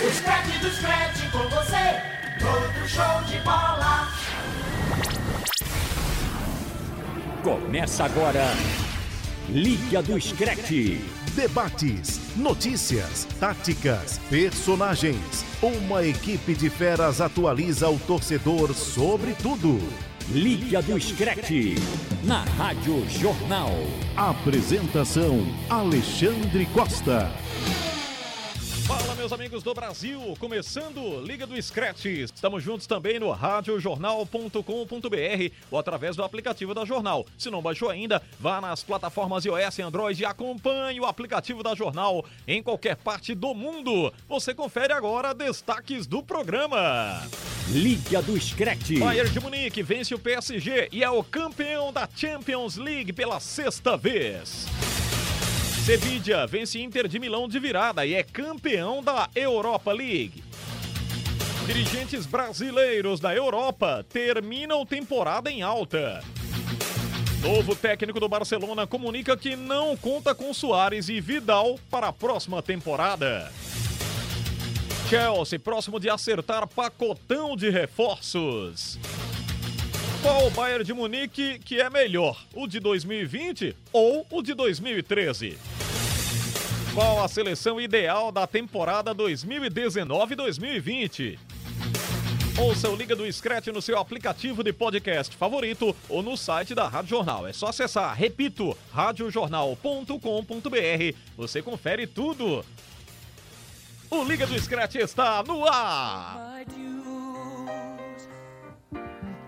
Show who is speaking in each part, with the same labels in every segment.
Speaker 1: O Scratch do Scratch com você, todo show de bola.
Speaker 2: Começa agora. Liga do Screte.
Speaker 3: Debates, notícias, táticas, personagens. Uma equipe de feras atualiza o torcedor sobre tudo.
Speaker 2: Liga do Screte. Na Rádio Jornal.
Speaker 3: Apresentação: Alexandre Costa.
Speaker 4: Fala, meus amigos do Brasil, começando Liga do Scratch. Estamos juntos também no radiojornal.com.br ou através do aplicativo da Jornal. Se não baixou ainda, vá nas plataformas iOS e Android e acompanhe o aplicativo da Jornal em qualquer parte do mundo. Você confere agora destaques do programa.
Speaker 2: Liga do Screte.
Speaker 4: Bayern de Munique vence o PSG e é o campeão da Champions League pela sexta vez. Sevilla vence Inter de Milão de virada e é campeão da Europa League. Dirigentes brasileiros da Europa terminam temporada em alta. Novo técnico do Barcelona comunica que não conta com Soares e Vidal para a próxima temporada. Chelsea próximo de acertar pacotão de reforços. Qual o Bayern de Munique que é melhor, o de 2020 ou o de 2013? Qual a seleção ideal da temporada 2019-2020? Ouça o Liga do Scratch no seu aplicativo de podcast favorito ou no site da Rádio Jornal. É só acessar, repito, radiojornal.com.br. Você confere tudo. O Liga do Scratch está no ar!
Speaker 5: my dues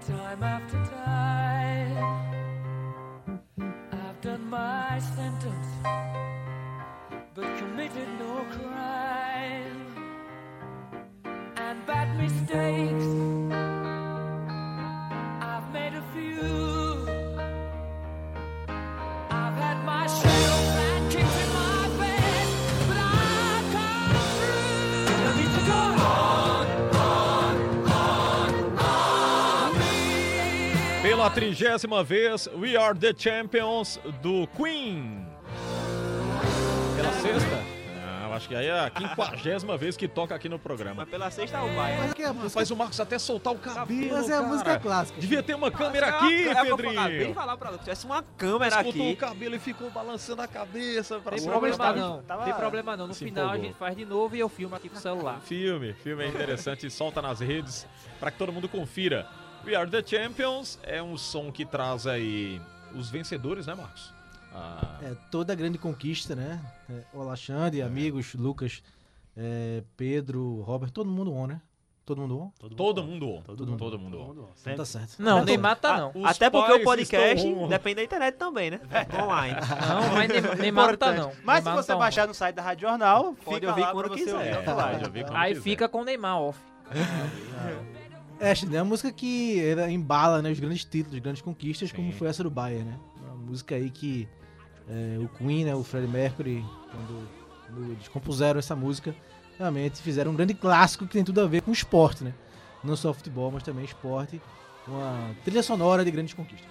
Speaker 5: time after time. I've done my sentence, but committed no crime. And bad mistakes, I've made a few. I've had my shells and kicks in my bed, but I've come through. No need to go on.
Speaker 4: Pela trigésima vez, We Are The Champions do Queen. Pela sexta? Não, acho que aí é a quinquagésima vez que toca aqui no programa.
Speaker 6: Pela sexta o baile.
Speaker 7: Mas que é a música?
Speaker 4: Faz o Marcos até soltar o cabelo,
Speaker 7: Mas é a
Speaker 4: cara.
Speaker 7: música clássica.
Speaker 4: Devia ter uma câmera aqui,
Speaker 6: é, Acabei de
Speaker 4: Pedrinho.
Speaker 6: falar pra ela, se tivesse uma câmera
Speaker 4: Escutou o
Speaker 6: aqui.
Speaker 4: cabelo e ficou balançando a cabeça pra
Speaker 6: Tem
Speaker 4: cima
Speaker 7: problema,
Speaker 4: pra
Speaker 6: problema,
Speaker 4: baixo.
Speaker 7: está, não.
Speaker 6: não. Tem problema não. No
Speaker 4: Se
Speaker 6: final a
Speaker 4: empolgou.
Speaker 6: gente faz de novo e eu filmo aqui com o celular.
Speaker 4: Filme, filme é interessante, solta nas redes para que todo mundo confira. We Are The Champions é um som que traz aí os vencedores, né, Marcos? Ah,
Speaker 7: É toda grande conquista, né? É, o Alexandre, amigos, Lucas, é, Pedro, Robert, todo mundo on, né? Todo mundo on?
Speaker 4: todo mundo, on, todo mundo, todo
Speaker 8: Todo mundo,
Speaker 7: Então
Speaker 8: sempre.
Speaker 7: tá certo.
Speaker 6: Não,
Speaker 7: Mas,
Speaker 6: Neymar tá não.
Speaker 8: um-
Speaker 4: Os
Speaker 6: Até porque
Speaker 4: pais
Speaker 6: o podcast
Speaker 4: estão-
Speaker 6: depende da internet também, né? Online.
Speaker 5: Não, mas Neymar- Neymar tá não.
Speaker 8: Importante. É. Mas se
Speaker 5: Neymar
Speaker 8: você
Speaker 5: tá on.
Speaker 8: baixar no site da Rádio Jornal,
Speaker 6: Pode
Speaker 8: fica
Speaker 6: ouvir
Speaker 8: lá
Speaker 6: quando
Speaker 8: pra você
Speaker 6: quiser. Tá
Speaker 8: ouvir
Speaker 4: É,
Speaker 8: offline.
Speaker 4: pode ouvir quando
Speaker 5: Aí
Speaker 4: quiser.
Speaker 5: fica com o Neymar off.
Speaker 7: É, esta é uma música que era- embala né, os grandes títulos, as grandes conquistas, como
Speaker 4: Sim.
Speaker 7: foi essa do Bayern, né? Uma música aí que é, o Queen, né, o Freddie Mercury, quando, quando eles compuseram essa música, realmente fizeram um grande clássico que tem tudo a ver com esporte, né? Não só futebol, mas também esporte. Uma trilha sonora de grandes conquistas.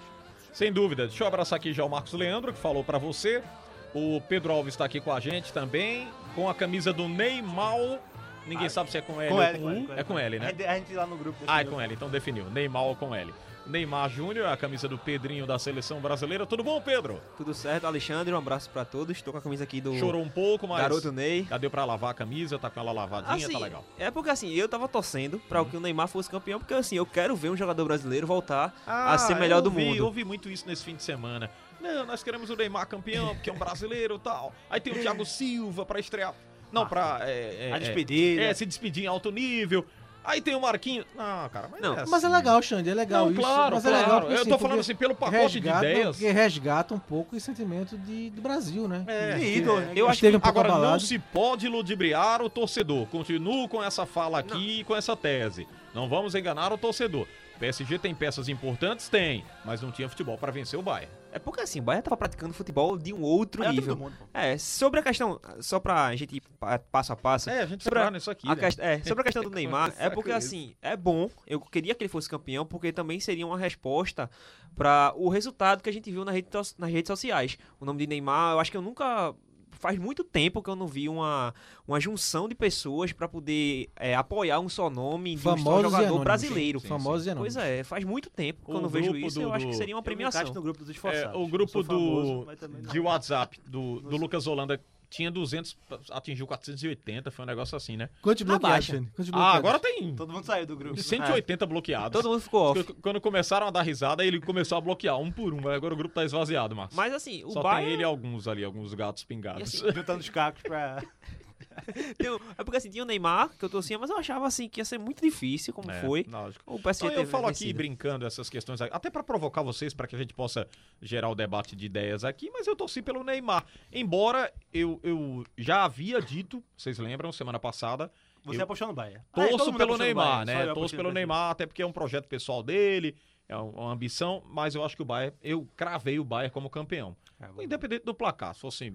Speaker 4: Sem dúvida. Deixa eu abraçar aqui já o Marcos Leandro, que falou pra você. O Pedro Alves está aqui com a gente também, com a camisa do Neymar. Ninguém sabe se é com L
Speaker 8: Ah, Com
Speaker 4: ou
Speaker 8: L,
Speaker 4: com U. É com L, né?
Speaker 8: A gente lá no grupo.
Speaker 4: Ah, é com L, então definiu. Neymar com L. Neymar Júnior, a camisa do Pedrinho da seleção brasileira. Tudo bom, Pedro?
Speaker 6: Tudo certo, Alexandre, um abraço pra todos. Tô com a camisa aqui do
Speaker 4: Chorou um pouco, mas
Speaker 6: Garoto Ney.
Speaker 4: já deu pra lavar a camisa, tá com ela lavadinha,
Speaker 6: Assim,
Speaker 4: tá legal.
Speaker 6: É porque assim, eu tava torcendo pra
Speaker 8: Uhum.
Speaker 6: que o Neymar fosse campeão, porque assim, eu quero ver um jogador brasileiro voltar
Speaker 8: Ah,
Speaker 6: a ser melhor
Speaker 4: Ah, eu
Speaker 6: do
Speaker 4: ouvi-
Speaker 6: mundo.
Speaker 4: Eu ouvi muito isso nesse fim de semana. Não, nós queremos o Neymar campeão, porque é um brasileiro e tal. Aí tem o Thiago Silva pra estrear. Não, pra. é, é,
Speaker 8: A
Speaker 4: é,
Speaker 8: despedida.
Speaker 4: É, se despedir em alto nível. Aí tem o Marquinho. Não, cara, mas
Speaker 6: Não,
Speaker 4: é assim.
Speaker 7: Mas é legal, Xande, é legal
Speaker 4: Não,
Speaker 7: isso.
Speaker 4: claro,
Speaker 7: mas
Speaker 4: claro.
Speaker 7: é legal porque,
Speaker 4: eu
Speaker 7: assim,
Speaker 4: tô falando
Speaker 7: porque
Speaker 4: assim, pelo pacote de
Speaker 7: resgata-
Speaker 4: ideias.
Speaker 7: Porque resgata um pouco o sentimento de, do Brasil, né?
Speaker 4: É.
Speaker 7: Que-
Speaker 8: De ídolo, né?
Speaker 7: que
Speaker 6: Eu acho
Speaker 7: esteve um pouco
Speaker 4: Agora, não
Speaker 7: abalado.
Speaker 4: se pode ludibriar o torcedor. Continuo com essa fala aqui e com essa tese. Não vamos enganar o torcedor. PSG tem peças importantes? Tem, mas não tinha futebol pra vencer o Bayern.
Speaker 6: É porque assim, o Bahia tava praticando futebol de um outro nível. É, sobre a questão, só pra gente ir pa- passo a passo.
Speaker 4: É, a gente
Speaker 6: sobre
Speaker 4: separar nisso aqui.
Speaker 6: a
Speaker 4: né?
Speaker 6: quest- é, sobre a questão do Neymar, é porque
Speaker 4: Saco isso.
Speaker 6: assim, é bom, eu queria que ele fosse campeão, porque também seria uma resposta pra o resultado que a gente viu nas redes, nas redes sociais. O nome de Neymar, eu acho que eu nunca faz muito tempo que eu não vi uma, uma junção de pessoas pra poder é, apoiar um só nome de um só
Speaker 7: Famosos e
Speaker 6: jogador
Speaker 7: anônimos.
Speaker 6: brasileiro.
Speaker 7: Sim, sim, Famosos sim. e anônimos.
Speaker 6: Pois é, faz muito tempo que
Speaker 4: O
Speaker 6: eu não vejo
Speaker 4: grupo
Speaker 6: isso.
Speaker 4: do-
Speaker 6: eu acho que
Speaker 4: do-
Speaker 6: seria uma
Speaker 8: Eu me encaixo
Speaker 6: premiação.
Speaker 8: no grupo dos
Speaker 4: É,
Speaker 8: esforçados.
Speaker 4: o
Speaker 8: Não
Speaker 4: grupo
Speaker 8: sou famoso,
Speaker 4: do,
Speaker 8: mas também não-
Speaker 4: de WhatsApp do, do Lucas Holanda tinha 200, atingiu 480, foi um negócio assim,
Speaker 8: Tá
Speaker 4: né?
Speaker 7: Quantos bloqueados,
Speaker 6: Abaixa.
Speaker 7: Fene? Quantos
Speaker 4: Ah,
Speaker 7: bloqueados?
Speaker 4: agora tem
Speaker 8: Todo mundo saiu do grupo.
Speaker 4: 180 bloqueados.
Speaker 6: Todo mundo ficou off.
Speaker 4: Qu- Quando começaram a dar risada, ele começou a bloquear um por um. Agora o grupo tá esvaziado, Márcio.
Speaker 6: Mas assim, o
Speaker 4: Só
Speaker 6: Bayern...
Speaker 4: tem ele e alguns ali, alguns gatos
Speaker 6: e,
Speaker 4: pingados.
Speaker 6: assim,
Speaker 8: Juntando os cacos pra...
Speaker 6: tem um- é porque assim, tinha o Neymar, que eu torcia, mas eu achava assim que ia ser muito difícil, como
Speaker 4: É,
Speaker 6: foi.
Speaker 4: lógico.
Speaker 6: O PSG
Speaker 4: Então eu
Speaker 6: teve
Speaker 4: falo aqui
Speaker 6: vencido.
Speaker 4: brincando essas questões, até pra provocar vocês, pra que a gente possa gerar o debate de ideias aqui, mas eu torci pelo Neymar. Embora eu, eu já havia dito, vocês lembram, semana passada,
Speaker 8: Você
Speaker 4: Eu-
Speaker 8: apostou no Bahia. Ah, todo
Speaker 4: torço
Speaker 8: mundo
Speaker 4: pelo
Speaker 8: apostou no
Speaker 4: Neymar,
Speaker 8: Bahia, só
Speaker 4: né?
Speaker 8: eu
Speaker 4: Torço
Speaker 8: apostei
Speaker 4: pelo
Speaker 8: no Brasil.
Speaker 4: Neymar, até porque é um projeto pessoal dele, é um- uma ambição, mas eu acho que o Bayern, eu cravei o Bayern como campeão.
Speaker 6: É
Speaker 4: Independente do placar, se fosse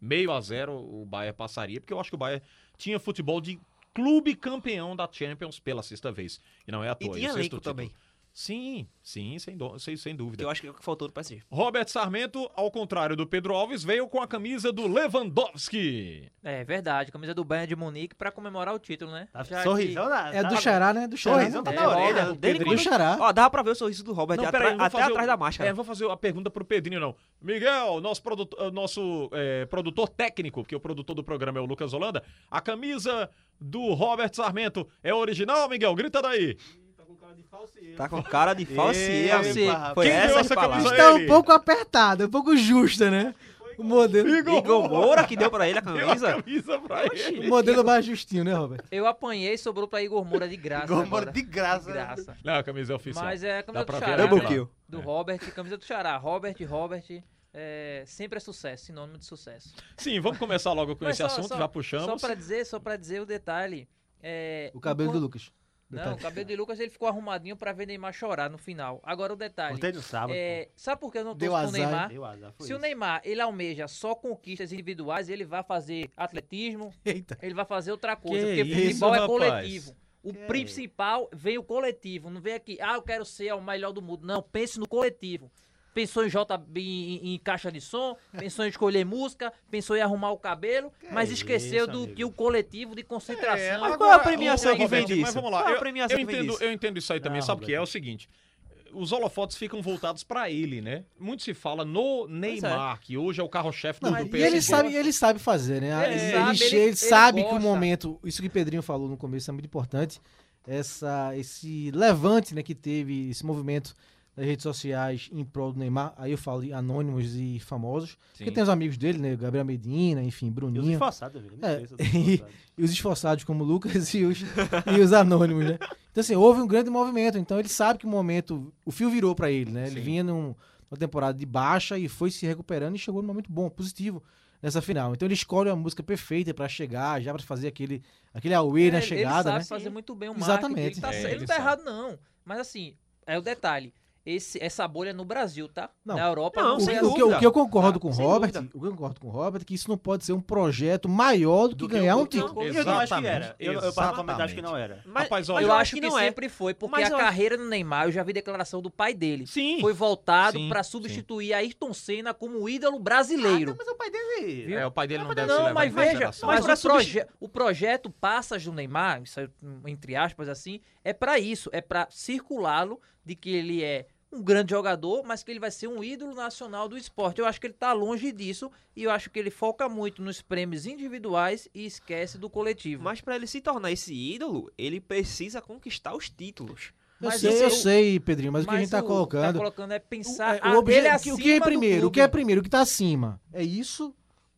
Speaker 4: meio a zero, o Bayern passaria, porque eu acho que o Bayern tinha futebol de clube campeão da Champions pela sexta vez. E não é à
Speaker 6: E
Speaker 4: toa. é
Speaker 6: tinha
Speaker 4: o sexto
Speaker 6: elenco
Speaker 4: título.
Speaker 6: também,
Speaker 4: Sim, sim, sem, dú- sem, sem dúvida.
Speaker 6: que eu acho que é o que faltou no PSG.
Speaker 4: Robert Sarmento, ao contrário do Pedro Alves, veio com a camisa do Lewandowski.
Speaker 9: É verdade, camisa do Bayern de Munique pra comemorar o título, né?
Speaker 8: Tá
Speaker 9: Já
Speaker 8: sorrisão na...
Speaker 7: É a do
Speaker 8: tá-
Speaker 7: Xará, né? Do Xará.
Speaker 8: Sorrisão tá
Speaker 7: né?
Speaker 8: na orelha.
Speaker 6: o dele
Speaker 7: É
Speaker 6: quando-
Speaker 7: Do Xará.
Speaker 6: Ó, dava pra ver o sorriso do Robert
Speaker 4: Não,
Speaker 6: atra-
Speaker 4: peraí, eu vou
Speaker 6: até
Speaker 4: fazer o-
Speaker 6: atrás da né?
Speaker 4: É,
Speaker 6: máscara.
Speaker 4: vou fazer a pergunta pro Pedrinho, não. Miguel, nosso, produto, eh, nosso eh, produtor técnico, porque o produtor do programa é o Lucas Holanda, a camisa do Robert Sarmento é original, Miguel? Grita daí. É,
Speaker 6: Tá com cara de falsia.
Speaker 8: Eba,
Speaker 6: amigo.
Speaker 8: rapaz.
Speaker 6: Foi
Speaker 4: Quem deu
Speaker 6: essas
Speaker 4: essa
Speaker 6: palavras.
Speaker 4: camisa
Speaker 7: Está
Speaker 4: ele.
Speaker 7: um pouco apertada, um pouco justa, né? O modelo,
Speaker 6: Igor Moura que deu pra ele a
Speaker 4: Deu a
Speaker 6: camisa.
Speaker 4: camisa pra ele.
Speaker 7: o modelo mais justinho, né, Robert?
Speaker 9: Eu apanhei e sobrou pra Igor Moura de graça.
Speaker 8: Igor Moura
Speaker 9: agora.
Speaker 8: de graça.
Speaker 9: De
Speaker 7: né?
Speaker 9: graça.
Speaker 4: Não, a camisa é oficial.
Speaker 9: Mas é a
Speaker 4: Dá
Speaker 9: camisa
Speaker 4: pra
Speaker 9: do Xará.
Speaker 4: ver a
Speaker 9: né?
Speaker 6: Double kill.
Speaker 9: Do Robert, camisa do Xará. Robert, Robert. é, sempre é sucesso, sinônimo de sucesso.
Speaker 4: Sim, vamos começar logo com
Speaker 9: é- Mas
Speaker 4: esse
Speaker 9: só-
Speaker 4: assunto,
Speaker 9: só-
Speaker 4: já puxamos.
Speaker 9: Só pra dizer, só pra dizer o detalhe. é,
Speaker 7: O cabelo do
Speaker 9: enquanto-
Speaker 7: Lucas.
Speaker 9: Não, o cabelo de Lucas ele ficou arrumadinho pra ver Neymar chorar no final. Agora o detalhe.
Speaker 8: Cortei no sábado.
Speaker 9: é, sabe por que eu não
Speaker 7: Deu
Speaker 9: torço pro
Speaker 7: azar,
Speaker 9: Neymar?
Speaker 8: Deu azar, foi
Speaker 9: Se o
Speaker 8: isso.
Speaker 9: Neymar ele almeja só conquistas individuais, ele vai fazer atletismo,
Speaker 7: Eita.
Speaker 9: ele vai fazer outra coisa,
Speaker 4: Que
Speaker 9: porque futebol
Speaker 4: isso,
Speaker 9: é
Speaker 4: rapaz.
Speaker 9: coletivo. O principal vem o coletivo, não vem aqui, ah, eu quero ser o melhor do mundo. Não, pense no coletivo. Pensou em, J, em, em- em caixa de som, pensou em escolher música, pensou em arrumar o cabelo, mas esqueceu
Speaker 8: isso,
Speaker 9: do
Speaker 8: amigo.
Speaker 9: que o coletivo de concentração.
Speaker 6: Mas qual é a
Speaker 4: ô,
Speaker 6: premiação que vem
Speaker 4: Roberto,
Speaker 6: disso?
Speaker 4: Mas vamos lá,
Speaker 6: Qual é a
Speaker 4: eu-
Speaker 6: premiação
Speaker 4: eu,
Speaker 6: que vem
Speaker 4: entendo,
Speaker 6: disso?
Speaker 4: eu entendo isso aí
Speaker 9: Ah,
Speaker 4: também,
Speaker 8: Não,
Speaker 4: sabe o que é? É o seguinte, os holofotes ficam voltados pra ele, né? Muito se fala
Speaker 9: é.
Speaker 4: no Neymar, que hoje é o carro-chefe do,
Speaker 7: Não,
Speaker 4: do
Speaker 7: e ele
Speaker 4: PSG.
Speaker 7: sabe, ele sabe fazer, né?
Speaker 9: Ele
Speaker 7: Ele, ele
Speaker 9: sabe,
Speaker 7: che-
Speaker 9: ele-
Speaker 7: ele
Speaker 9: ele
Speaker 7: sabe que o
Speaker 9: gosta.
Speaker 7: momento, isso que o Pedrinho falou no começo é muito importante, essa, esse levante né, que teve, esse movimento das redes sociais em prol do Neymar, aí eu falo de anônimos e famosos, porque tem os amigos dele, né? Gabriel Medina, enfim,
Speaker 8: E os
Speaker 7: Bruninho.
Speaker 8: esforçados, velho. Nem
Speaker 7: É,
Speaker 8: esqueça dos esforçados.
Speaker 7: e os esforçados como o Lucas e os, e os anônimos, né? Então, assim, houve um grande movimento. Então, ele sabe que o momento, o fio virou pra ele, né? Ele
Speaker 4: Sim.
Speaker 7: vinha num- numa temporada de baixa e foi se recuperando e chegou num momento bom, positivo nessa final. Então, ele escolhe a música perfeita pra chegar, já pra fazer aquele, aquele auê na
Speaker 9: É, ele-
Speaker 7: chegada,
Speaker 9: ele sabe
Speaker 7: né?
Speaker 9: fazer muito bem o marketing.
Speaker 7: Exatamente.
Speaker 9: Ele, tá,
Speaker 4: É,
Speaker 9: ele
Speaker 4: ele
Speaker 9: não tá
Speaker 4: sabe.
Speaker 9: errado, não. Mas assim, é o detalhe. Esse, essa bolha é no Brasil, tá?
Speaker 7: Não.
Speaker 9: Na Europa
Speaker 6: Não,
Speaker 9: não,
Speaker 7: O,
Speaker 6: sem
Speaker 9: é.
Speaker 7: que- o que, eu- o que eu concordo
Speaker 6: Ah,
Speaker 7: com o
Speaker 6: sem
Speaker 7: Robert,
Speaker 6: dúvida.
Speaker 7: o que eu concordo com o Robert é que isso não pode ser um projeto maior do, que ganhar um título.
Speaker 8: Eu não acho que era. Eu, eu particularmente
Speaker 4: Exatamente.
Speaker 8: acho que não era.
Speaker 6: Mas,
Speaker 4: Rapaz,
Speaker 6: mas
Speaker 4: olha-
Speaker 9: eu acho que,
Speaker 6: não é.
Speaker 9: sempre foi, porque
Speaker 6: Mas
Speaker 9: a
Speaker 6: eu acho-
Speaker 9: carreira do Neymar, eu já vi declaração do pai dele.
Speaker 4: Sim.
Speaker 9: Foi voltado
Speaker 4: Sim,
Speaker 9: pra
Speaker 4: sim.
Speaker 9: substituir Ayrton Senna como ídolo brasileiro.
Speaker 8: Mas o pai dele...
Speaker 4: É, o pai dele não, deve se
Speaker 9: Não,
Speaker 4: levar
Speaker 9: mas
Speaker 4: em
Speaker 9: veja,
Speaker 4: consideração.
Speaker 9: mas
Speaker 6: Mas pra
Speaker 9: o, proje- o projeto Passas do Neymar, isso aí, entre aspas assim, é pra isso, é pra circulá-lo de que ele é um grande jogador, mas que ele vai ser um ídolo nacional do esporte. Eu acho que ele tá longe disso e eu acho que ele foca muito nos prêmios individuais e esquece do coletivo.
Speaker 6: mas pra ele se tornar esse ídolo, ele precisa conquistar os títulos.
Speaker 7: Eu
Speaker 9: Mas
Speaker 7: sei,
Speaker 9: isso-
Speaker 7: eu sei, Pedrinho, mas o que a gente tá colocando
Speaker 9: é pensar
Speaker 7: O- é,
Speaker 9: a-
Speaker 7: o, obje-
Speaker 9: ele
Speaker 7: o que- o que é
Speaker 9: acima do
Speaker 7: primeiro? O
Speaker 9: clube.
Speaker 7: que é primeiro? O que tá acima? É isso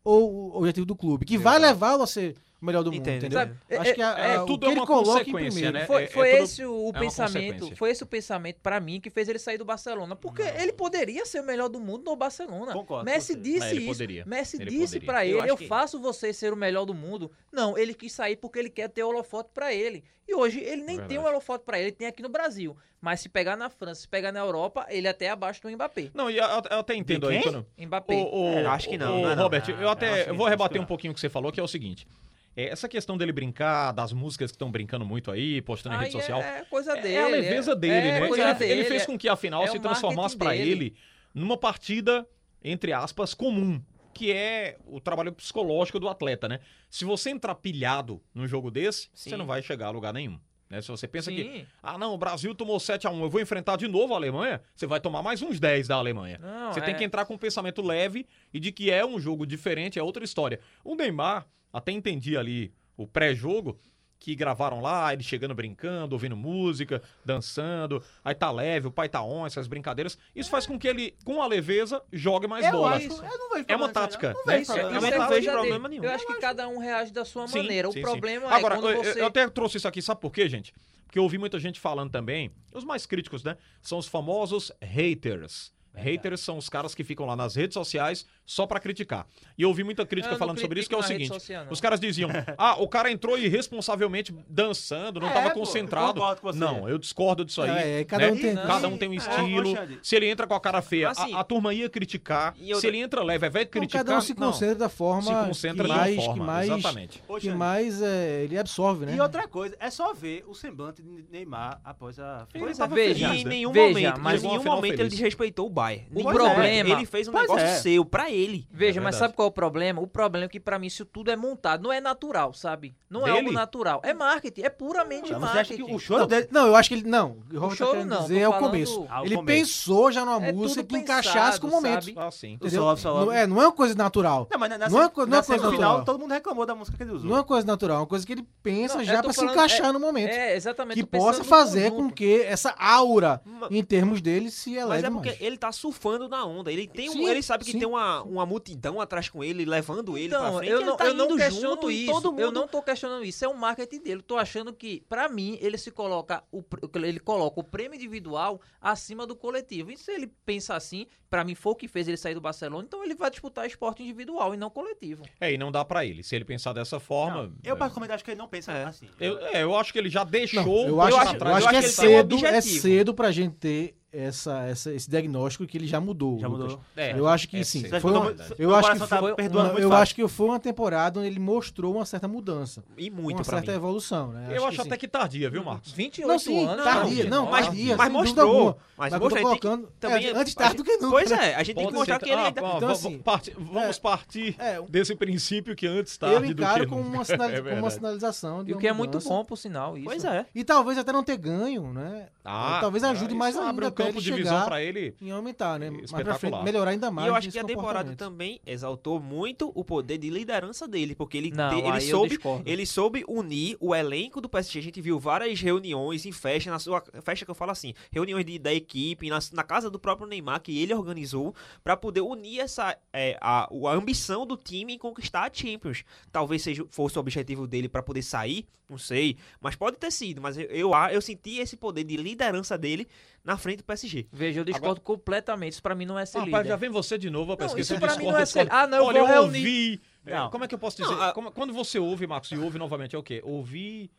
Speaker 7: ou o objetivo do clube? Que vai levá-lo a ser o melhor do mundo,
Speaker 6: Entendo.
Speaker 7: entendeu?
Speaker 9: Sabe, é-
Speaker 7: Acho que a-
Speaker 4: é-
Speaker 7: a-
Speaker 4: tudo
Speaker 7: o
Speaker 4: é
Speaker 7: que ele
Speaker 4: uma
Speaker 7: coloca em
Speaker 4: consequência,
Speaker 7: primeiro.
Speaker 4: né?
Speaker 9: Foi,
Speaker 4: É- é
Speaker 9: foi
Speaker 4: tudo-
Speaker 9: esse o,
Speaker 4: uma
Speaker 9: pensamento,
Speaker 4: consequência.
Speaker 9: foi esse o pensamento pra mim que fez ele sair do Barcelona, porque ele poderia ser o melhor do mundo no Barcelona.
Speaker 8: Concordo
Speaker 9: Messi
Speaker 8: com você.
Speaker 9: disse
Speaker 4: É, ele
Speaker 9: isso.
Speaker 4: poderia.
Speaker 9: Messi
Speaker 4: Ele
Speaker 9: disse
Speaker 4: poderia.
Speaker 9: pra
Speaker 6: Eu
Speaker 9: ele, eu,
Speaker 6: acho que-
Speaker 9: faço você ser o melhor do mundo. Não, ele quis sair porque ele quer ter o holofote pra ele. E hoje ele nem tem
Speaker 4: É Verdade.
Speaker 9: o holofote pra ele, ele tem aqui no Brasil, mas se pegar na França, se pegar na Europa, ele é até abaixo do Mbappé.
Speaker 4: Não, e eu, eu até entendo aí, quando...
Speaker 9: Mbappé.
Speaker 4: O,
Speaker 6: É, acho que não,
Speaker 4: o
Speaker 6: não é não.
Speaker 4: Robert,
Speaker 6: Não,
Speaker 4: eu
Speaker 6: eu acho
Speaker 4: até
Speaker 6: que
Speaker 4: eu vou
Speaker 6: não,
Speaker 4: rebater
Speaker 6: acho que
Speaker 4: um pouquinho o que você falou, que é o seguinte. É, essa questão dele brincar, das músicas que estão brincando muito aí, postando em
Speaker 9: Aí
Speaker 4: rede social.
Speaker 9: é coisa dele.
Speaker 4: É a leveza dele, né?
Speaker 9: coisa
Speaker 4: Ele, ele
Speaker 9: dele,
Speaker 4: fez
Speaker 9: é-
Speaker 4: com que a final
Speaker 9: é o
Speaker 4: se transformasse
Speaker 9: marketing
Speaker 4: pra
Speaker 9: dele.
Speaker 4: ele numa partida, entre aspas, comum. que é o trabalho psicológico do atleta, né? Se você entrar pilhado num jogo desse, você
Speaker 9: Sim.
Speaker 4: não vai chegar a lugar nenhum. Né? Se você pensa que,
Speaker 9: Sim.
Speaker 4: ah não, o Brasil tomou 7 a 1 eu vou enfrentar de novo a Alemanha, você vai tomar mais uns 10 da Alemanha.
Speaker 9: Não,
Speaker 4: você tem
Speaker 9: é.
Speaker 4: que entrar com um pensamento leve e de que é um jogo diferente, é outra história. O Neymar, até entendi ali o pré-jogo, que gravaram lá, ele chegando brincando, ouvindo música, dançando, aí tá leve, o pai tá on, essas brincadeiras. Isso faz com que ele, com a leveza, jogue mais
Speaker 8: Eu
Speaker 4: bola.
Speaker 8: acho. Eu não vejo
Speaker 4: É uma
Speaker 8: problema nisso aí,
Speaker 4: tática,
Speaker 8: não. Não
Speaker 4: né?
Speaker 8: vejo
Speaker 9: Isso é-
Speaker 8: problema.
Speaker 9: isso
Speaker 6: Eu
Speaker 9: é
Speaker 6: não
Speaker 9: coisa
Speaker 6: vejo problema
Speaker 9: dele.
Speaker 6: nenhum.
Speaker 9: Eu acho que cada um reage da sua
Speaker 4: Sim,
Speaker 9: maneira.
Speaker 4: sim,
Speaker 9: o
Speaker 4: sim.
Speaker 9: problema é
Speaker 4: Agora,
Speaker 9: quando
Speaker 4: eu- eu-
Speaker 9: você.
Speaker 4: eu até trouxe isso aqui, sabe por quê, gente? Porque eu ouvi muita gente falando também, os mais críticos, né? São os famosos haters. Haters são os caras que ficam lá nas redes sociais só pra criticar. E eu ouvi muita crítica
Speaker 9: Eu não
Speaker 4: falando sobre isso, que é o
Speaker 9: critico na rede
Speaker 4: seguinte:
Speaker 9: social, não.
Speaker 4: os caras diziam, ah, o cara entrou irresponsavelmente dançando, não
Speaker 8: É,
Speaker 4: tava
Speaker 8: pô, eu
Speaker 4: concentrado.
Speaker 8: concordo com você.
Speaker 4: Não, eu discordo disso aí.
Speaker 7: É, é, cada
Speaker 4: né?
Speaker 7: um tem-
Speaker 4: Cada um tem um
Speaker 8: É,
Speaker 4: estilo.
Speaker 8: ô, Xande.
Speaker 4: Se ele entra com a cara feia, a-
Speaker 6: Assim,
Speaker 4: a, turma ia criticar.
Speaker 6: e eu-
Speaker 4: Se ele entra leve, vai
Speaker 7: Então,
Speaker 4: criticar.
Speaker 7: cada um se concentra da forma
Speaker 4: Se concentra de
Speaker 7: que
Speaker 4: uma
Speaker 7: mais,
Speaker 4: forma,
Speaker 7: que mais,
Speaker 4: exatamente.
Speaker 7: Que
Speaker 8: Poxa,
Speaker 7: mais é, ele absorve, né?
Speaker 8: E outra coisa, é só ver o semblante de Neymar após a...
Speaker 6: Pois
Speaker 8: Ele
Speaker 6: é,
Speaker 8: tava
Speaker 6: veja,
Speaker 8: feliz,
Speaker 6: em
Speaker 8: né?
Speaker 6: nenhum
Speaker 9: Veja,
Speaker 6: momento,
Speaker 4: mas-
Speaker 6: em nenhum
Speaker 4: Chegou a
Speaker 6: momento
Speaker 4: final
Speaker 6: ele
Speaker 4: feliz.
Speaker 6: desrespeitou o Bayern.
Speaker 9: O
Speaker 6: Nenhum
Speaker 9: problema-
Speaker 6: momento. Ele fez um
Speaker 8: Pois
Speaker 6: negócio
Speaker 8: é.
Speaker 6: seu, pra ele.
Speaker 9: Veja,
Speaker 4: É
Speaker 9: mas
Speaker 4: verdade.
Speaker 9: sabe qual é o problema? O problema é que pra mim isso tudo é montado, não é natural, sabe? Não é algo
Speaker 4: Dele?
Speaker 9: natural, é marketing, é puramente
Speaker 8: Mas Você acha
Speaker 9: marketing.
Speaker 8: que o choro
Speaker 7: não,
Speaker 8: dele...
Speaker 7: não, eu acho que ele. Não, o que o Robert tá
Speaker 9: choro
Speaker 7: querendo
Speaker 9: não,
Speaker 7: dizer
Speaker 9: tô
Speaker 7: é o
Speaker 9: falando-
Speaker 7: começo.
Speaker 8: Ah, o
Speaker 7: ele
Speaker 8: começo.
Speaker 7: pensou já numa
Speaker 9: É
Speaker 7: música
Speaker 9: tudo
Speaker 7: que encaixasse com o
Speaker 9: pensado,
Speaker 7: momento.
Speaker 9: sabe?
Speaker 4: Ah, sim.
Speaker 8: Eu
Speaker 7: entendeu?
Speaker 8: só ouvi falar.
Speaker 7: Não, é, não é uma coisa natural.
Speaker 8: Não, mas na, na,
Speaker 7: Não é
Speaker 8: se-
Speaker 7: co- não é
Speaker 8: na
Speaker 7: coisa
Speaker 8: semifinal
Speaker 7: natural.
Speaker 8: todo mundo reclamou da música que ele usou.
Speaker 7: Não é uma coisa natural, é uma coisa que ele pensa
Speaker 9: Não, eu
Speaker 7: já
Speaker 9: tô
Speaker 7: pra se
Speaker 9: falando-
Speaker 7: encaixar
Speaker 9: é-
Speaker 7: no momento.
Speaker 9: É, exatamente.
Speaker 7: que
Speaker 9: tô pensando
Speaker 7: possa
Speaker 9: no
Speaker 7: fazer
Speaker 9: conjunto.
Speaker 7: com que essa aura,
Speaker 6: Ma-
Speaker 7: em termos dele, se
Speaker 6: Mas
Speaker 7: eleve
Speaker 6: é porque
Speaker 7: mais.
Speaker 6: ele tá surfando na onda. Ele tem um-
Speaker 7: Sim,
Speaker 6: ele sabe que
Speaker 7: sim.
Speaker 6: tem uma, uma multidão atrás com ele, levando ele pra
Speaker 9: Então,
Speaker 6: frente.
Speaker 9: eu
Speaker 6: ele
Speaker 9: não,
Speaker 6: tá
Speaker 9: eu não
Speaker 6: indo
Speaker 9: questiono
Speaker 6: junto e
Speaker 9: isso.
Speaker 6: todo mundo
Speaker 9: Eu não tô questionando isso. É um marketing dele. Eu tô achando que, pra mim, ele se coloca. O, pr- ele coloca o prêmio individual acima do coletivo. E se ele pensa assim, pra mim foi o que fez ele sair do Barcelona, então ele vai disputar esporte individual e não coletivo.
Speaker 4: É, e não dá pra ele. Se ele pensar dessa forma.
Speaker 8: Eu,
Speaker 4: é,
Speaker 8: particularmente, acho que ele não pensa
Speaker 6: É.
Speaker 8: assim.
Speaker 4: eu, é, eu acho que ele já deixou. um
Speaker 7: Não, eu
Speaker 4: pra
Speaker 7: acho,
Speaker 6: acho-
Speaker 7: eu
Speaker 4: trás.
Speaker 6: eu
Speaker 7: acho
Speaker 6: acho
Speaker 7: que é
Speaker 6: que ele tá com
Speaker 7: cedo, é
Speaker 6: objetivo.
Speaker 7: cedo pra gente ter essa, essa- esse diagnóstico que ele já mudou.
Speaker 8: Já
Speaker 7: Lucas.
Speaker 8: mudou.
Speaker 4: É,
Speaker 7: Eu acho que
Speaker 4: é
Speaker 7: sim.
Speaker 4: cedo.
Speaker 7: Foi uma-
Speaker 8: Seu- seu
Speaker 7: eu acho que
Speaker 8: coração tá
Speaker 7: foi,
Speaker 8: perdoando
Speaker 7: uma,
Speaker 8: muito
Speaker 7: eu
Speaker 8: fácil.
Speaker 7: acho que foi uma temporada onde ele mostrou uma certa mudança,
Speaker 6: E muito
Speaker 7: uma
Speaker 6: pra
Speaker 7: certa
Speaker 6: mim.
Speaker 7: evolução, né?
Speaker 4: Eu acho
Speaker 7: sim.
Speaker 4: até que tardia, viu, Marcos?
Speaker 9: 28
Speaker 7: não, sim,
Speaker 9: anos.
Speaker 7: tardia,
Speaker 9: gente,
Speaker 7: não,
Speaker 9: nossa.
Speaker 6: mas-
Speaker 7: tardia,
Speaker 6: mas
Speaker 7: sem dúvida
Speaker 6: mostrou,
Speaker 7: alguma.
Speaker 6: mas
Speaker 7: eu tô
Speaker 6: mostrou, tem que-
Speaker 7: colocando-
Speaker 6: também
Speaker 7: é,
Speaker 6: é-
Speaker 7: antes tarde do que nunca.
Speaker 6: Pois
Speaker 7: né?
Speaker 6: é, a gente tem que
Speaker 4: Pode
Speaker 6: mostrar
Speaker 4: ser-
Speaker 6: que ele
Speaker 4: Ah,
Speaker 6: ainda.
Speaker 4: bom,
Speaker 7: Então,
Speaker 4: vamos,
Speaker 7: assim,
Speaker 4: parti- vamos partir
Speaker 7: é, um-
Speaker 4: desse princípio que antes
Speaker 7: Eu
Speaker 4: tarde do que
Speaker 7: encaro como uma,
Speaker 4: nunca.
Speaker 7: sinal,
Speaker 4: É
Speaker 7: como uma
Speaker 4: verdade.
Speaker 7: sinalização. de
Speaker 9: E o
Speaker 7: uma
Speaker 9: que é muito
Speaker 7: mudança.
Speaker 9: bom, por sinal, isso.
Speaker 6: Pois é.
Speaker 7: E talvez até não ter ganho, né?
Speaker 4: Ah,
Speaker 7: talvez ajude
Speaker 4: isso
Speaker 7: mais ainda
Speaker 4: abre um
Speaker 7: até
Speaker 4: campo
Speaker 7: ele
Speaker 4: de visão
Speaker 7: chegar
Speaker 4: pra ele.
Speaker 7: em aumentar, né? Mais pra
Speaker 4: Espetacular.
Speaker 7: frente, melhorar ainda mais.
Speaker 6: E eu acho
Speaker 7: esse
Speaker 6: que a temporada
Speaker 7: comportamento.
Speaker 6: também exaltou muito o poder de liderança dele, porque ele,
Speaker 9: Não,
Speaker 6: te- ele,
Speaker 9: aí eu
Speaker 6: soube,
Speaker 9: discordo.
Speaker 6: ele soube unir o elenco do PSG. A gente viu várias reuniões em festa, na sua festa que eu falo assim, reuniões de- da equipe, na, na casa do próprio Neymar, que ele organizou, pra poder unir essa é, a, o- a ambição do time em conquistar a Champions. Talvez seja, fosse o objetivo dele pra poder sair, não sei, mas pode ter sido. Mas eu, eu, a- eu senti esse poder de liderança dele na frente do PSG.
Speaker 9: Veja, eu discordo completamente. Isso pra mim não é ser
Speaker 4: Ah,
Speaker 9: líder.
Speaker 4: Rapaz, já vem você de novo, rapaz.
Speaker 9: Não,
Speaker 4: que
Speaker 9: isso
Speaker 4: você
Speaker 9: pra mim
Speaker 4: discorda,
Speaker 9: não é
Speaker 4: discorda.
Speaker 9: ser- Ah, não, eu
Speaker 4: Olha,
Speaker 9: vou
Speaker 4: eu
Speaker 9: reunir.
Speaker 4: ouvi. É,
Speaker 6: Não.
Speaker 4: Como é que eu posso dizer?
Speaker 6: Não, a-
Speaker 4: Como- quando você ouve, Marcos, e ouve novamente, é o quê? Ouvi,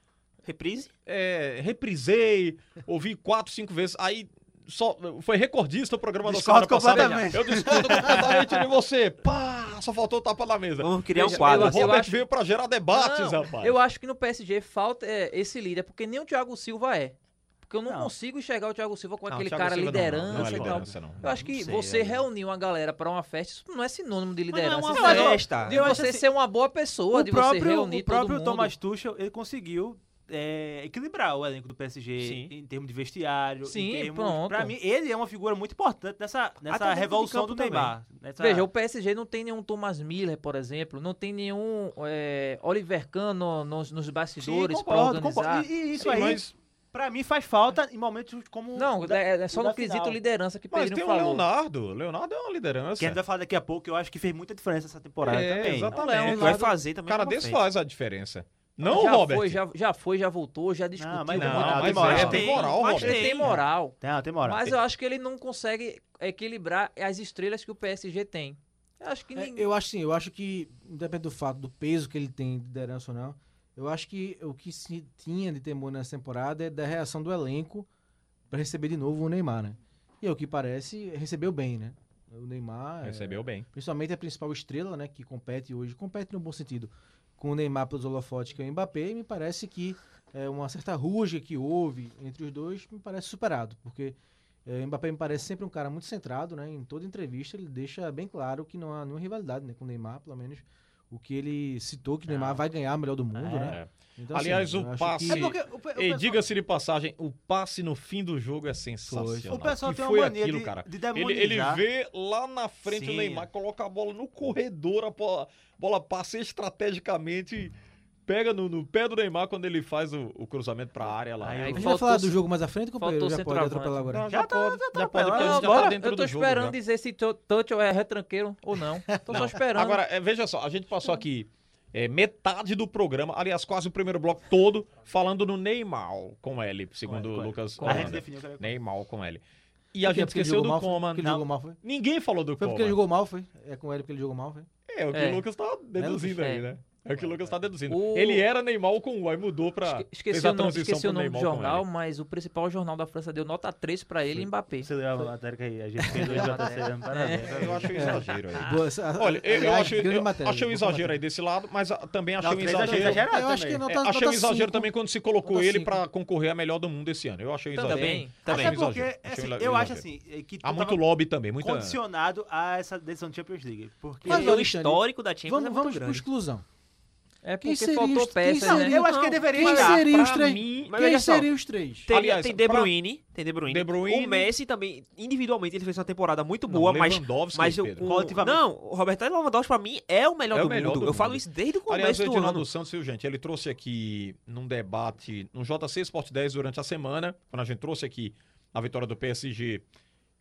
Speaker 6: Reprise?
Speaker 4: é, reprisei, ouvi quatro, cinco vezes, aí só foi recordista o programa
Speaker 8: Discordo
Speaker 4: da semana passada.
Speaker 8: completamente.
Speaker 4: Eu discordo completamente de você. Pá, só faltou tapa na mesa.
Speaker 6: Vamos criar
Speaker 9: Veja,
Speaker 6: um quadro.
Speaker 4: O
Speaker 9: é eu
Speaker 4: Robert
Speaker 9: acho-
Speaker 4: veio pra gerar debates,
Speaker 9: Não,
Speaker 4: rapaz.
Speaker 9: Eu acho que no PSG falta é, esse líder, porque nem o Thiago Silva é. Porque eu não, consigo enxergar o Thiago Silva com
Speaker 4: Não,
Speaker 9: aquele
Speaker 4: Thiago
Speaker 9: cara
Speaker 4: Silva não,
Speaker 9: liderança
Speaker 4: não é
Speaker 9: e tal.
Speaker 4: liderança, não.
Speaker 9: Eu acho que
Speaker 6: sei,
Speaker 9: você
Speaker 6: é.
Speaker 9: reunir uma galera pra uma festa, isso não é sinônimo de
Speaker 6: Mas
Speaker 9: liderança.
Speaker 6: não é
Speaker 9: isso
Speaker 6: uma
Speaker 9: é
Speaker 6: festa.
Speaker 9: de
Speaker 8: Eu acho
Speaker 9: você
Speaker 8: assim,
Speaker 9: ser uma boa pessoa, de você reunir
Speaker 8: o próprio
Speaker 9: todo mundo.
Speaker 8: Thomas Tuchel, ele conseguiu é, equilibrar o elenco do PSG
Speaker 6: Sim.
Speaker 8: em termos de vestiário.
Speaker 9: Sim,
Speaker 8: em termos,
Speaker 9: pronto.
Speaker 8: Pra mim, ele é uma figura muito importante nessa,
Speaker 9: Até dentro
Speaker 8: nessa
Speaker 9: de
Speaker 8: revolução
Speaker 9: campo
Speaker 8: do Neymar. Nessa-
Speaker 9: Veja, o PSG não tem nenhum Thomas Miller, por exemplo, não tem nenhum é, Oliver Kahn no- nos, nos
Speaker 8: Sim,
Speaker 9: bastidores pra
Speaker 8: concordo,
Speaker 9: organizar.
Speaker 8: concordo. E, e isso
Speaker 4: Sim,
Speaker 8: aí,
Speaker 4: mas,
Speaker 8: pra mim, faz falta em momentos como.
Speaker 9: Não,
Speaker 8: da-
Speaker 9: é, é só
Speaker 8: da
Speaker 9: no quesito
Speaker 8: final.
Speaker 9: liderança que
Speaker 4: mas tem
Speaker 9: Pedrinho
Speaker 4: um, o
Speaker 9: falou.
Speaker 4: Leonardo. Leonardo é uma liderança.
Speaker 8: Que a gente vai falar daqui a pouco, que eu acho que fez muita diferença essa temporada
Speaker 4: É,
Speaker 8: também.
Speaker 4: exatamente.
Speaker 9: Leonardo-
Speaker 6: Vai fazer
Speaker 4: O
Speaker 6: também.
Speaker 4: cara
Speaker 6: numa
Speaker 4: desse
Speaker 6: festa.
Speaker 4: faz a diferença. Não,
Speaker 9: já
Speaker 4: Robert.
Speaker 9: Foi, já, já foi, já voltou, já discutiu
Speaker 8: mas
Speaker 9: muito.
Speaker 8: não,
Speaker 9: mais.
Speaker 8: tem
Speaker 4: mas
Speaker 8: moral.
Speaker 4: é, tem moral,
Speaker 6: Mas
Speaker 4: Robert.
Speaker 9: Ele tem
Speaker 6: tem.
Speaker 9: moral.
Speaker 8: Não, tem moral.
Speaker 9: Mas eu acho que ele não consegue equilibrar as estrelas que o PSG tem. Eu acho que
Speaker 7: É,
Speaker 9: ninguém.
Speaker 7: eu acho sim, eu acho que, independente do fato do peso que ele tem de liderança ou não, eu acho que o que se tinha de temor nessa temporada é da reação do elenco para receber de novo o Neymar, né? E ao que parece, recebeu bem, né? O Neymar. é,
Speaker 4: Recebeu bem.
Speaker 7: principalmente a principal estrela, né, que compete hoje, compete no bom sentido, com o Neymar pelos holofotes que é o Mbappé, e me parece que é, uma certa rusga que houve entre os dois me parece superado, porque É, o Mbappé me parece sempre um cara muito centrado, né? Em toda entrevista ele deixa bem claro que não há nenhuma rivalidade né? com o Neymar, pelo menos o que ele citou, que o Neymar vai ganhar o melhor do mundo, né?
Speaker 4: É.
Speaker 7: Então,
Speaker 4: Aliás,
Speaker 7: eu
Speaker 4: o
Speaker 7: acho
Speaker 4: passe-
Speaker 7: que-
Speaker 4: É porque E diga-se de passagem, o passe no fim do jogo é sensacional.
Speaker 8: O pessoal
Speaker 4: que
Speaker 8: tem uma
Speaker 4: foi
Speaker 8: mania
Speaker 4: aquilo,
Speaker 8: de-
Speaker 4: cara.
Speaker 8: de
Speaker 4: ele, ele
Speaker 8: demonizar.
Speaker 4: vê lá na frente o
Speaker 8: Sim.
Speaker 4: Neymar, coloca a bola no corredor, a bola, bola passa estrategicamente, pega no, no pé do Neymar quando ele faz o, o cruzamento pra área lá.
Speaker 9: Aí
Speaker 7: A gente vai
Speaker 9: faltou-
Speaker 7: falar do jogo mais à frente, companheiro?
Speaker 9: faltou
Speaker 7: Já pode
Speaker 9: centroavante.
Speaker 7: atropelar agora.
Speaker 4: já, tá, pode, já pode, porque a
Speaker 9: Não,
Speaker 4: gente já
Speaker 9: bora.
Speaker 4: tá dentro
Speaker 9: eu tô
Speaker 4: do jogo.
Speaker 9: esperando
Speaker 4: já.
Speaker 9: dizer se tu- Touch é retranqueiro ou não. Tô só esperando.
Speaker 4: Agora, é, veja só, a gente passou aqui é, metade do programa, aliás, quase o primeiro bloco todo, falando no Neymar com L,
Speaker 7: é,
Speaker 4: segundo o Lucas.
Speaker 8: A gente
Speaker 4: Holanda.
Speaker 8: definiu que era com-
Speaker 4: Neymar com L. E a
Speaker 7: Por quê?
Speaker 4: gente
Speaker 7: Porque ele
Speaker 4: esqueceu
Speaker 7: jogou
Speaker 4: do
Speaker 7: mal, foi?
Speaker 4: Coman.
Speaker 7: Porque ele
Speaker 4: Não.
Speaker 7: jogou mal, foi?
Speaker 4: Ninguém falou do
Speaker 7: Foi porque
Speaker 4: Coman.
Speaker 7: ele jogou mal, foi? É com ele porque ele jogou mal, foi?
Speaker 4: É o que
Speaker 9: É.
Speaker 4: o Lucas tá deduzindo
Speaker 9: É.
Speaker 4: aí, né? É o que o Lucas tá deduzindo.
Speaker 9: O-
Speaker 4: Ele era Neymar com U, aí mudou pra.
Speaker 9: Esque-
Speaker 4: fez
Speaker 9: Esqueci
Speaker 4: a
Speaker 9: o nome,
Speaker 4: transição
Speaker 9: esqueci o
Speaker 4: pro
Speaker 9: nome do
Speaker 4: Neymar com
Speaker 9: jornal,
Speaker 4: L.
Speaker 9: mas o principal jornal da França deu nota 3 pra ele e Mbappé.
Speaker 8: Você leu a matéria que a gente fez hoje, JC, parabéns.
Speaker 4: Eu acho um exagero aí.
Speaker 8: Ah.
Speaker 7: Boa, essa-
Speaker 4: Olha, eu, eu
Speaker 7: Ah. aliás,
Speaker 4: acho,
Speaker 7: grande
Speaker 4: eu
Speaker 7: matéria,
Speaker 4: achei um
Speaker 7: boa
Speaker 4: exagero aí
Speaker 7: matéria.
Speaker 4: desse lado, mas ah, também achei
Speaker 8: Não,
Speaker 4: um
Speaker 8: três achei
Speaker 4: exagero.
Speaker 8: exagerado
Speaker 7: Eu acho que
Speaker 8: também.
Speaker 7: não
Speaker 4: É,
Speaker 7: tá
Speaker 4: achei um exagero
Speaker 7: cinco.
Speaker 4: também quando se colocou
Speaker 8: Tá
Speaker 7: Nota
Speaker 4: ele
Speaker 7: cinco.
Speaker 4: pra concorrer a melhor do mundo esse ano. Eu achei um exagero.
Speaker 9: Também.
Speaker 8: Até
Speaker 4: Achei um
Speaker 8: porque,
Speaker 4: exagero, achei
Speaker 8: assim,
Speaker 4: um exagero.
Speaker 8: eu acho assim, é que
Speaker 4: Há
Speaker 8: tu
Speaker 4: muito
Speaker 8: tava
Speaker 4: lobby também, muita.
Speaker 8: condicionado a essa decisão de Champions League. Porque
Speaker 7: Mas
Speaker 6: Porque
Speaker 7: olha,
Speaker 6: o
Speaker 7: Alexandre,
Speaker 6: histórico da Champions é
Speaker 7: Vamos,
Speaker 6: muito
Speaker 7: vamos por
Speaker 6: grande.
Speaker 7: exclusão.
Speaker 9: É
Speaker 7: Quem
Speaker 9: porque
Speaker 7: seria
Speaker 9: faltou
Speaker 7: os- quem
Speaker 9: peça,
Speaker 7: seria-
Speaker 9: né?
Speaker 8: eu acho que ele deveria
Speaker 7: Quem
Speaker 8: entrar.
Speaker 7: seriam os
Speaker 4: pra
Speaker 7: três?
Speaker 4: mim-
Speaker 6: Mas
Speaker 7: Quem
Speaker 6: olha só.
Speaker 7: seriam os três?
Speaker 6: Tem,
Speaker 4: Aliás,
Speaker 6: tem De
Speaker 4: pra-
Speaker 6: Bruyne, tem De Bruyne.
Speaker 4: De Bruyne.
Speaker 6: O Messi também, individualmente, ele fez uma temporada muito
Speaker 4: Não,
Speaker 6: boa, mas.
Speaker 4: Lewandowski,
Speaker 6: Mas eu,
Speaker 4: Pedro.
Speaker 6: com-
Speaker 8: Coletivamente.
Speaker 6: Não, o Roberto Lewandowski pra mim é o melhor,
Speaker 4: É o
Speaker 6: do,
Speaker 4: melhor
Speaker 6: mundo.
Speaker 4: do
Speaker 6: Eu falo
Speaker 4: mundo.
Speaker 6: isso desde o
Speaker 4: Aliás,
Speaker 6: começo
Speaker 4: o
Speaker 6: do
Speaker 4: Edinaldo
Speaker 6: ano.
Speaker 4: Santos, viu, gente? Ele trouxe aqui num debate no JC Sport 10 durante a semana, quando a gente trouxe aqui a vitória do PSG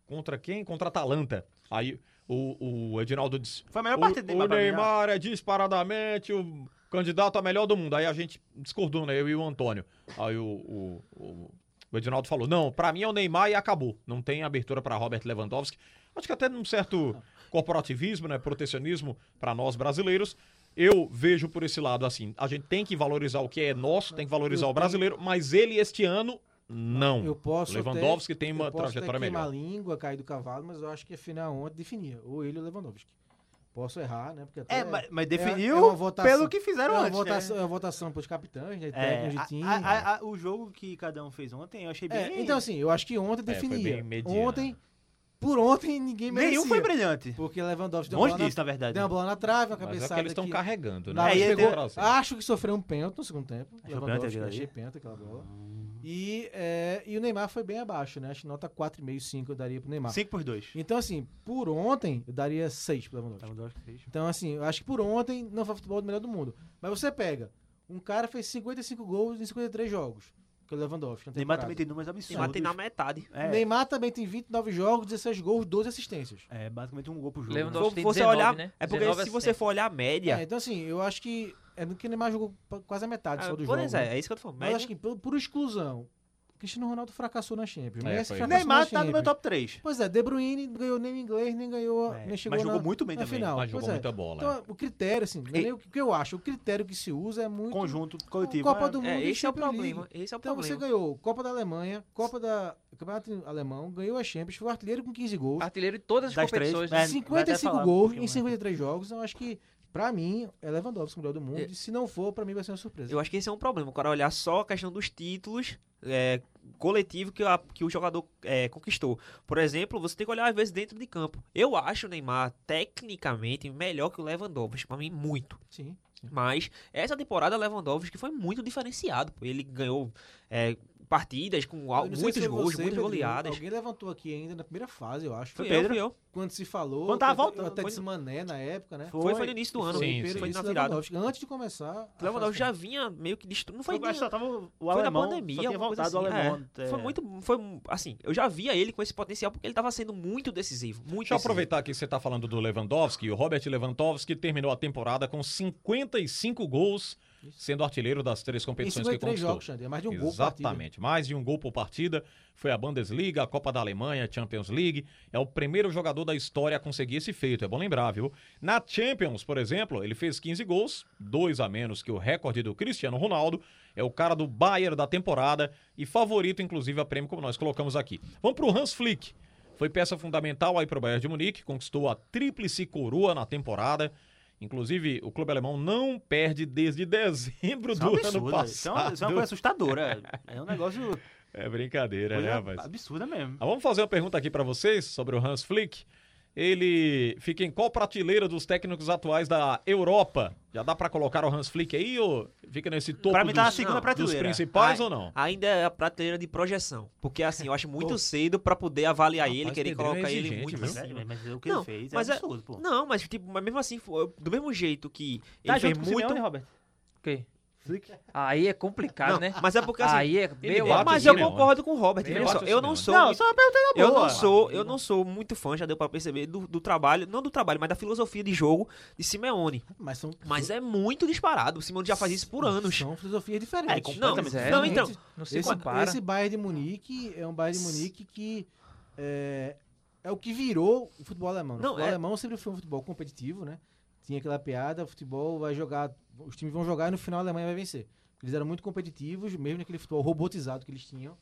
Speaker 4: contra quem? Contra a Atalanta. Aí o, o Edinaldo disse:
Speaker 8: Foi a
Speaker 4: o,
Speaker 8: melhor partida do
Speaker 4: o
Speaker 8: Neymar. pra mim, né?
Speaker 4: Neymar é disparadamente o candidato a melhor do mundo. Aí a gente discordou, né? Eu e o Antônio. Aí o, o, o- o Edinaldo falou: não, pra mim é o Neymar e acabou. Não tem abertura pra Robert Lewandowski. Acho que até num certo corporativismo, né? Protecionismo pra nós brasileiros. Eu vejo por esse lado assim: a gente tem que valorizar o que é nosso, tem que valorizar o brasileiro, mas ele este ano, não.
Speaker 7: Eu posso
Speaker 4: Lewandowski
Speaker 7: até,
Speaker 4: tem uma
Speaker 7: eu posso
Speaker 4: trajetória
Speaker 7: até queimar
Speaker 4: melhor.
Speaker 7: a língua, cair do cavalo, mas eu acho que afinal ontem definia. Ou ele ou Lewandowski. Posso errar, né? Porque até
Speaker 8: É, mas, mas
Speaker 7: é
Speaker 8: definiu
Speaker 7: uma votação-
Speaker 8: pelo que
Speaker 7: é
Speaker 8: fizeram
Speaker 7: uma
Speaker 8: antes,
Speaker 7: votação,
Speaker 8: né?
Speaker 7: é uma votação pros capitães, né?
Speaker 8: É,
Speaker 7: Técnicos de time.
Speaker 8: a- a- a- o jogo que cada um fez ontem, eu achei bem...
Speaker 7: É, então assim, eu acho que ontem
Speaker 4: É, foi bem
Speaker 7: definia.
Speaker 4: mediano.
Speaker 7: ontem, por ontem, ninguém merecia.
Speaker 8: nenhum foi brilhante.
Speaker 7: Porque Lewandowski
Speaker 4: Um
Speaker 7: deu uma,
Speaker 8: Longe
Speaker 7: bola
Speaker 8: disso,
Speaker 7: na,
Speaker 8: na verdade.
Speaker 7: deu uma bola na trave, uma
Speaker 4: Mas é
Speaker 7: cabeçada
Speaker 4: o que eles estão
Speaker 7: que-
Speaker 4: carregando, né?
Speaker 7: Não,
Speaker 8: Aí
Speaker 7: ele
Speaker 8: ele
Speaker 7: pegou-
Speaker 4: Pra você.
Speaker 7: acho que sofreu um pênalti no segundo tempo.
Speaker 4: é
Speaker 8: Achou
Speaker 7: Lewandowski,
Speaker 8: pênalti aquilo
Speaker 7: achei
Speaker 8: ali?
Speaker 7: pênalti aquela bola. E, é, e o Neymar foi bem abaixo, né? Acho que nota 4,5, 5 eu daria pro Neymar.
Speaker 8: 5 por 2.
Speaker 7: Então, assim, por ontem, eu daria 6 pro Lewandowski. Então, assim, eu acho que por ontem não foi o futebol do melhor do mundo. Mas você pega, um cara fez 55 gols em 53 jogos, que é o Lewandowski. na
Speaker 8: Neymar
Speaker 7: temporada.
Speaker 8: também tem números absurdos.
Speaker 6: Neymar tem na metade.
Speaker 8: É,
Speaker 7: Neymar também tem 29 jogos, 16 gols, 12 assistências.
Speaker 8: é, basicamente um gol por jogo.
Speaker 9: Lewandowski-
Speaker 6: Se
Speaker 9: tem
Speaker 6: você
Speaker 9: 19,
Speaker 6: olhar,
Speaker 9: né?
Speaker 6: é porque
Speaker 9: 19
Speaker 6: se você for olhar a média,
Speaker 7: É, então, assim, eu acho que. É do que o Neymar jogou pa- quase a metade
Speaker 6: Ah,
Speaker 7: só do jogo.
Speaker 6: pois
Speaker 7: né?
Speaker 6: é, é isso que eu tô falando.
Speaker 7: Mas eu
Speaker 6: Média.
Speaker 7: acho que por, por exclusão, Cristiano Ronaldo fracassou na Champions.
Speaker 4: É,
Speaker 7: Messi
Speaker 4: foi.
Speaker 7: fracassou na
Speaker 8: Neymar tá no
Speaker 7: Champions.
Speaker 8: meu top 3.
Speaker 7: Pois é, De Bruyne não ganhou nem o inglês, nem ganhou.
Speaker 8: É,
Speaker 7: nem
Speaker 8: mas
Speaker 7: chegou
Speaker 8: jogou
Speaker 7: na-
Speaker 8: muito bem
Speaker 7: na
Speaker 8: também.
Speaker 7: Final.
Speaker 4: mas jogou
Speaker 7: Pois é.
Speaker 4: muita bola. né?
Speaker 7: Então, o critério, assim, não é
Speaker 6: E-
Speaker 7: nem o que eu acho, o critério que se usa é muito.
Speaker 8: Conjunto, coletivo.
Speaker 7: Copa
Speaker 8: é-
Speaker 7: do Mundo
Speaker 6: É,
Speaker 7: e
Speaker 6: esse é o
Speaker 7: Champions League.
Speaker 6: problema. Esse é o
Speaker 7: Então você
Speaker 6: problema.
Speaker 7: ganhou Copa da Alemanha, Copa da. Campeonato Alemão, ganhou a Champions, foi artilheiro com 15 gols.
Speaker 9: Artilheiro de todas as
Speaker 8: Das três,
Speaker 9: competições.
Speaker 8: né? vai até falar
Speaker 7: 55
Speaker 8: um
Speaker 7: gols
Speaker 8: pouquinho
Speaker 7: em
Speaker 8: mais.
Speaker 7: 53 jogos, eu acho que, pra mim, é Lewandowski o melhor do mundo.
Speaker 6: Eu-
Speaker 7: E se não for, pra mim vai ser uma surpresa.
Speaker 6: Eu acho que esse é um problema. O cara olhar só a questão dos títulos é, coletivo que, a- que o jogador é, conquistou. Por exemplo, você tem que olhar às vezes dentro de campo. Eu acho o Neymar tecnicamente melhor que o Lewandowski. Pra mim, muito.
Speaker 7: Sim.
Speaker 6: Mas essa temporada, o Levandowski foi muito diferenciado. pô. Ele ganhou é, partidas com al-
Speaker 7: Eu não sei
Speaker 6: muitos
Speaker 7: se foi
Speaker 6: gols,
Speaker 7: você,
Speaker 6: muitas
Speaker 7: Pedro,
Speaker 6: goleadas.
Speaker 7: Alguém levantou aqui ainda na primeira fase, eu acho.
Speaker 6: Foi
Speaker 8: Pedro?
Speaker 6: Pedro. Eu, fui
Speaker 7: Quando se falou.
Speaker 8: Quando tava
Speaker 7: eu- eu
Speaker 8: voltando,
Speaker 7: Até
Speaker 6: foi-
Speaker 7: disse Mané na época, né?
Speaker 6: eu. Foi, foi no início do ano.
Speaker 4: Sim,
Speaker 7: Pedro
Speaker 4: sim.
Speaker 6: Foi
Speaker 7: disse
Speaker 6: na virada.
Speaker 7: Lewandowski. Antes de começar.
Speaker 6: O Lewandowski já vinha meio que destruindo. Não foi
Speaker 8: eu acho
Speaker 6: nem-
Speaker 8: que só tava o
Speaker 6: Foi na
Speaker 8: alemão,
Speaker 6: pandemia,
Speaker 8: só tinha
Speaker 6: alguma coisa
Speaker 8: voltado o
Speaker 6: assim.
Speaker 8: alemão.
Speaker 6: É,
Speaker 8: é.
Speaker 6: Foi muito, foi um- assim, eu já via ele com esse potencial porque ele tava sendo muito decisivo, muito
Speaker 4: Deixa eu
Speaker 6: decisivo.
Speaker 4: aproveitar que você está falando do Lewandowski. O Robert Lewandowski terminou a temporada com 55 gols, sendo artilheiro das três
Speaker 7: Em
Speaker 4: competições que
Speaker 7: 53
Speaker 4: conquistou.
Speaker 7: jogos, Xander. É mais de um gol por partida.
Speaker 4: Exatamente, mais de um gol por partida. Foi a Bundesliga, a Copa da Alemanha, a Champions League. É o primeiro jogador da história a conseguir esse feito, é bom lembrar, viu? Na Champions, por exemplo, ele fez 15 gols, dois a menos que o recorde do Cristiano Ronaldo. É o cara do Bayern da temporada e favorito, inclusive, a prêmio, como nós colocamos aqui. Vamos pro Hans Flick. Foi peça fundamental aí pro Bayern de Munique, conquistou a tríplice coroa na temporada. Inclusive, o clube alemão não perde desde dezembro
Speaker 8: Isso é um
Speaker 4: do
Speaker 8: absurdo.
Speaker 4: ano passado.
Speaker 8: Isso é uma, isso é uma coisa assustadora. É um negócio
Speaker 4: É brincadeira, né,
Speaker 8: Coisa
Speaker 4: rapaz?
Speaker 8: absurda mesmo.
Speaker 4: Ah, vamos fazer uma pergunta aqui pra vocês sobre o Hans Flick. Ele fica em qual prateleira dos técnicos atuais da Europa? Já dá pra colocar o Hans Flick aí ou fica nesse topo
Speaker 8: Pra mim tá na
Speaker 4: dos,
Speaker 8: segunda
Speaker 6: não,
Speaker 4: dos
Speaker 8: prateleira.
Speaker 4: principais
Speaker 7: Ah,
Speaker 6: Ai,
Speaker 4: ou não?
Speaker 6: Ainda é a prateleira de projeção. Porque assim, eu acho muito cedo pra poder avaliar ele, querer
Speaker 4: Pedrinho é
Speaker 6: colocar ele
Speaker 4: exigente,
Speaker 6: muito
Speaker 4: viu?
Speaker 6: em
Speaker 8: Mas,
Speaker 6: cima.
Speaker 8: mas, mas o que
Speaker 6: Não,
Speaker 8: ele fez é
Speaker 6: mas é-
Speaker 8: absurdo, pô.
Speaker 6: Não, mas tipo, mas mesmo assim, foi- do mesmo jeito que ele
Speaker 8: Tá
Speaker 6: fez
Speaker 8: junto com o
Speaker 6: muito.
Speaker 8: Simeone, Robert?
Speaker 9: Ok.
Speaker 8: Flick?
Speaker 9: Aí é complicado,
Speaker 6: Não,
Speaker 9: né?
Speaker 6: mas é porque assim.
Speaker 9: Aí é. Meu,
Speaker 4: bate
Speaker 6: mas
Speaker 4: o
Speaker 6: eu
Speaker 4: Simeone.
Speaker 6: concordo com o Robert,
Speaker 4: Ele
Speaker 6: veja só,
Speaker 4: bate o
Speaker 6: eu
Speaker 4: Simeone.
Speaker 6: não sou
Speaker 8: Não, só uma pergunta na boa.
Speaker 6: Eu não sou, eu não sou muito fã, já deu pra perceber, do, do trabalho, não do trabalho, mas da filosofia de jogo de Simeone.
Speaker 7: Mas são.
Speaker 6: Mas é muito disparado. O Simeone já faz isso por anos.
Speaker 7: São filosofias
Speaker 6: É,
Speaker 7: diferentes.
Speaker 6: não,
Speaker 7: Completamente
Speaker 6: não,
Speaker 4: né?
Speaker 6: então,
Speaker 9: não se
Speaker 7: Esse,
Speaker 9: compara.
Speaker 7: esse Bayern de Munique é um Bayern de Munique que é, é o que virou o futebol alemão. né?
Speaker 6: Não,
Speaker 7: o futebol
Speaker 6: é-
Speaker 7: alemão sempre foi um futebol competitivo, né? Tinha aquela piada, o futebol vai jogar, os times vão jogar e no final a Alemanha vai vencer. Eles eram muito competitivos, mesmo naquele futebol robotizado que eles tinham,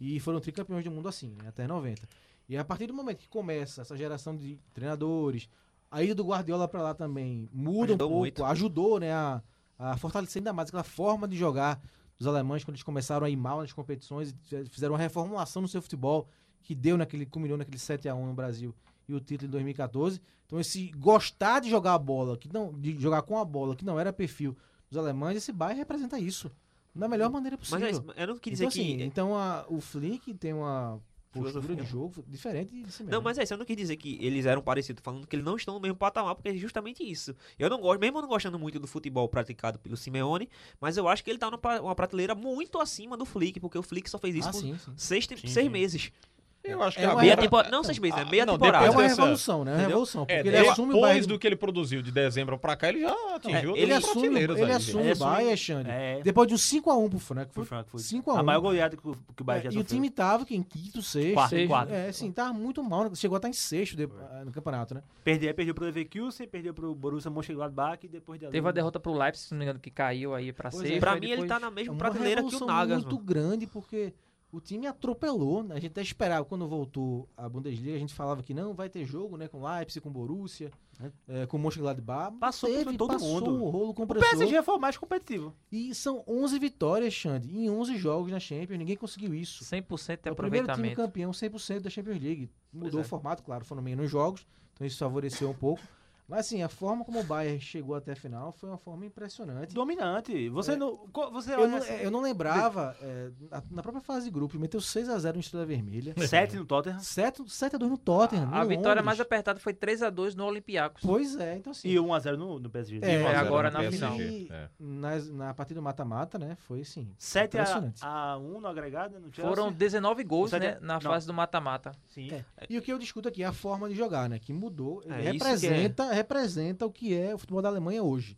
Speaker 7: e foram tricampeões do mundo assim, né? até 90. E a partir do momento que começa essa geração de treinadores, a ida do Guardiola pra lá também muda
Speaker 6: Ajudou
Speaker 7: um pouco,
Speaker 6: muito.
Speaker 7: ajudou, né, a, a fortalecer ainda mais aquela forma de jogar dos alemães quando eles começaram a ir mal nas competições e fize- fizeram uma reformulação no seu futebol que deu naquele culminou naquele 7 a 1 no Brasil e o título em 2014. Então esse gostar de jogar a bola, que não de jogar com a bola, que não era perfil dos alemães, esse Bayern representa isso da melhor maneira possível.
Speaker 6: Mas é isso, eu não quis dizer
Speaker 7: então, assim,
Speaker 6: que.
Speaker 7: então a- o Flick tem uma postura
Speaker 6: Filosofia.
Speaker 7: de jogo diferente de si mesmo.
Speaker 6: Não, mas é isso, eu não quis dizer que eles eram parecidos, tô falando que eles não estão no mesmo patamar, porque é justamente isso. Eu não gosto, mesmo não gostando muito do futebol praticado pelo Simeone, mas eu acho que ele tá numa pra- uma prateleira muito acima do Flick, porque o Flick só fez é isso
Speaker 7: ah,
Speaker 6: por
Speaker 7: sim, sim.
Speaker 6: seis, te-
Speaker 8: Sim,
Speaker 6: seis
Speaker 8: sim.
Speaker 6: meses.
Speaker 4: Eu acho que
Speaker 7: é uma
Speaker 4: agora...
Speaker 6: Meia
Speaker 7: Agora-
Speaker 6: temporada. Não, seis meses, né? Meia
Speaker 4: Ah, não,
Speaker 6: temporada.
Speaker 7: É uma
Speaker 4: dessa-
Speaker 7: revolução, né? É uma
Speaker 6: Entendeu?
Speaker 7: revolução, porque
Speaker 4: É,
Speaker 7: ele assume o Bayern
Speaker 4: depois do que ele produziu de dezembro pra cá, ele já atingiu
Speaker 6: É,
Speaker 4: outras
Speaker 7: Ele
Speaker 6: Ele
Speaker 7: assume,
Speaker 4: prateleiras
Speaker 7: ele
Speaker 4: aí,
Speaker 7: assume
Speaker 4: gente.
Speaker 8: Ele
Speaker 7: o Bayern,
Speaker 8: assume-
Speaker 7: Xande.
Speaker 8: É.
Speaker 7: Depois de um 5x1 pro Frank.
Speaker 8: Pro
Speaker 7: Foi
Speaker 8: Frankfurt.
Speaker 7: 5x1.
Speaker 8: A maior goleada que o, que o Bayern já
Speaker 7: É, e o
Speaker 8: sofreu.
Speaker 7: time tava que em quinto, sexto.
Speaker 8: Quarto,
Speaker 7: sexto.
Speaker 8: quarto.
Speaker 7: É, sim, tava muito mal. Chegou a estar em sexto de- no campeonato, né?
Speaker 8: Perdeu, perdeu pro Leverkusen, perdeu pro Borussia Mönchengladbach e depois de
Speaker 9: Teve a derrota pro Leipzig, se não me engano, que caiu aí pra
Speaker 7: tá Pois é.
Speaker 9: sexta.
Speaker 6: Pra
Speaker 9: aí
Speaker 6: mim, ele
Speaker 9: depois-
Speaker 6: tá na
Speaker 7: É
Speaker 6: mesma
Speaker 7: uma
Speaker 6: prateleira que o
Speaker 7: revolução
Speaker 6: Nagas,
Speaker 7: muito
Speaker 6: mano.
Speaker 7: grande, porque o time atropelou. né? A gente até esperava, quando voltou a Bundesliga, a gente falava que não, vai ter jogo, né? Com Leipzig, com Borussia, é, com Mönchengladbach. Não
Speaker 8: Passou por
Speaker 7: teve,
Speaker 8: todo
Speaker 7: passou
Speaker 8: mundo.
Speaker 7: o rolo
Speaker 8: O
Speaker 7: compressor.
Speaker 8: PSG foi o mais competitivo.
Speaker 7: E são 11 vitórias, Xande, em 11 jogos na Champions. Ninguém conseguiu isso.
Speaker 9: 100% de
Speaker 7: É o primeiro time
Speaker 9: aproveitamento.
Speaker 7: campeão 100% da Champions League. Mudou
Speaker 9: é.
Speaker 7: o formato, claro, foram menos jogos, então isso favoreceu um pouco. Mas assim, a forma como o Bayern chegou até a final foi uma forma impressionante.
Speaker 8: Dominante. Você não. co- Você
Speaker 7: É. Eu
Speaker 8: olha
Speaker 7: não,
Speaker 8: assim,
Speaker 7: eu não lembrava, é, na, na própria fase de grupo, meteu 6x0 no Estrela Vermelha,
Speaker 8: Sete no Tottenham.
Speaker 7: 7x2 no Tottenham,
Speaker 9: A
Speaker 7: no
Speaker 9: vitória mais
Speaker 7: Londres.
Speaker 9: apertada foi 3x2 no Olympiacos.
Speaker 7: Pois é, então assim...
Speaker 8: E 1x0 no, no PSG.
Speaker 7: É,
Speaker 9: é agora na
Speaker 7: e-
Speaker 9: final.
Speaker 4: É.
Speaker 7: nas- na partida do mata-mata, né, foi assim,
Speaker 8: 7
Speaker 7: impressionante.
Speaker 8: a, a 1 no agregado no Chelsea.
Speaker 9: Foram 19 gols,
Speaker 8: Sete-
Speaker 9: né, na
Speaker 8: não.
Speaker 9: fase do mata-mata.
Speaker 8: Sim.
Speaker 7: É. E o que eu discuto aqui é a forma de jogar, né? Que mudou. Ele
Speaker 6: É, isso que é.
Speaker 7: representa, representa o que é o futebol da Alemanha hoje.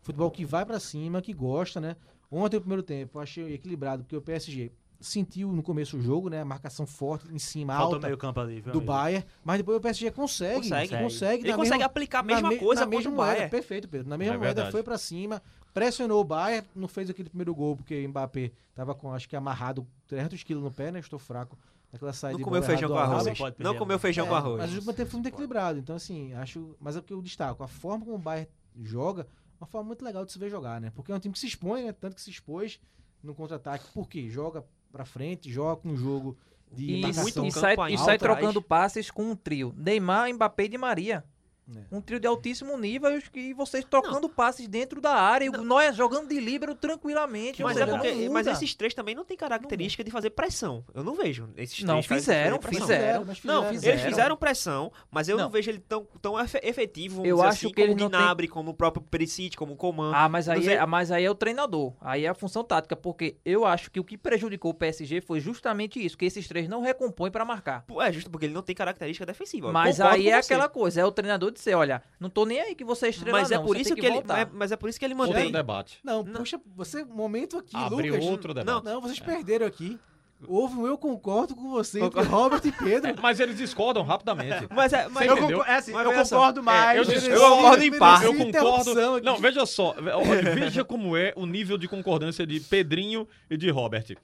Speaker 7: Futebol que vai pra cima, que gosta, né? Ontem, no primeiro tempo, eu achei equilibrado, porque o PSG sentiu no começo o jogo, né? A marcação forte em cima,
Speaker 8: Faltou
Speaker 7: alta
Speaker 8: meio campo ali, viu?
Speaker 7: do
Speaker 8: amigo?
Speaker 7: Bayern. Mas depois o PSG consegue.
Speaker 6: Consegue.
Speaker 7: Consegue.
Speaker 6: Ele
Speaker 7: é na
Speaker 6: consegue
Speaker 7: mesma-
Speaker 6: aplicar a
Speaker 7: na
Speaker 6: mesma
Speaker 7: me-
Speaker 6: coisa
Speaker 7: na
Speaker 6: contra
Speaker 7: mesma
Speaker 6: o
Speaker 7: moeda,
Speaker 6: Bayern.
Speaker 7: Perfeito, Pedro. Na mesma
Speaker 4: É
Speaker 7: moeda
Speaker 4: verdade.
Speaker 7: foi pra cima, pressionou o Bayern, não fez aquele primeiro gol porque o Mbappé tava com acho que amarrado 300 quilos no pé, né? Estou fraco naquela saída
Speaker 6: Não
Speaker 7: de
Speaker 6: comeu
Speaker 7: bola errada
Speaker 6: feijão
Speaker 7: do
Speaker 6: com
Speaker 7: Alaba.
Speaker 6: arroz.
Speaker 8: Não pode
Speaker 6: Não
Speaker 8: perder,
Speaker 6: comeu
Speaker 8: não.
Speaker 6: feijão
Speaker 7: É,
Speaker 6: com arroz.
Speaker 7: Mas o jogo manteve muito equilibrado. Então, assim, acho. Mas é o que eu destaco. A forma como o Bayern joga é uma forma muito legal de se ver jogar, né? Porque é um time que se expõe, né? Tanto que se expôs no contra-ataque. Por quê? Joga pra frente, joga com um jogo de
Speaker 9: E,
Speaker 7: marcação.
Speaker 6: muito
Speaker 9: e
Speaker 6: campo
Speaker 9: sai,
Speaker 6: ainda
Speaker 9: e sai
Speaker 6: atrás.
Speaker 9: trocando passes com um trio. Neymar, Mbappé e Di Maria.
Speaker 7: É.
Speaker 9: Um trio de altíssimo nível e os que- e vocês trocando passes dentro da área. E o Neuer jogando de líbero tranquilamente.
Speaker 6: Mas,
Speaker 9: ou
Speaker 6: é
Speaker 9: seja,
Speaker 6: porque-
Speaker 9: não
Speaker 6: mas
Speaker 9: muda.
Speaker 6: esses três também não têm característica de fazer pressão. Eu não vejo esses
Speaker 9: Não,
Speaker 6: três caras de
Speaker 9: fizeram,
Speaker 6: fazer pressão.
Speaker 9: fizeram.
Speaker 7: mas
Speaker 6: Não,
Speaker 9: fizeram.
Speaker 6: eles fizeram pressão, mas eu não,
Speaker 9: Não.
Speaker 6: vejo ele tão, tão efe- efetivo, vamos
Speaker 9: Eu
Speaker 6: dizer
Speaker 9: acho
Speaker 6: assim,
Speaker 9: que
Speaker 6: como
Speaker 9: ele não tem-
Speaker 6: Gnabry, como o próprio Perisic, como o Coman.
Speaker 9: Ah, mas
Speaker 6: Não
Speaker 9: aí,
Speaker 6: sei.
Speaker 9: é, mas aí é o treinador. Aí é a função tática, porque eu acho que o que prejudicou o PSG foi justamente isso, que esses três não recompõem pra marcar.
Speaker 6: Pô, É justo porque ele não tem característica defensiva. Eu
Speaker 9: Mas
Speaker 6: concordo
Speaker 9: aí
Speaker 6: com
Speaker 9: é
Speaker 6: você.
Speaker 9: aquela coisa, é o treinador dizer, olha, não tô nem aí que você é estrela
Speaker 6: Mas é
Speaker 9: não,
Speaker 6: por
Speaker 9: você
Speaker 6: isso
Speaker 9: tem
Speaker 6: que, ele,
Speaker 9: voltar.
Speaker 6: mas, mas é por isso que ele
Speaker 4: Outro
Speaker 6: mantém.
Speaker 4: debate.
Speaker 7: Não, puxa, você, momento aqui,
Speaker 4: Abriu
Speaker 7: Lucas.
Speaker 4: outro debate. É.
Speaker 7: Não, não, vocês perderam aqui. Houve um eu concordo com você, entre Robert e Pedro.
Speaker 4: Mas eles discordam rapidamente.
Speaker 6: Mas é, mas
Speaker 4: Você
Speaker 8: Eu,
Speaker 4: entendeu?
Speaker 8: concordo, é assim,
Speaker 6: Mas
Speaker 8: eu
Speaker 6: veja só.
Speaker 8: concordo mais.
Speaker 4: eu
Speaker 8: Mereci-
Speaker 4: discordo. Eu concordo
Speaker 7: em
Speaker 4: Ah,
Speaker 7: par.
Speaker 4: eu
Speaker 7: Sim, tem
Speaker 4: concordo.
Speaker 7: opção aqui.
Speaker 4: Não, veja só. Olha, veja como é o nível de concordância de Pedrinho e de Robert.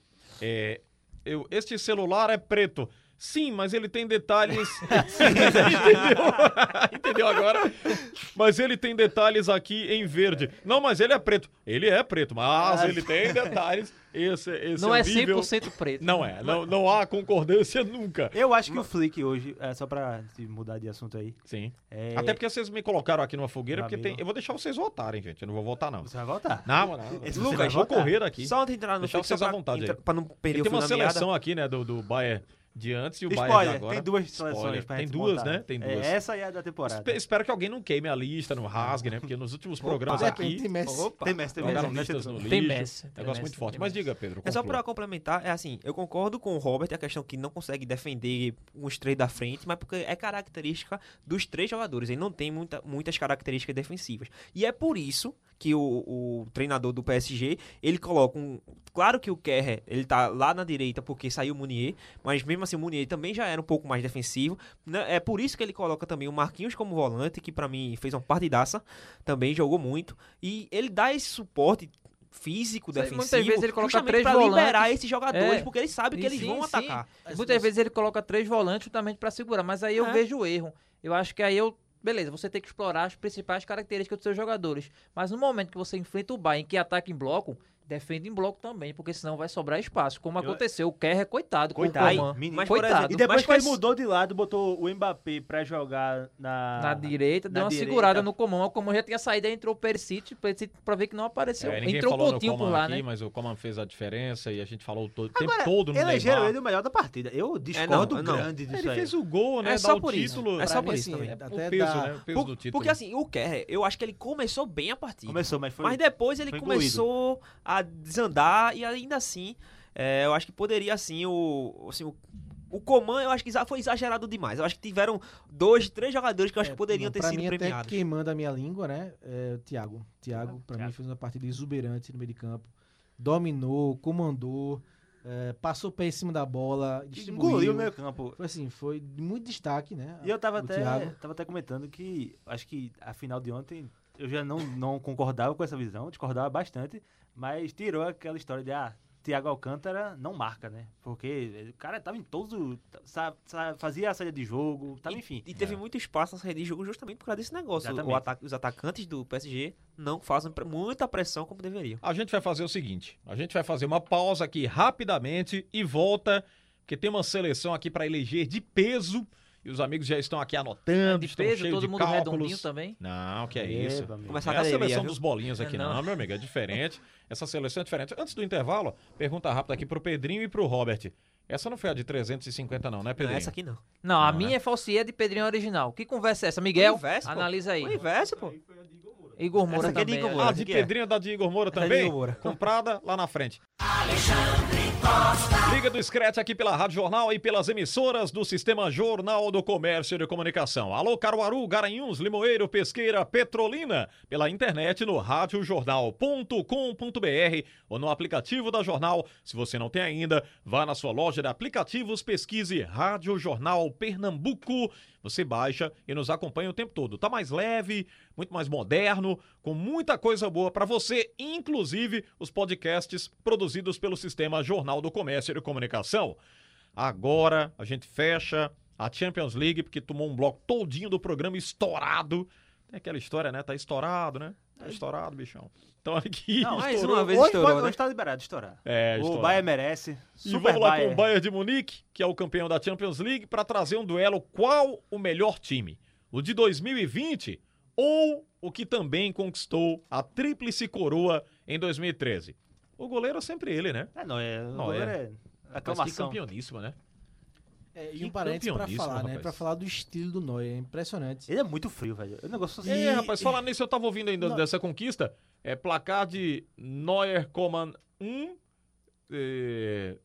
Speaker 4: É, eu- este celular é preto. Sim, mas ele tem detalhes. Entendeu? Entendeu agora? Mas ele tem detalhes aqui em verde. Não, mas ele é preto. Ele é preto, mas ele tem detalhes. Esse, esse
Speaker 9: Ah. Não é
Speaker 4: horrível-
Speaker 9: 100% preto.
Speaker 4: Não é, não, não há concordância nunca.
Speaker 8: Eu acho que o Flick hoje, é, só pra se mudar de assunto aí.
Speaker 4: Sim.
Speaker 8: é-
Speaker 4: Até porque vocês me colocaram aqui numa fogueira, porque tem.
Speaker 8: Camilo.
Speaker 4: Eu vou deixar vocês votarem, gente. Eu não vou votar, não.
Speaker 8: Você vai voltar.
Speaker 4: Não, não, não.
Speaker 8: Esse você vai
Speaker 4: Lucas, vou
Speaker 8: votar.
Speaker 4: correr aqui.
Speaker 6: Só antes de entrar no
Speaker 4: Deixar
Speaker 6: Flick, só
Speaker 4: vocês à
Speaker 6: pra
Speaker 4: vontade aí.
Speaker 6: entrar- pra não perder
Speaker 4: E
Speaker 6: o
Speaker 4: tem
Speaker 6: fio
Speaker 4: uma
Speaker 6: da meada.
Speaker 4: seleção aqui, né, do, do Bayern de antes e o Bayern de
Speaker 8: Spoiler,
Speaker 4: agora.
Speaker 8: tem duas seleções
Speaker 4: Spoiler.
Speaker 8: pra
Speaker 4: Tem
Speaker 8: gente
Speaker 4: duas,
Speaker 8: montar.
Speaker 4: né? Tem duas.
Speaker 8: É, essa aí é a da temporada.
Speaker 4: Espe- Espero que alguém não queime a lista, não rasgue, né? Porque nos últimos programas
Speaker 7: De repente
Speaker 4: aqui.
Speaker 7: tem Messi.
Speaker 8: é, Tem Messi, tem
Speaker 4: Jogaram
Speaker 8: Messi.
Speaker 4: listas no lixo. É um
Speaker 9: Tem Messi, tem
Speaker 4: Negócio
Speaker 9: Messi,
Speaker 4: muito
Speaker 9: tem
Speaker 4: forte.
Speaker 9: Messi.
Speaker 4: Mas diga, Pedro.
Speaker 6: É só
Speaker 4: conclua.
Speaker 6: pra complementar, é assim, eu concordo com o Robert, é a questão que não consegue defender os três da frente, mas porque é característica dos três jogadores, ele não tem muita, muitas características defensivas. E é por isso que o, o treinador do PSG, ele coloca um... Claro que o Kerr, ele tá lá na direita porque saiu o Munier, mas mesmo assim o Munier também já era um pouco mais defensivo. né? É por isso que ele coloca também o Marquinhos como volante, que pra mim fez uma partidaça, também jogou muito. E ele dá esse suporte físico,
Speaker 9: Isso aí,
Speaker 6: defensivo,
Speaker 9: muitas vezes ele coloca
Speaker 6: justamente
Speaker 9: três
Speaker 6: pra liberar
Speaker 9: volantes.
Speaker 6: esses jogadores,
Speaker 9: É.
Speaker 6: porque ele sabe que
Speaker 9: E
Speaker 6: eles
Speaker 9: sim,
Speaker 6: vão
Speaker 9: sim.
Speaker 6: atacar.
Speaker 9: Muitas vezes ele coloca três volantes justamente pra segurar, mas aí eu
Speaker 6: É.
Speaker 9: vejo o erro. Eu acho que aí eu. Beleza, você tem que explorar as principais características dos seus jogadores. Mas no momento que você enfrenta o Bayern que ataca em bloco, defende em bloco também, porque senão vai sobrar espaço. Como aconteceu, o Kerr é coitado,
Speaker 8: Coitado,
Speaker 9: com o Coman.
Speaker 8: menino.
Speaker 6: Mas, por
Speaker 9: coitado.
Speaker 6: exemplo,
Speaker 8: E depois
Speaker 9: Mas
Speaker 8: que ele
Speaker 9: faz-
Speaker 8: mudou de lado, botou o Mbappé pra jogar na...
Speaker 4: Ah,
Speaker 9: Na direita,
Speaker 8: na
Speaker 9: deu uma
Speaker 8: direita.
Speaker 9: segurada no Coman. O Coman já tinha saído, aí entrou o Perisic, o Perisic pra ver que não apareceu.
Speaker 4: É, ninguém
Speaker 6: um
Speaker 9: entrou o
Speaker 4: falou no
Speaker 9: Coutinho por
Speaker 4: Coman
Speaker 9: lá,
Speaker 4: aqui,
Speaker 9: né?
Speaker 4: mas o Coman fez a diferença e a gente falou todo- o tempo
Speaker 8: Agora,
Speaker 4: todo no
Speaker 8: elegeram
Speaker 4: Neymar. É,
Speaker 8: ele o melhor da partida. Eu discordo
Speaker 6: não.
Speaker 8: grande disso
Speaker 4: Ele
Speaker 8: aí.
Speaker 4: fez o gol, né?
Speaker 6: É
Speaker 4: dá
Speaker 6: só
Speaker 4: o
Speaker 6: por isso.
Speaker 4: título.
Speaker 6: É só
Speaker 7: Pra
Speaker 6: por
Speaker 7: mim,
Speaker 6: isso
Speaker 7: assim,
Speaker 6: também.
Speaker 7: até
Speaker 4: o peso,
Speaker 7: dá-
Speaker 4: né? O peso
Speaker 6: Por-
Speaker 4: do título.
Speaker 6: Porque assim, o Kerr, eu acho que ele começou bem a partida.
Speaker 8: Começou, mas foi...
Speaker 6: mas depois ele
Speaker 8: foi
Speaker 6: começou a desandar e ainda assim, é, eu acho que poderia assim o assim, o, o Coman, eu acho que exa- foi exagerado demais. Eu acho que tiveram dois, três jogadores que eu acho que poderiam ter
Speaker 7: É, pra
Speaker 6: sido
Speaker 7: mim,
Speaker 6: premiados.
Speaker 7: Até queimando a minha língua, né? É o Thiago. Thiago, pra mim, fez uma partida exuberante no meio de campo. Dominou, comandou, é, passou pé em cima da bola, distribuiu.
Speaker 8: Engoliu o
Speaker 4: né?
Speaker 8: meio campo.
Speaker 7: Foi assim, foi de muito destaque, né?
Speaker 8: E eu tava
Speaker 7: do
Speaker 8: até,
Speaker 7: Thiago.
Speaker 8: tava até comentando que acho que a final de ontem eu já não, não concordava com essa visão, discordava bastante, mas tirou aquela história de ah, Thiago Alcântara não marca, né? Porque o cara tava em todos os. sa- sa- fazia a saída de jogo, tava,
Speaker 6: E-
Speaker 8: enfim.
Speaker 6: E, teve muito espaço nessa rede de jogo justamente por causa desse negócio. O
Speaker 8: Exatamente.
Speaker 6: ata- os atacantes do PSG não fazem pre- muita pressão como deveriam.
Speaker 4: A gente vai fazer o seguinte: a gente vai fazer uma pausa aqui rapidamente e volta, porque tem uma seleção aqui para eleger de peso e os amigos já estão aqui anotando,
Speaker 9: É, De
Speaker 4: estão
Speaker 9: peso,
Speaker 4: cheios
Speaker 9: todo
Speaker 4: de
Speaker 9: mundo
Speaker 4: cálculos.
Speaker 9: redondinho também.
Speaker 4: Não, que é isso.
Speaker 8: Eba, amigo.
Speaker 6: Começar
Speaker 4: Não
Speaker 6: a
Speaker 4: é a
Speaker 6: galeria,
Speaker 4: seleção
Speaker 6: viu?
Speaker 4: dos bolinhos aqui,
Speaker 9: É,
Speaker 4: não.
Speaker 9: não.
Speaker 4: meu amigo, é diferente. Essa seleção é diferente. Antes do intervalo, ó, pergunta rápida aqui pro Pedrinho e pro Robert. Essa não foi a de 350, não, né,
Speaker 6: Não é
Speaker 4: Pedrinho?
Speaker 6: essa aqui não.
Speaker 9: Não, a
Speaker 4: Não,
Speaker 9: minha
Speaker 4: né?
Speaker 9: é falsiê de Pedrinho original. Que conversa é essa? Miguel,
Speaker 6: Conversa, pô.
Speaker 9: analisa aí.
Speaker 6: O inverso, pô.
Speaker 9: Igor Moura
Speaker 6: Essa aqui é de
Speaker 9: também.
Speaker 6: Igor
Speaker 9: olha.
Speaker 6: Moura.
Speaker 4: Ah,
Speaker 6: Essa
Speaker 4: de
Speaker 6: aqui é.
Speaker 4: Pedrinho da de Igor Moura
Speaker 6: é de
Speaker 4: também?
Speaker 6: Igor Moura.
Speaker 4: Comprada lá na frente. Liga do Scratch aqui pela Rádio Jornal e pelas emissoras do Sistema Jornal do Comércio e de Comunicação. Alô, Caruaru, Garanhuns, Limoeiro, Pesqueira, Petrolina. Pela internet no radiojornal.com.br ou no aplicativo da Jornal. Se você não tem ainda, vá na sua loja de aplicativos, pesquise Rádio Jornal Pernambuco. Você baixa e nos acompanha o tempo todo. Tá mais leve, muito mais moderno, com muita coisa boa para você, inclusive os podcasts produzidos pelo Sistema Jornal do Comércio e de Comunicação. Agora a gente fecha a Champions League, porque tomou um bloco todinho do programa estourado. Tem aquela história, né? Tá estourado, né? Tá estourado, bichão. Então aqui.
Speaker 8: Não,
Speaker 6: Mais
Speaker 8: estourou.
Speaker 6: uma vez
Speaker 8: hoje
Speaker 6: estourou,
Speaker 8: pode-
Speaker 6: né?
Speaker 8: hoje tá liberado, de estourar.
Speaker 4: É,
Speaker 8: o
Speaker 4: estourado.
Speaker 8: Bayern merece.
Speaker 4: E
Speaker 8: Super
Speaker 4: vamos lá
Speaker 8: Bayern.
Speaker 4: com o Bayern de Munique, que é o campeão da Champions League, para trazer um duelo qual o melhor time? O de 2020 ou o que também conquistou a tríplice coroa em 2013? O goleiro é sempre ele, né?
Speaker 8: É, não, é.
Speaker 4: Não,
Speaker 8: Não,
Speaker 4: é.
Speaker 8: é.
Speaker 4: Mas que
Speaker 8: Aclamação.
Speaker 4: campeoníssimo, né?
Speaker 7: É, e
Speaker 4: Que
Speaker 7: um parênteses pra
Speaker 4: campeoníssimo,
Speaker 7: falar, né?
Speaker 4: rapaz.
Speaker 7: Pra falar do estilo do Neuer. É impressionante.
Speaker 8: Ele é muito frio, velho. O negócio assim.
Speaker 4: É, rapaz, falar nisso, eu tava ouvindo ainda
Speaker 7: Não.
Speaker 4: dessa conquista. É placar de Neuer Coman 1, é,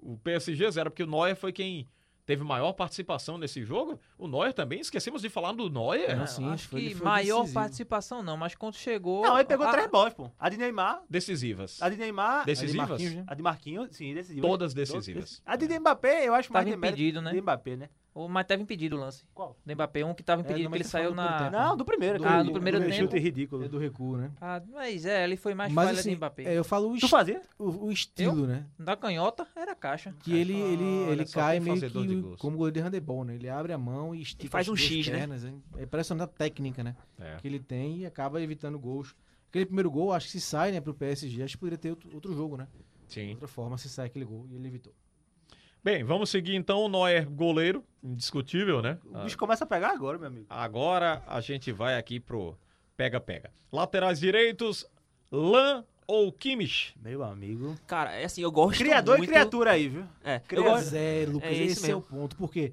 Speaker 4: o PSG 0, porque o Neuer foi quem teve maior participação nesse jogo. O Neuer também, esquecemos de falar do
Speaker 8: É.
Speaker 4: Neuer. né?
Speaker 7: Não, sim,
Speaker 9: Acho
Speaker 7: foi-
Speaker 9: que
Speaker 7: ele foi
Speaker 9: maior
Speaker 7: decisivo.
Speaker 9: participação não, mas quando chegou.
Speaker 8: Não, ele pegou
Speaker 9: a-
Speaker 8: três bolas, pô. A de Neymar.
Speaker 4: Decisivas.
Speaker 8: A de Neymar.
Speaker 7: Aí de
Speaker 4: Decisivas?
Speaker 7: Marquinhos, né?
Speaker 8: A de Marquinhos, sim, decisiva.
Speaker 4: Todas decisivas.
Speaker 8: A de Mbappé, eu acho mais
Speaker 9: Tava
Speaker 8: demérito
Speaker 9: impedido, né?
Speaker 8: de Mbappé, né?
Speaker 9: O- Mas teve impedido o lance.
Speaker 8: Qual?
Speaker 9: Do Mbappé, um que tava
Speaker 7: É,
Speaker 9: impedido,
Speaker 7: não,
Speaker 9: que
Speaker 7: mas
Speaker 9: ele
Speaker 7: você
Speaker 9: saiu
Speaker 7: falou do primeiro
Speaker 9: na.
Speaker 7: tempo.
Speaker 8: Não, do primeiro.
Speaker 9: Do-
Speaker 8: aquele-
Speaker 9: do primeiro
Speaker 8: aquele
Speaker 9: tempo.
Speaker 8: chute
Speaker 7: É
Speaker 8: ridículo.
Speaker 7: do recuo, né?
Speaker 9: Ah, mas é, ele foi mais falha
Speaker 7: Mas
Speaker 9: do
Speaker 7: assim,
Speaker 9: Mbappé.
Speaker 7: é, eu falo o,
Speaker 8: Tu
Speaker 7: est-
Speaker 8: fazia?
Speaker 7: o- o estilo, né?
Speaker 9: Da canhota era caixa.
Speaker 7: Que ele, ele, ele
Speaker 10: só,
Speaker 7: cai
Speaker 10: tem
Speaker 7: meio
Speaker 10: fazedor de
Speaker 7: que
Speaker 10: gols.
Speaker 7: como goleiro de handebol, né? Ele abre a mão e estica
Speaker 6: faz
Speaker 7: as
Speaker 6: um
Speaker 7: duas
Speaker 6: X, né?
Speaker 7: pernas, né? É impressionante a técnica, né?
Speaker 4: É.
Speaker 7: Que ele tem e acaba evitando gols. Aquele primeiro gol, acho que se sai, né, pro PSG, acho que poderia ter outro, outro jogo, né?
Speaker 4: Sim.
Speaker 7: Outra forma, se sai aquele gol e ele evitou.
Speaker 4: Bem, vamos seguir então. O Neuer, goleiro, indiscutível, né? Ah,
Speaker 8: O bicho começa a pegar agora, meu amigo.
Speaker 4: Agora a gente vai aqui pro pega-pega. Laterais direitos, Lan ou Kimmich?
Speaker 8: Meu amigo.
Speaker 6: Cara, é assim, eu gosto
Speaker 8: Criador
Speaker 6: muito-
Speaker 8: e criatura aí, viu?
Speaker 6: É, eu
Speaker 8: Criador.
Speaker 6: gosto,
Speaker 7: Pois é, Lucas,
Speaker 6: É isso
Speaker 7: esse é
Speaker 6: mesmo.
Speaker 7: o ponto, porque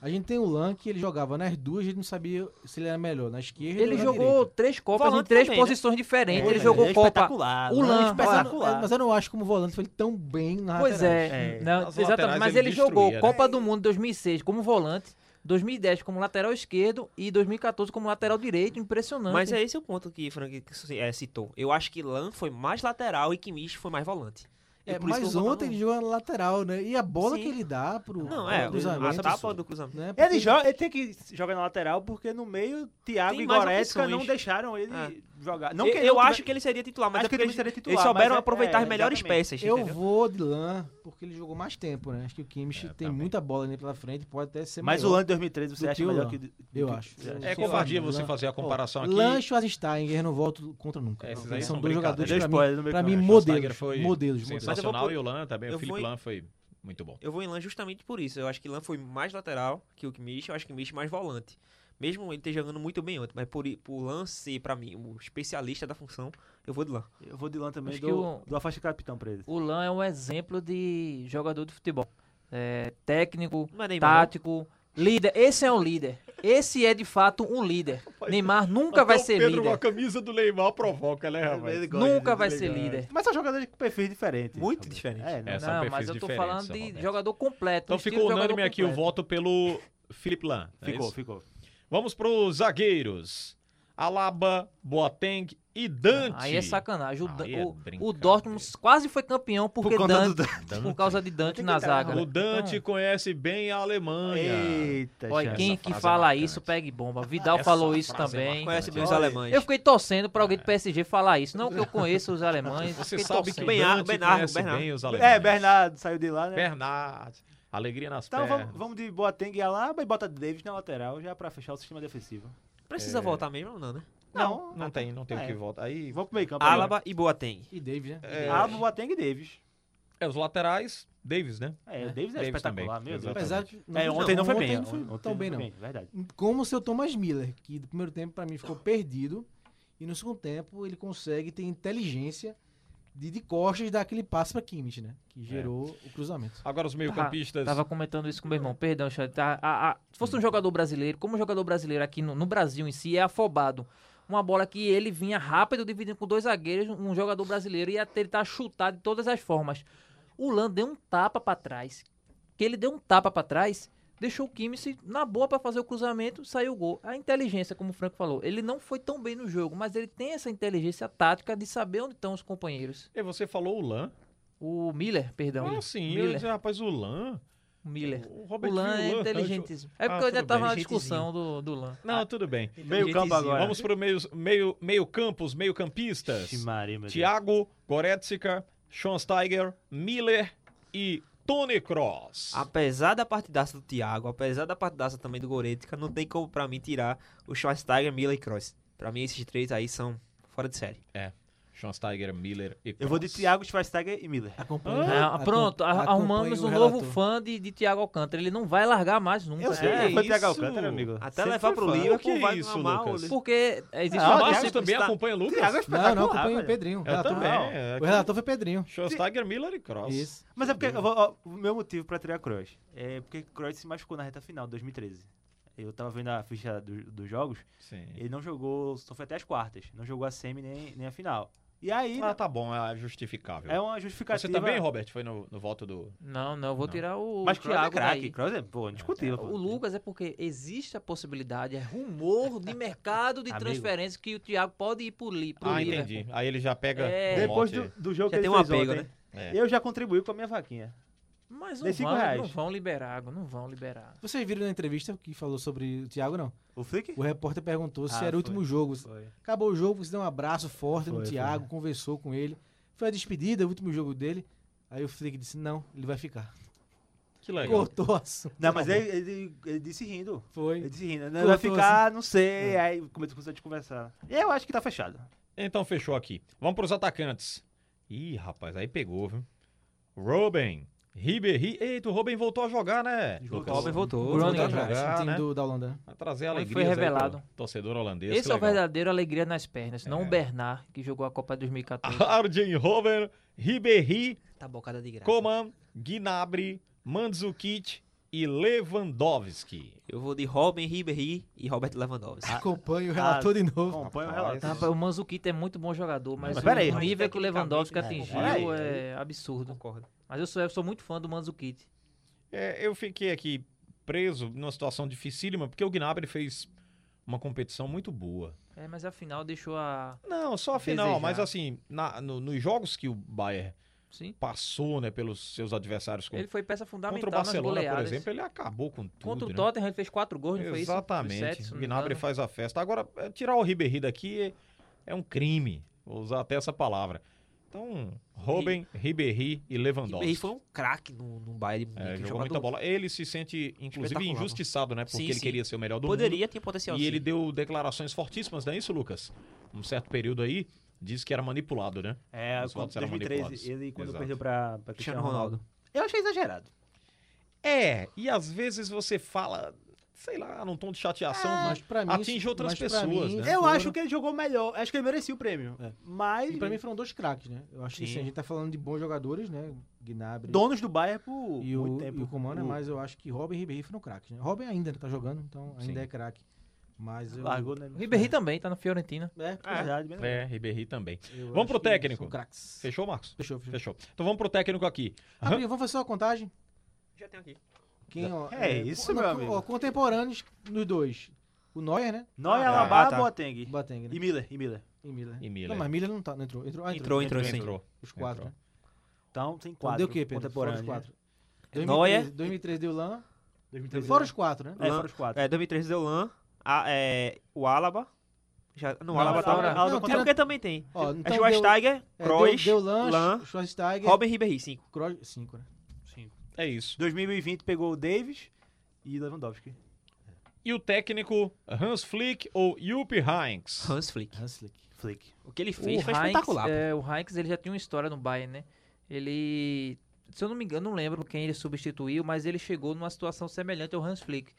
Speaker 7: a gente tem o Lan que ele jogava nas duas, a gente não sabia se ele era melhor, né? na esquerda
Speaker 9: Ele
Speaker 7: ou na
Speaker 9: jogou
Speaker 7: direita.
Speaker 9: três Copas em
Speaker 6: Volante
Speaker 9: três
Speaker 6: também, né?
Speaker 9: posições diferentes.
Speaker 8: É,
Speaker 9: ele
Speaker 8: mas
Speaker 9: jogou
Speaker 8: é
Speaker 9: Copa.
Speaker 8: espetacular,
Speaker 9: O
Speaker 8: Lan é
Speaker 9: Lan,
Speaker 7: Mas eu,
Speaker 9: olha,
Speaker 7: não- mas eu não acho como volante foi ele tão bem na
Speaker 9: Pois
Speaker 7: lateral.
Speaker 9: é,
Speaker 8: É,
Speaker 9: não,
Speaker 4: nas laterais
Speaker 9: exatamente. Mas
Speaker 4: ele
Speaker 9: ele jogou
Speaker 4: destruía, né?
Speaker 9: Copa do Mundo 2006 como volante, 2010 como lateral esquerdo e 2014 como lateral direito. Impressionante.
Speaker 6: Mas é esse o ponto que Frank eh, citou. Eu acho que Lan foi mais lateral e Kimmich foi mais volante. E
Speaker 7: É,
Speaker 6: por isso que eu
Speaker 7: mas
Speaker 6: vou botar
Speaker 7: ontem
Speaker 6: no-
Speaker 7: ele jogou na lateral, né? E a bola
Speaker 6: Hum. Sim.
Speaker 7: que ele dá pro
Speaker 6: Não,
Speaker 7: pro
Speaker 6: é,
Speaker 7: cruzamento,
Speaker 6: a tapa do cruzamento.
Speaker 7: né?
Speaker 8: Ele, joga, ele tem que jogar na lateral, porque no meio, Thiago
Speaker 6: Tem
Speaker 8: e
Speaker 6: mais
Speaker 8: Goretzka
Speaker 6: opções.
Speaker 8: não deixaram ele
Speaker 6: É.
Speaker 8: jogar. Não
Speaker 6: eu
Speaker 8: que
Speaker 6: eu acho que ele seria titular, mas
Speaker 8: Acho
Speaker 6: é
Speaker 8: que ele
Speaker 6: porque eles,
Speaker 8: seria titular,
Speaker 6: eles souberam
Speaker 8: mas é-
Speaker 6: aproveitar
Speaker 8: é,
Speaker 6: as melhores
Speaker 8: exatamente.
Speaker 6: peças,
Speaker 7: Eu
Speaker 6: entendeu?
Speaker 7: vou de Lan, porque ele jogou mais tempo, né? Acho que o Kimmich tem muita bola ali pela frente, pode até ser
Speaker 8: Mas o
Speaker 7: maior.
Speaker 8: Lan de 2013 você
Speaker 7: do
Speaker 8: acha
Speaker 7: que o
Speaker 8: melhor
Speaker 7: Lan.
Speaker 8: que.
Speaker 7: Eu acho.
Speaker 4: É
Speaker 7: Sim, eu
Speaker 4: covardia
Speaker 7: acho,
Speaker 4: você
Speaker 7: Lan.
Speaker 4: fazer a comparação então, aqui.
Speaker 7: Lan e Schwarzensteiger, não volto contra nunca.
Speaker 4: É, esses
Speaker 7: Eles
Speaker 4: aí
Speaker 7: são
Speaker 4: são
Speaker 7: dois
Speaker 4: brincadeira.
Speaker 7: jogadores
Speaker 8: Deu
Speaker 7: pra
Speaker 8: spoiler no
Speaker 7: mim,
Speaker 8: meu
Speaker 7: pra mim
Speaker 8: canal,
Speaker 4: Schwarzenegger
Speaker 7: modelos,
Speaker 4: foi
Speaker 7: modelos, modelos.
Speaker 4: Sensacional
Speaker 6: Mas
Speaker 4: e o Lan também. O
Speaker 6: eu
Speaker 4: Felipe
Speaker 6: vou-
Speaker 4: Lan foi muito bom.
Speaker 6: Eu vou em Lan justamente por isso. Eu acho que Lan foi mais lateral que o Kimmich, eu acho que o Kimmich mais volante. Mesmo ele ter jogando muito bem ontem, mas por, i- por Lan ser, pra mim, o especialista da função, eu vou de Lan.
Speaker 8: Eu vou de Lan também,
Speaker 9: Acho que
Speaker 8: do,
Speaker 9: o-
Speaker 8: do Afasta Capitão pra ele.
Speaker 9: O Lan é um exemplo de jogador de futebol. É, técnico,
Speaker 6: Não é Neymar, não.
Speaker 9: tático, líder. Esse é um líder. Esse é de fato um líder. Neymar nunca vai ser
Speaker 4: Então Pedro com a
Speaker 9: líder.
Speaker 4: camisa do Neymar provoca, né, rapaz?
Speaker 9: Nunca vai ser líder.
Speaker 8: Mas são jogadores com perfis diferentes.
Speaker 6: Muito
Speaker 8: Roberto.
Speaker 6: diferente.
Speaker 8: É, não.
Speaker 4: É, são
Speaker 9: Não,
Speaker 4: perfis
Speaker 9: mas eu tô
Speaker 4: diferentes,
Speaker 9: falando
Speaker 4: são
Speaker 9: de
Speaker 4: Roberto.
Speaker 9: jogador completo.
Speaker 4: Então
Speaker 9: um estilo
Speaker 4: ficou
Speaker 9: de jogador
Speaker 4: unânime aqui o
Speaker 9: completo.
Speaker 4: voto pelo Felipe Lan. é
Speaker 8: Ficou,
Speaker 4: isso?
Speaker 8: ficou.
Speaker 4: Vamos pros zagueiros. Alaba, Boateng e Dante.
Speaker 9: Aí é sacanagem. O,
Speaker 4: Aí
Speaker 9: Dan-
Speaker 4: é
Speaker 9: o- o,
Speaker 4: brincadeira.
Speaker 9: Dortmund quase foi campeão porque
Speaker 8: conta do
Speaker 9: Dante,
Speaker 4: Dante.
Speaker 9: por causa de Dante na zaga. né? Então,
Speaker 4: O Dante conhece bem a Alemanha.
Speaker 8: Eita,
Speaker 9: Olha,
Speaker 8: chance.
Speaker 9: quem
Speaker 4: Essa
Speaker 9: que
Speaker 4: frase é
Speaker 9: fala
Speaker 4: marcante.
Speaker 9: isso, pega e bomba. Vidal falou isso
Speaker 4: frase é
Speaker 9: também.
Speaker 6: Conhece bem os
Speaker 8: Olha,
Speaker 6: alemães.
Speaker 9: Eu fiquei torcendo pra alguém do PSG falar isso. Não que eu conheço os alemães.
Speaker 4: Você
Speaker 9: fiquei
Speaker 4: sabe que
Speaker 9: torcendo.
Speaker 6: Benhar-
Speaker 4: Dante
Speaker 6: Bernardo,
Speaker 4: conhece
Speaker 6: Bernardo.
Speaker 4: bem os alemães.
Speaker 8: É, Bernardo saiu de
Speaker 4: É.
Speaker 8: lá, né?
Speaker 4: Bernard. Alegria nas
Speaker 8: Então
Speaker 4: pernas.
Speaker 8: vamos, vamos de Boateng e Alaba e bota Davis na lateral, já pra fechar o sistema defensivo. É.
Speaker 6: Precisa voltar mesmo ou não, né?
Speaker 8: Não,
Speaker 4: Não tem, não tem o
Speaker 8: É.
Speaker 4: que voltar. Aí
Speaker 8: Vamos pro meio campo.
Speaker 6: Alaba e Boateng.
Speaker 7: E David, né?
Speaker 8: agora. Alaba, Boateng e Davis.
Speaker 4: é os laterais, Davis, né?
Speaker 8: É, o Davis é
Speaker 4: Davis
Speaker 8: espetacular,
Speaker 4: também,
Speaker 8: meu Deus.
Speaker 4: exatamente.
Speaker 7: Apesar que
Speaker 8: É, ontem não, foi bem.
Speaker 7: Ontem não foi tão bem, não.
Speaker 8: Verdade.
Speaker 7: Como o seu Thomas Miller, que no primeiro tempo pra mim ficou perdido, e no segundo tempo ele consegue ter inteligência de, de costas dar aquele passe pra Kimmich, né? Que gerou o cruzamento.
Speaker 4: Agora os meio-campistas.
Speaker 9: Tava comentando isso com meu irmão. Perdão, Xande. Tá, a- a- se fosse um jogador brasileiro, como o jogador brasileiro aqui no, no Brasil em si é afobado. Uma bola que ele vinha rápido, dividindo com dois zagueiros, um jogador brasileiro ia tentar chutar de todas as formas. O Lan deu um tapa pra trás. Que ele deu um tapa pra trás, deixou o Kimmich na boa pra fazer o cruzamento, saiu o gol. A inteligência, como o Franco falou, ele não foi tão bem no jogo, mas ele tem essa inteligência tática de saber onde estão os companheiros.
Speaker 4: E você falou o Lan.
Speaker 9: O Miller, perdão.
Speaker 4: Ah, sim. Eu, ia
Speaker 9: Então, Miller.
Speaker 4: dizer, rapaz, o Lan.
Speaker 9: Miller.
Speaker 4: O
Speaker 9: O
Speaker 4: Robert
Speaker 9: Lan
Speaker 4: viu
Speaker 9: é
Speaker 4: o
Speaker 9: inteligente. É
Speaker 4: Ah,
Speaker 9: porque eu ainda
Speaker 4: tudo
Speaker 9: tava
Speaker 4: bem,
Speaker 9: na discussão do, do Lan.
Speaker 4: Não, tudo bem.
Speaker 8: Meio campo agora.
Speaker 4: Vamos pro meio, meio, meio campo, os meio-campistas.
Speaker 8: Ixi, Maria, meu Deus.
Speaker 4: Thiago, Goretzka, Schonsteiger, Miller e Tony Cross.
Speaker 6: Apesar da partidaça do Thiago, apesar da partidaça também do Goretzka, não tem como pra mim tirar o Schweinsteiger, Miller e Kroos. Pra mim esses três aí são fora de série.
Speaker 4: É. Schonsteiger, Miller e Cross.
Speaker 8: Eu vou de Thiago, Schweinsteiger e Miller.
Speaker 7: Acompanha,
Speaker 9: Não,
Speaker 7: acom-
Speaker 9: É, pronto, a-
Speaker 7: acompanha
Speaker 9: arrumamos
Speaker 7: o
Speaker 9: um
Speaker 7: relator.
Speaker 9: novo fã de, de Thiago Alcântara. Ele não vai largar mais nunca.
Speaker 8: Eu
Speaker 9: né?
Speaker 8: sei,
Speaker 4: É
Speaker 8: foi pegar
Speaker 4: isso.
Speaker 8: Alcântara, amigo.
Speaker 6: Até
Speaker 8: Sempre
Speaker 6: levar
Speaker 8: fui
Speaker 6: pro
Speaker 8: fã.
Speaker 6: Liverpool
Speaker 4: Que
Speaker 6: vai né?
Speaker 4: isso,
Speaker 6: mamar
Speaker 4: Lucas?
Speaker 6: o-
Speaker 9: Porque existe
Speaker 4: Ah,
Speaker 9: uma
Speaker 4: o
Speaker 8: Thiago
Speaker 4: Márcio também
Speaker 8: está-
Speaker 4: acompanha o Lucas?
Speaker 8: Thiago é
Speaker 7: Não, não,
Speaker 8: espetacular,
Speaker 7: acompanha o
Speaker 8: velho.
Speaker 7: Pedrinho. O
Speaker 4: Eu
Speaker 7: relator-
Speaker 4: também. é
Speaker 7: O relator foi Pedrinho.
Speaker 4: Schonsteiger, Miller e Cross.
Speaker 7: Isso.
Speaker 8: Mas é porque eu vou- ó, o meu motivo pra tirar Kroos é porque Kroos se machucou na reta final, 2013. Eu tava vendo a ficha do- dos jogos,
Speaker 4: Sim.
Speaker 8: ele não jogou, só foi até as quartas, não jogou a semi nem, nem a final. E aí,
Speaker 4: Ah, tá bom, é justificável.
Speaker 8: é uma
Speaker 4: Você
Speaker 8: justificativa...
Speaker 4: também, Robert, foi no, no voto do.
Speaker 9: Não, não, eu vou tirar o,
Speaker 8: Mas
Speaker 9: o
Speaker 8: Kroos é
Speaker 9: Thiago
Speaker 8: craque,
Speaker 9: daí.
Speaker 8: Kroos é, pô, indiscutível. pô.
Speaker 9: O Lucas é porque existe a possibilidade, é rumor de mercado de
Speaker 8: Amigo.
Speaker 9: transferência que o Thiago pode ir pro, Li- pro
Speaker 4: Ah,
Speaker 9: Liverpool.
Speaker 4: entendi. Aí ele já pega.
Speaker 9: É.
Speaker 4: o
Speaker 8: Depois
Speaker 4: mote.
Speaker 8: do, do jogo
Speaker 6: Já
Speaker 8: que
Speaker 6: tem
Speaker 8: ele
Speaker 6: um
Speaker 8: fez
Speaker 6: apego,
Speaker 8: ontem,
Speaker 4: né?
Speaker 8: eu já contribuí com a minha vaquinha.
Speaker 9: Mas não
Speaker 8: Dei cinco
Speaker 9: vão,
Speaker 8: reais.
Speaker 9: não vão liberar água, não vão liberar.
Speaker 7: Vocês viram na entrevista que falou sobre o Thiago, não?
Speaker 8: O Flick?
Speaker 7: O repórter perguntou se
Speaker 8: Ah,
Speaker 7: era o
Speaker 8: foi.
Speaker 7: último jogo.
Speaker 8: Foi.
Speaker 7: Acabou o jogo, você deu um abraço forte no
Speaker 8: Foi,
Speaker 7: Thiago, conversou com ele. Foi a despedida, o último jogo dele. Aí o Flick disse, não, ele vai ficar.
Speaker 4: Que legal.
Speaker 7: Cortou o assunto.
Speaker 8: Não, mas ele, ele, ele disse rindo. Ele
Speaker 7: Foi.
Speaker 8: disse rindo.
Speaker 7: Cortou,
Speaker 8: Não, vai ficar, não sei. Aí começou a gente conversar. Eu acho que tá fechado.
Speaker 4: Então fechou aqui. Vamos pros atacantes. Ih, rapaz, aí pegou, viu? Robin, Ribéry. Eita, o Robin voltou a jogar, né? Lucas?
Speaker 6: Robin voltou.
Speaker 9: Bruno
Speaker 7: Voltou
Speaker 9: Groningen.
Speaker 7: atrás,
Speaker 4: jogar,
Speaker 7: o time
Speaker 4: né?
Speaker 7: do, da Holanda. né?
Speaker 4: Vai trazer
Speaker 9: Ele
Speaker 4: alegria.
Speaker 9: é foi revelado.
Speaker 4: Torcedor holandês.
Speaker 9: Esse
Speaker 4: que
Speaker 9: é o
Speaker 4: legal.
Speaker 9: verdadeiro alegria nas pernas, não
Speaker 4: É.
Speaker 9: o Bernard, que jogou a Copa 2014.
Speaker 4: Arjen Robben, Ribéry,
Speaker 6: Tá bocada de graça.
Speaker 4: Coman, Gnabry, Mandzukic e Lewandowski.
Speaker 6: Eu vou de Robin, Ribéry e Robert Lewandowski.
Speaker 7: Ah.
Speaker 4: Ah,
Speaker 7: Acompanha o relator de novo.
Speaker 8: Acompanha o
Speaker 4: Rapaz.
Speaker 8: relato.
Speaker 9: Rapaz, o Manzuquita é muito bom jogador, mas,
Speaker 8: Mas
Speaker 9: o
Speaker 8: peraí, mas
Speaker 9: nível que o Lewandowski
Speaker 6: tecnicamente,
Speaker 9: atingiu
Speaker 8: né?
Speaker 9: é absurdo.
Speaker 6: Concordo.
Speaker 9: Mas eu sou, eu sou muito fã do Manzukic.
Speaker 4: É, eu fiquei aqui preso numa situação dificílima, porque o Gnabry fez uma competição muito boa.
Speaker 9: É, mas afinal deixou a.
Speaker 4: Não, só a final,
Speaker 9: Desejar.
Speaker 4: mas assim, na- no- nos jogos que o Bayern
Speaker 9: Sim.
Speaker 4: passou né, pelos seus adversários
Speaker 9: Ele
Speaker 4: com,
Speaker 9: foi peça
Speaker 4: contra
Speaker 9: fundamental
Speaker 4: o
Speaker 9: nas
Speaker 4: Barcelona, por
Speaker 9: goleadas.
Speaker 4: exemplo, ele acabou com tudo.
Speaker 9: Contra o
Speaker 4: né?
Speaker 9: Tottenham, ele fez quatro gols, não foi isso? Dos
Speaker 4: Exatamente.
Speaker 9: sete, se não
Speaker 4: o
Speaker 9: me
Speaker 4: Gnabry
Speaker 9: engano.
Speaker 4: faz a festa. Agora, é, tirar o Ribéry daqui é, é um crime. Vou usar até essa palavra. Então, Robin, Ribéry e Lewandowski.
Speaker 6: Ribéry foi um craque no, no Bayern de Munique.
Speaker 4: É,
Speaker 6: um
Speaker 4: jogou
Speaker 6: jogador-
Speaker 4: muita bola. Ele se sente, inclusive,
Speaker 6: Espetacular.
Speaker 4: injustiçado, né? Porque
Speaker 6: Sim,
Speaker 4: ele
Speaker 6: sim.
Speaker 4: queria ser o melhor do mundo.
Speaker 6: Poderia ter potencial.
Speaker 4: E ele
Speaker 6: sim.
Speaker 4: deu declarações fortíssimas, não é isso, Lucas? Um certo período aí, disse que era manipulado, né?
Speaker 8: É,
Speaker 4: Os
Speaker 8: quando,
Speaker 4: votos eram
Speaker 8: 2013,
Speaker 4: manipulados.
Speaker 8: ele quando
Speaker 4: Exato.
Speaker 8: perdeu pra, pra
Speaker 6: Cristiano
Speaker 8: Cristiano Ronaldo.
Speaker 6: Ronaldo.
Speaker 8: Eu achei exagerado.
Speaker 4: É, e às vezes você fala, sei lá, num tom de chateação,
Speaker 7: Mas pra mim,
Speaker 4: atinge outras
Speaker 7: mas pra
Speaker 4: pessoas,
Speaker 7: mim,
Speaker 4: né?
Speaker 8: Eu
Speaker 7: foram-
Speaker 8: acho que ele jogou melhor. Acho que ele merecia o prêmio.
Speaker 7: um- É.
Speaker 8: Mas
Speaker 7: E pra mim foram dois craques, né? Eu acho que
Speaker 4: Sim.
Speaker 7: assim, a gente tá falando de bons jogadores, né? Gnabry
Speaker 8: donos do Bayern por
Speaker 7: e
Speaker 8: Tipo, muito
Speaker 7: o,
Speaker 8: tempo.
Speaker 7: e o é Comando,
Speaker 8: O-
Speaker 7: mas eu acho que Robin e Ribéry foram craques, né? Robin ainda tá jogando, então ainda
Speaker 4: Sim.
Speaker 7: é craque. Mas eu...
Speaker 8: Largou, né?
Speaker 9: O Ribéry também, tá na Fiorentina.
Speaker 7: É,
Speaker 8: É, verdade, bem
Speaker 4: É, Ribéry também.
Speaker 7: eu
Speaker 4: Vamos
Speaker 7: acho
Speaker 4: pro
Speaker 7: que
Speaker 4: técnico.
Speaker 7: São craques.
Speaker 4: Fechou, Marcos?
Speaker 7: Fechou, fechou.
Speaker 4: Fechou. Então vamos pro técnico aqui.
Speaker 7: Ah, Brinho, vamos fazer uma contagem?
Speaker 6: Já tem aqui.
Speaker 7: Quem, ó,
Speaker 8: É isso, meu
Speaker 7: co-
Speaker 8: amigo.
Speaker 7: ó, contemporâneos nos dois. O Neuer, né?
Speaker 8: Neuer,
Speaker 6: Ah,
Speaker 8: Alaba,
Speaker 6: tá.
Speaker 8: Boateng.
Speaker 7: O Boateng, né?
Speaker 8: E Miller, e Miller.
Speaker 7: E Miller.
Speaker 4: E Miller.
Speaker 7: Não, mas Miller não tá, não entrou. Entrou, ah,
Speaker 6: Entrou, entrou, sim.
Speaker 4: Entrou.
Speaker 7: Os
Speaker 4: Entrou.
Speaker 7: quatro, né?
Speaker 8: Então tem
Speaker 7: Então
Speaker 8: quatro.
Speaker 7: deu o quê, Pedro? Fora os
Speaker 8: Contemporâneos.
Speaker 7: quatro.
Speaker 6: Neuer.
Speaker 7: 2013, 2013 deu Lan.
Speaker 8: né?
Speaker 7: Fora os quatro, né?
Speaker 8: É, fora os quatro.
Speaker 6: É, 2013 deu Lan. A, é, o Alaba. Já, não, o Alaba
Speaker 8: mas
Speaker 6: tá.
Speaker 8: Alaba-
Speaker 6: Alaba,
Speaker 8: Alaba
Speaker 6: é
Speaker 8: contra-
Speaker 6: porque também tem.
Speaker 7: Ó,
Speaker 6: é
Speaker 7: então
Speaker 6: Schweinsteiger,
Speaker 7: é,
Speaker 6: Kroos,
Speaker 7: deu, deu Lan,
Speaker 6: Lan,
Speaker 7: Schweinsteiger,
Speaker 6: Robin Ribéry, 5.
Speaker 7: Kroos, cinco, né?
Speaker 4: É isso.
Speaker 8: 2020 pegou o Davis e Lewandowski.
Speaker 4: E o técnico Hans Flick ou Jupp Heynckes?
Speaker 6: Hans Flick.
Speaker 7: Hanslick.
Speaker 8: Flick.
Speaker 6: O que ele
Speaker 9: O
Speaker 6: fez foi
Speaker 9: Heinz,
Speaker 6: espetacular.
Speaker 9: é, o Heinz, ele já tinha uma história no Bayern, né? Ele, se eu não me engano, não lembro quem ele substituiu, mas ele chegou numa situação semelhante ao Hans Flick.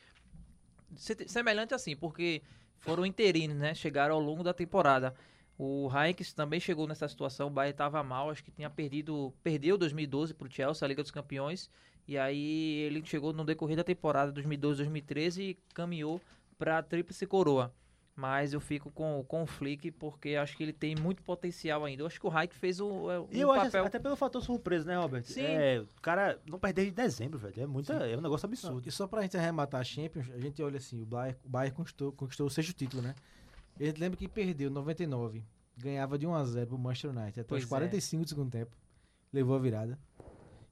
Speaker 9: Se- Semelhante assim, porque foram interinos, né? Chegaram ao longo da temporada. O Heinz também chegou nessa situação, o Bayern estava mal, acho que tinha perdido, perdeu 2012 para o Chelsea, a Liga dos Campeões, e aí ele chegou no decorrer da temporada 2012-2013 e caminhou para a Tríplice Coroa. Mas eu fico com, com o Flick porque acho que ele tem muito potencial ainda. Eu acho que o Hayek fez o, é, um
Speaker 8: E eu acho,
Speaker 9: papel.
Speaker 8: assim, até pelo fator surpresa, né, Robert?
Speaker 9: Sim.
Speaker 8: É, o cara não perdeu de dezembro, velho. É, muita, é um negócio absurdo.
Speaker 7: E só pra gente arrematar a Champions, a gente olha assim, o Bayern, o Bayern conquistou, conquistou o sexto título, né? A gente lembra que perdeu 99, ganhava de 1 a 0 pro Manchester United até
Speaker 9: Pois é.
Speaker 7: os 45 do segundo tempo, levou a virada.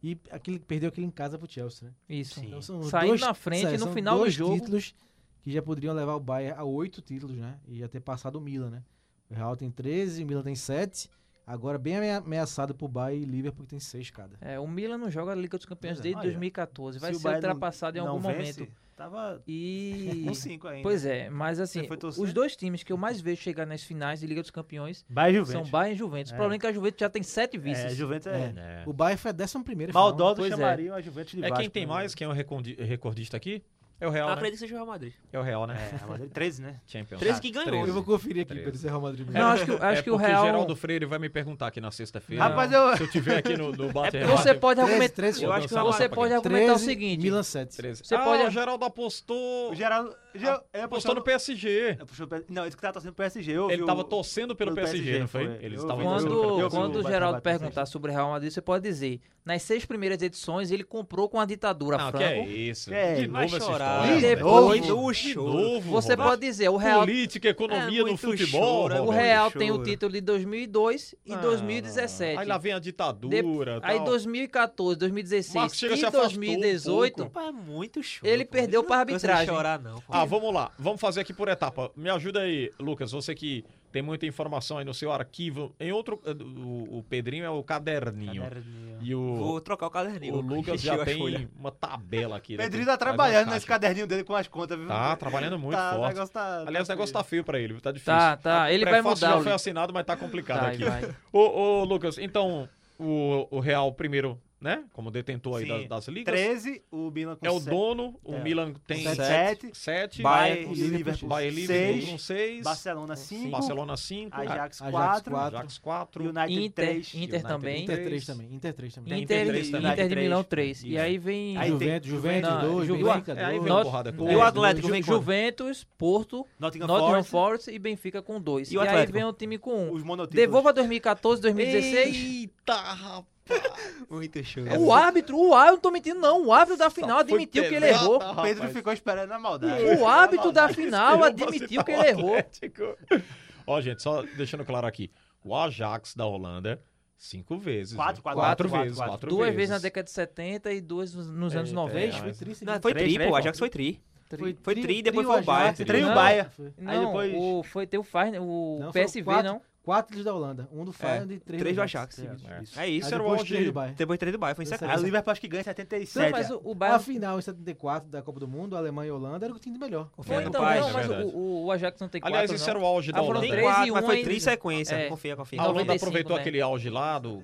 Speaker 7: E aquele, perdeu aquele em casa pro Chelsea, né?
Speaker 9: Isso.
Speaker 8: Sim.
Speaker 7: são
Speaker 9: Saindo na frente,
Speaker 7: é,
Speaker 9: no
Speaker 7: são
Speaker 9: final do
Speaker 7: dois
Speaker 9: jogo-
Speaker 7: títulos que já poderiam levar o Bayern a oito títulos, né? E já ter passado o Milan, né? O Real tem 13, o Milan tem 7. Agora bem amea- ameaçado por Bayern e Liverpool que tem 6 cada.
Speaker 9: É, o Milan não joga a Liga dos Campeões
Speaker 8: Pois é,
Speaker 9: desde
Speaker 8: olha,
Speaker 9: 2014. Vai
Speaker 8: Se o
Speaker 9: ser
Speaker 8: Bayern não-
Speaker 9: ultrapassado em
Speaker 8: não
Speaker 9: algum
Speaker 8: vence,
Speaker 9: momento.
Speaker 8: Tava
Speaker 9: E.
Speaker 8: com cinco ainda.
Speaker 9: Pois é, mas assim,
Speaker 8: Você foi torcer?
Speaker 9: os dois times que eu mais vejo chegar nas finais de Liga dos Campeões
Speaker 8: Bayern e
Speaker 9: são
Speaker 8: Juventus.
Speaker 9: Bayern e Juventus. O
Speaker 8: É.
Speaker 9: problema é que a Juventus já tem sete
Speaker 8: É,
Speaker 9: vices.
Speaker 8: Juventus é...
Speaker 4: É.
Speaker 7: O Bayern foi a 11 primeira final, né?
Speaker 8: Maldosos
Speaker 9: Pois é.
Speaker 8: chamariam a Juventus de
Speaker 4: É
Speaker 8: Vasco,
Speaker 4: quem tem
Speaker 8: né?
Speaker 4: mais, quem é o recondi- recordista aqui? É o Real, né?
Speaker 6: Acredito que seja o Real Madrid.
Speaker 4: É o Real, né?
Speaker 8: É, mas ele- 13, né?
Speaker 4: Champions.
Speaker 6: 13 que ganhou.
Speaker 7: Eu vou conferir aqui para
Speaker 4: 13.
Speaker 7: esse Real Madrid. mesmo.
Speaker 9: Não, acho que, acho
Speaker 4: é
Speaker 9: que o
Speaker 4: porque
Speaker 9: Real.
Speaker 4: Geraldo Freire vai me perguntar aqui na sexta-feira.
Speaker 8: Rapaz, eu...
Speaker 4: Se eu tiver aqui no, no Bate Rebate,
Speaker 6: É
Speaker 9: Então Você pode
Speaker 7: Treze,
Speaker 9: argumentar.
Speaker 7: treze,
Speaker 9: eu acho que
Speaker 4: Gonçalo,
Speaker 9: você
Speaker 4: rapaz.
Speaker 9: pode argumentar o
Speaker 7: 13,
Speaker 9: seguinte.
Speaker 7: Milan 7.
Speaker 4: 13.
Speaker 9: Você
Speaker 4: ah,
Speaker 9: pode-
Speaker 4: o Geraldo apostou.
Speaker 8: O Geraldo, já- ele
Speaker 4: Apostou Ah, no PSG.
Speaker 8: Eu puxou o PSG. Não, ele que tava torcendo pro PSG. eu
Speaker 4: Ele
Speaker 8: vi
Speaker 4: tava
Speaker 8: o-
Speaker 4: torcendo pelo
Speaker 8: pelo
Speaker 4: PSG, não foi?
Speaker 8: Eu
Speaker 4: Eles
Speaker 8: vi
Speaker 4: estavam
Speaker 8: o-
Speaker 4: torcendo
Speaker 8: eu vi
Speaker 4: pelo
Speaker 8: o
Speaker 9: Quando, quando o
Speaker 8: bate-bate
Speaker 9: Geraldo
Speaker 8: dessa
Speaker 9: perguntar sobre Real Madrid, você pode dizer: nas seis primeiras edições ele comprou com a ditadura
Speaker 4: Não, que é
Speaker 9: Franco.
Speaker 4: isso.
Speaker 8: É,
Speaker 4: de
Speaker 6: vai
Speaker 4: novo essa
Speaker 6: chorar.
Speaker 4: história.
Speaker 9: E
Speaker 4: velho.
Speaker 9: depois,
Speaker 6: De
Speaker 4: De
Speaker 6: novo.
Speaker 4: novo,
Speaker 9: você
Speaker 4: Roberto.
Speaker 9: pode dizer: o Real,
Speaker 4: Política, economia
Speaker 6: É,
Speaker 4: no
Speaker 6: muito
Speaker 4: futebol.
Speaker 6: choro, é
Speaker 4: Roberto.
Speaker 9: o Real tem o
Speaker 6: choro.
Speaker 9: título de 2002 e
Speaker 4: Ah,
Speaker 9: 2017.
Speaker 4: Aí lá vem a
Speaker 9: De-
Speaker 4: ditadura.
Speaker 9: aí
Speaker 4: tal.
Speaker 9: 2014, 2016
Speaker 4: Marcos Chega se
Speaker 9: e
Speaker 4: afastou um
Speaker 9: 2018.
Speaker 4: pouco.
Speaker 6: Pô, é muito choro.
Speaker 9: Ele
Speaker 6: pô.
Speaker 9: perdeu
Speaker 6: Não
Speaker 9: pra
Speaker 6: cansa de
Speaker 9: arbitragem.
Speaker 6: chorar, não. pô.
Speaker 4: Ah, vamos lá. Vamos fazer aqui por etapa. Me ajuda aí, Lucas. Você que tem muita informação aí no seu arquivo. Em outro. eh, O, o Pedrinho é o caderninho.
Speaker 8: Caderninho.
Speaker 4: E o,
Speaker 6: Vou trocar o caderninho.
Speaker 4: o Lucas
Speaker 6: Encheu
Speaker 4: já
Speaker 6: a folha.
Speaker 4: tem uma tabela aqui. né?
Speaker 8: Pedrinho
Speaker 4: Tem-
Speaker 8: tá
Speaker 4: faz uma
Speaker 8: trabalhando
Speaker 4: caixa.
Speaker 8: nesse caderninho dele com as contas, viu?
Speaker 4: Tá, trabalhando muito
Speaker 8: Tá, o
Speaker 4: forte.
Speaker 8: negócio tá- tá
Speaker 4: Aliás, o negócio
Speaker 8: feio.
Speaker 4: tá feio pra ele, viu? tá difícil.
Speaker 9: Tá, tá. Ele vai
Speaker 4: prefácio
Speaker 9: mudar
Speaker 4: já
Speaker 9: o
Speaker 4: foi
Speaker 9: livro.
Speaker 4: assinado, mas tá complicado
Speaker 9: Vai,
Speaker 4: aqui.
Speaker 9: vai.
Speaker 4: Ô, ô, Lucas, então, o, o Real primeiro, né? Como detentor aí
Speaker 8: Sim.
Speaker 4: das, das ligas.
Speaker 8: 13, o Milan com
Speaker 4: É o
Speaker 8: sete-
Speaker 4: dono, o
Speaker 8: É.
Speaker 4: Milan tem
Speaker 8: Com
Speaker 4: 7,
Speaker 8: sete.
Speaker 4: 7
Speaker 8: Bayern
Speaker 6: com
Speaker 8: e
Speaker 6: cinco,
Speaker 8: Liverpool
Speaker 4: Bayern Livre com 6,
Speaker 8: Barcelona 5,
Speaker 4: Barcelona 5,
Speaker 8: Ajax
Speaker 7: Ajax
Speaker 8: 4,
Speaker 7: quatro,
Speaker 4: Ajax 4,
Speaker 8: United
Speaker 9: Inter,
Speaker 8: 3.
Speaker 9: Inter também.
Speaker 7: Inter
Speaker 4: três.
Speaker 7: 3 também, Inter 3 também.
Speaker 9: Inter,
Speaker 4: Inter
Speaker 9: Inter,
Speaker 4: três também.
Speaker 9: de
Speaker 8: Três.
Speaker 9: Milão 3.
Speaker 8: Isso.
Speaker 9: E aí vem.
Speaker 8: Aí tem
Speaker 7: Juventus, Juventus
Speaker 9: Não,
Speaker 7: 2,
Speaker 9: Juventus.
Speaker 7: Benfica
Speaker 4: É, aí
Speaker 7: 2.
Speaker 4: vem uma porrada com
Speaker 7: É,
Speaker 6: E o
Speaker 4: o
Speaker 6: Atlético
Speaker 9: Ju-
Speaker 6: vem quando?
Speaker 9: Juventus, Porto,
Speaker 8: Nottingham
Speaker 9: Nottingham
Speaker 8: Forest.
Speaker 9: Forest e Benfica com 2.
Speaker 6: E
Speaker 9: E,
Speaker 6: o
Speaker 9: aí
Speaker 6: Atlético?
Speaker 9: vem o time com 1. Um.
Speaker 8: Os monotítulos.
Speaker 9: Devolva 2014, 2016.
Speaker 4: Eita, rapaz.
Speaker 6: Muito choro.
Speaker 9: O árbitro, o árbitro, não tô mentindo não, o árbitro da final
Speaker 4: Foi
Speaker 9: admitiu que ele
Speaker 4: pesada,
Speaker 9: errou.
Speaker 8: O Pedro
Speaker 4: rapaz.
Speaker 8: ficou esperando na maldade.
Speaker 9: O árbitro da
Speaker 4: Eu
Speaker 9: final
Speaker 4: vou
Speaker 9: admitiu
Speaker 4: citar
Speaker 9: que
Speaker 4: o
Speaker 9: ele errou.
Speaker 4: Atlético. Ó, gente, só deixando claro aqui. O Ajax da Holanda, cinco vezes.
Speaker 8: Quatro,
Speaker 4: né?
Speaker 8: quatro,
Speaker 4: quatro,
Speaker 8: quatro,
Speaker 4: vezes.
Speaker 8: quatro.
Speaker 4: Quatro
Speaker 9: Duas vezes
Speaker 4: vezes É,
Speaker 9: na década de 70 e duas nos- nos anos 90.
Speaker 4: mas-
Speaker 6: Não, foi
Speaker 8: Três,
Speaker 6: tri,
Speaker 8: três,
Speaker 6: pô. O
Speaker 8: ó.
Speaker 6: Ajax foi tri.
Speaker 9: Tri-
Speaker 6: Foi tri e depois foi o Bayern.
Speaker 8: Três o
Speaker 9: Não.
Speaker 8: Baia. Aí
Speaker 9: Não,
Speaker 8: depois...
Speaker 9: o, foi ter o, Feyenoord- o
Speaker 7: Não, foram
Speaker 9: PSV,
Speaker 7: quatro.
Speaker 9: não?
Speaker 7: 4 da Holanda, 1 um do Feyenoord e 3
Speaker 6: Três
Speaker 7: do
Speaker 6: do Ajax.
Speaker 4: É.
Speaker 6: É isso.
Speaker 4: Isso era o
Speaker 7: depois três
Speaker 4: auge.
Speaker 7: do Bayern.
Speaker 6: Depois três do Bayern. Foi em
Speaker 7: Eu sei.
Speaker 8: Aí o
Speaker 6: sequência.
Speaker 8: Liverpool acho que ganha
Speaker 9: Não,
Speaker 8: 77.
Speaker 9: mas o, o
Speaker 7: A
Speaker 9: Bayern...
Speaker 7: final em 74 da Copa do Mundo, Alemanha e Holanda era o time melhor.
Speaker 9: Foi,
Speaker 6: no
Speaker 9: então,
Speaker 6: Bayern,
Speaker 9: não,
Speaker 6: é
Speaker 9: mas
Speaker 4: verdade.
Speaker 9: o, o- o Ajax não tem quatro,
Speaker 4: Aliás, esse
Speaker 9: não.
Speaker 4: era um o auge da
Speaker 9: Ah, foram
Speaker 4: Holanda. né?
Speaker 6: Tem
Speaker 9: três e
Speaker 6: quatro, mas
Speaker 9: um
Speaker 6: foi
Speaker 9: ainda.
Speaker 6: tri sequência.
Speaker 9: É.
Speaker 6: Confia, confia.
Speaker 4: A Holanda
Speaker 9: 95,
Speaker 4: aproveitou
Speaker 9: né?
Speaker 4: aquele auge lá do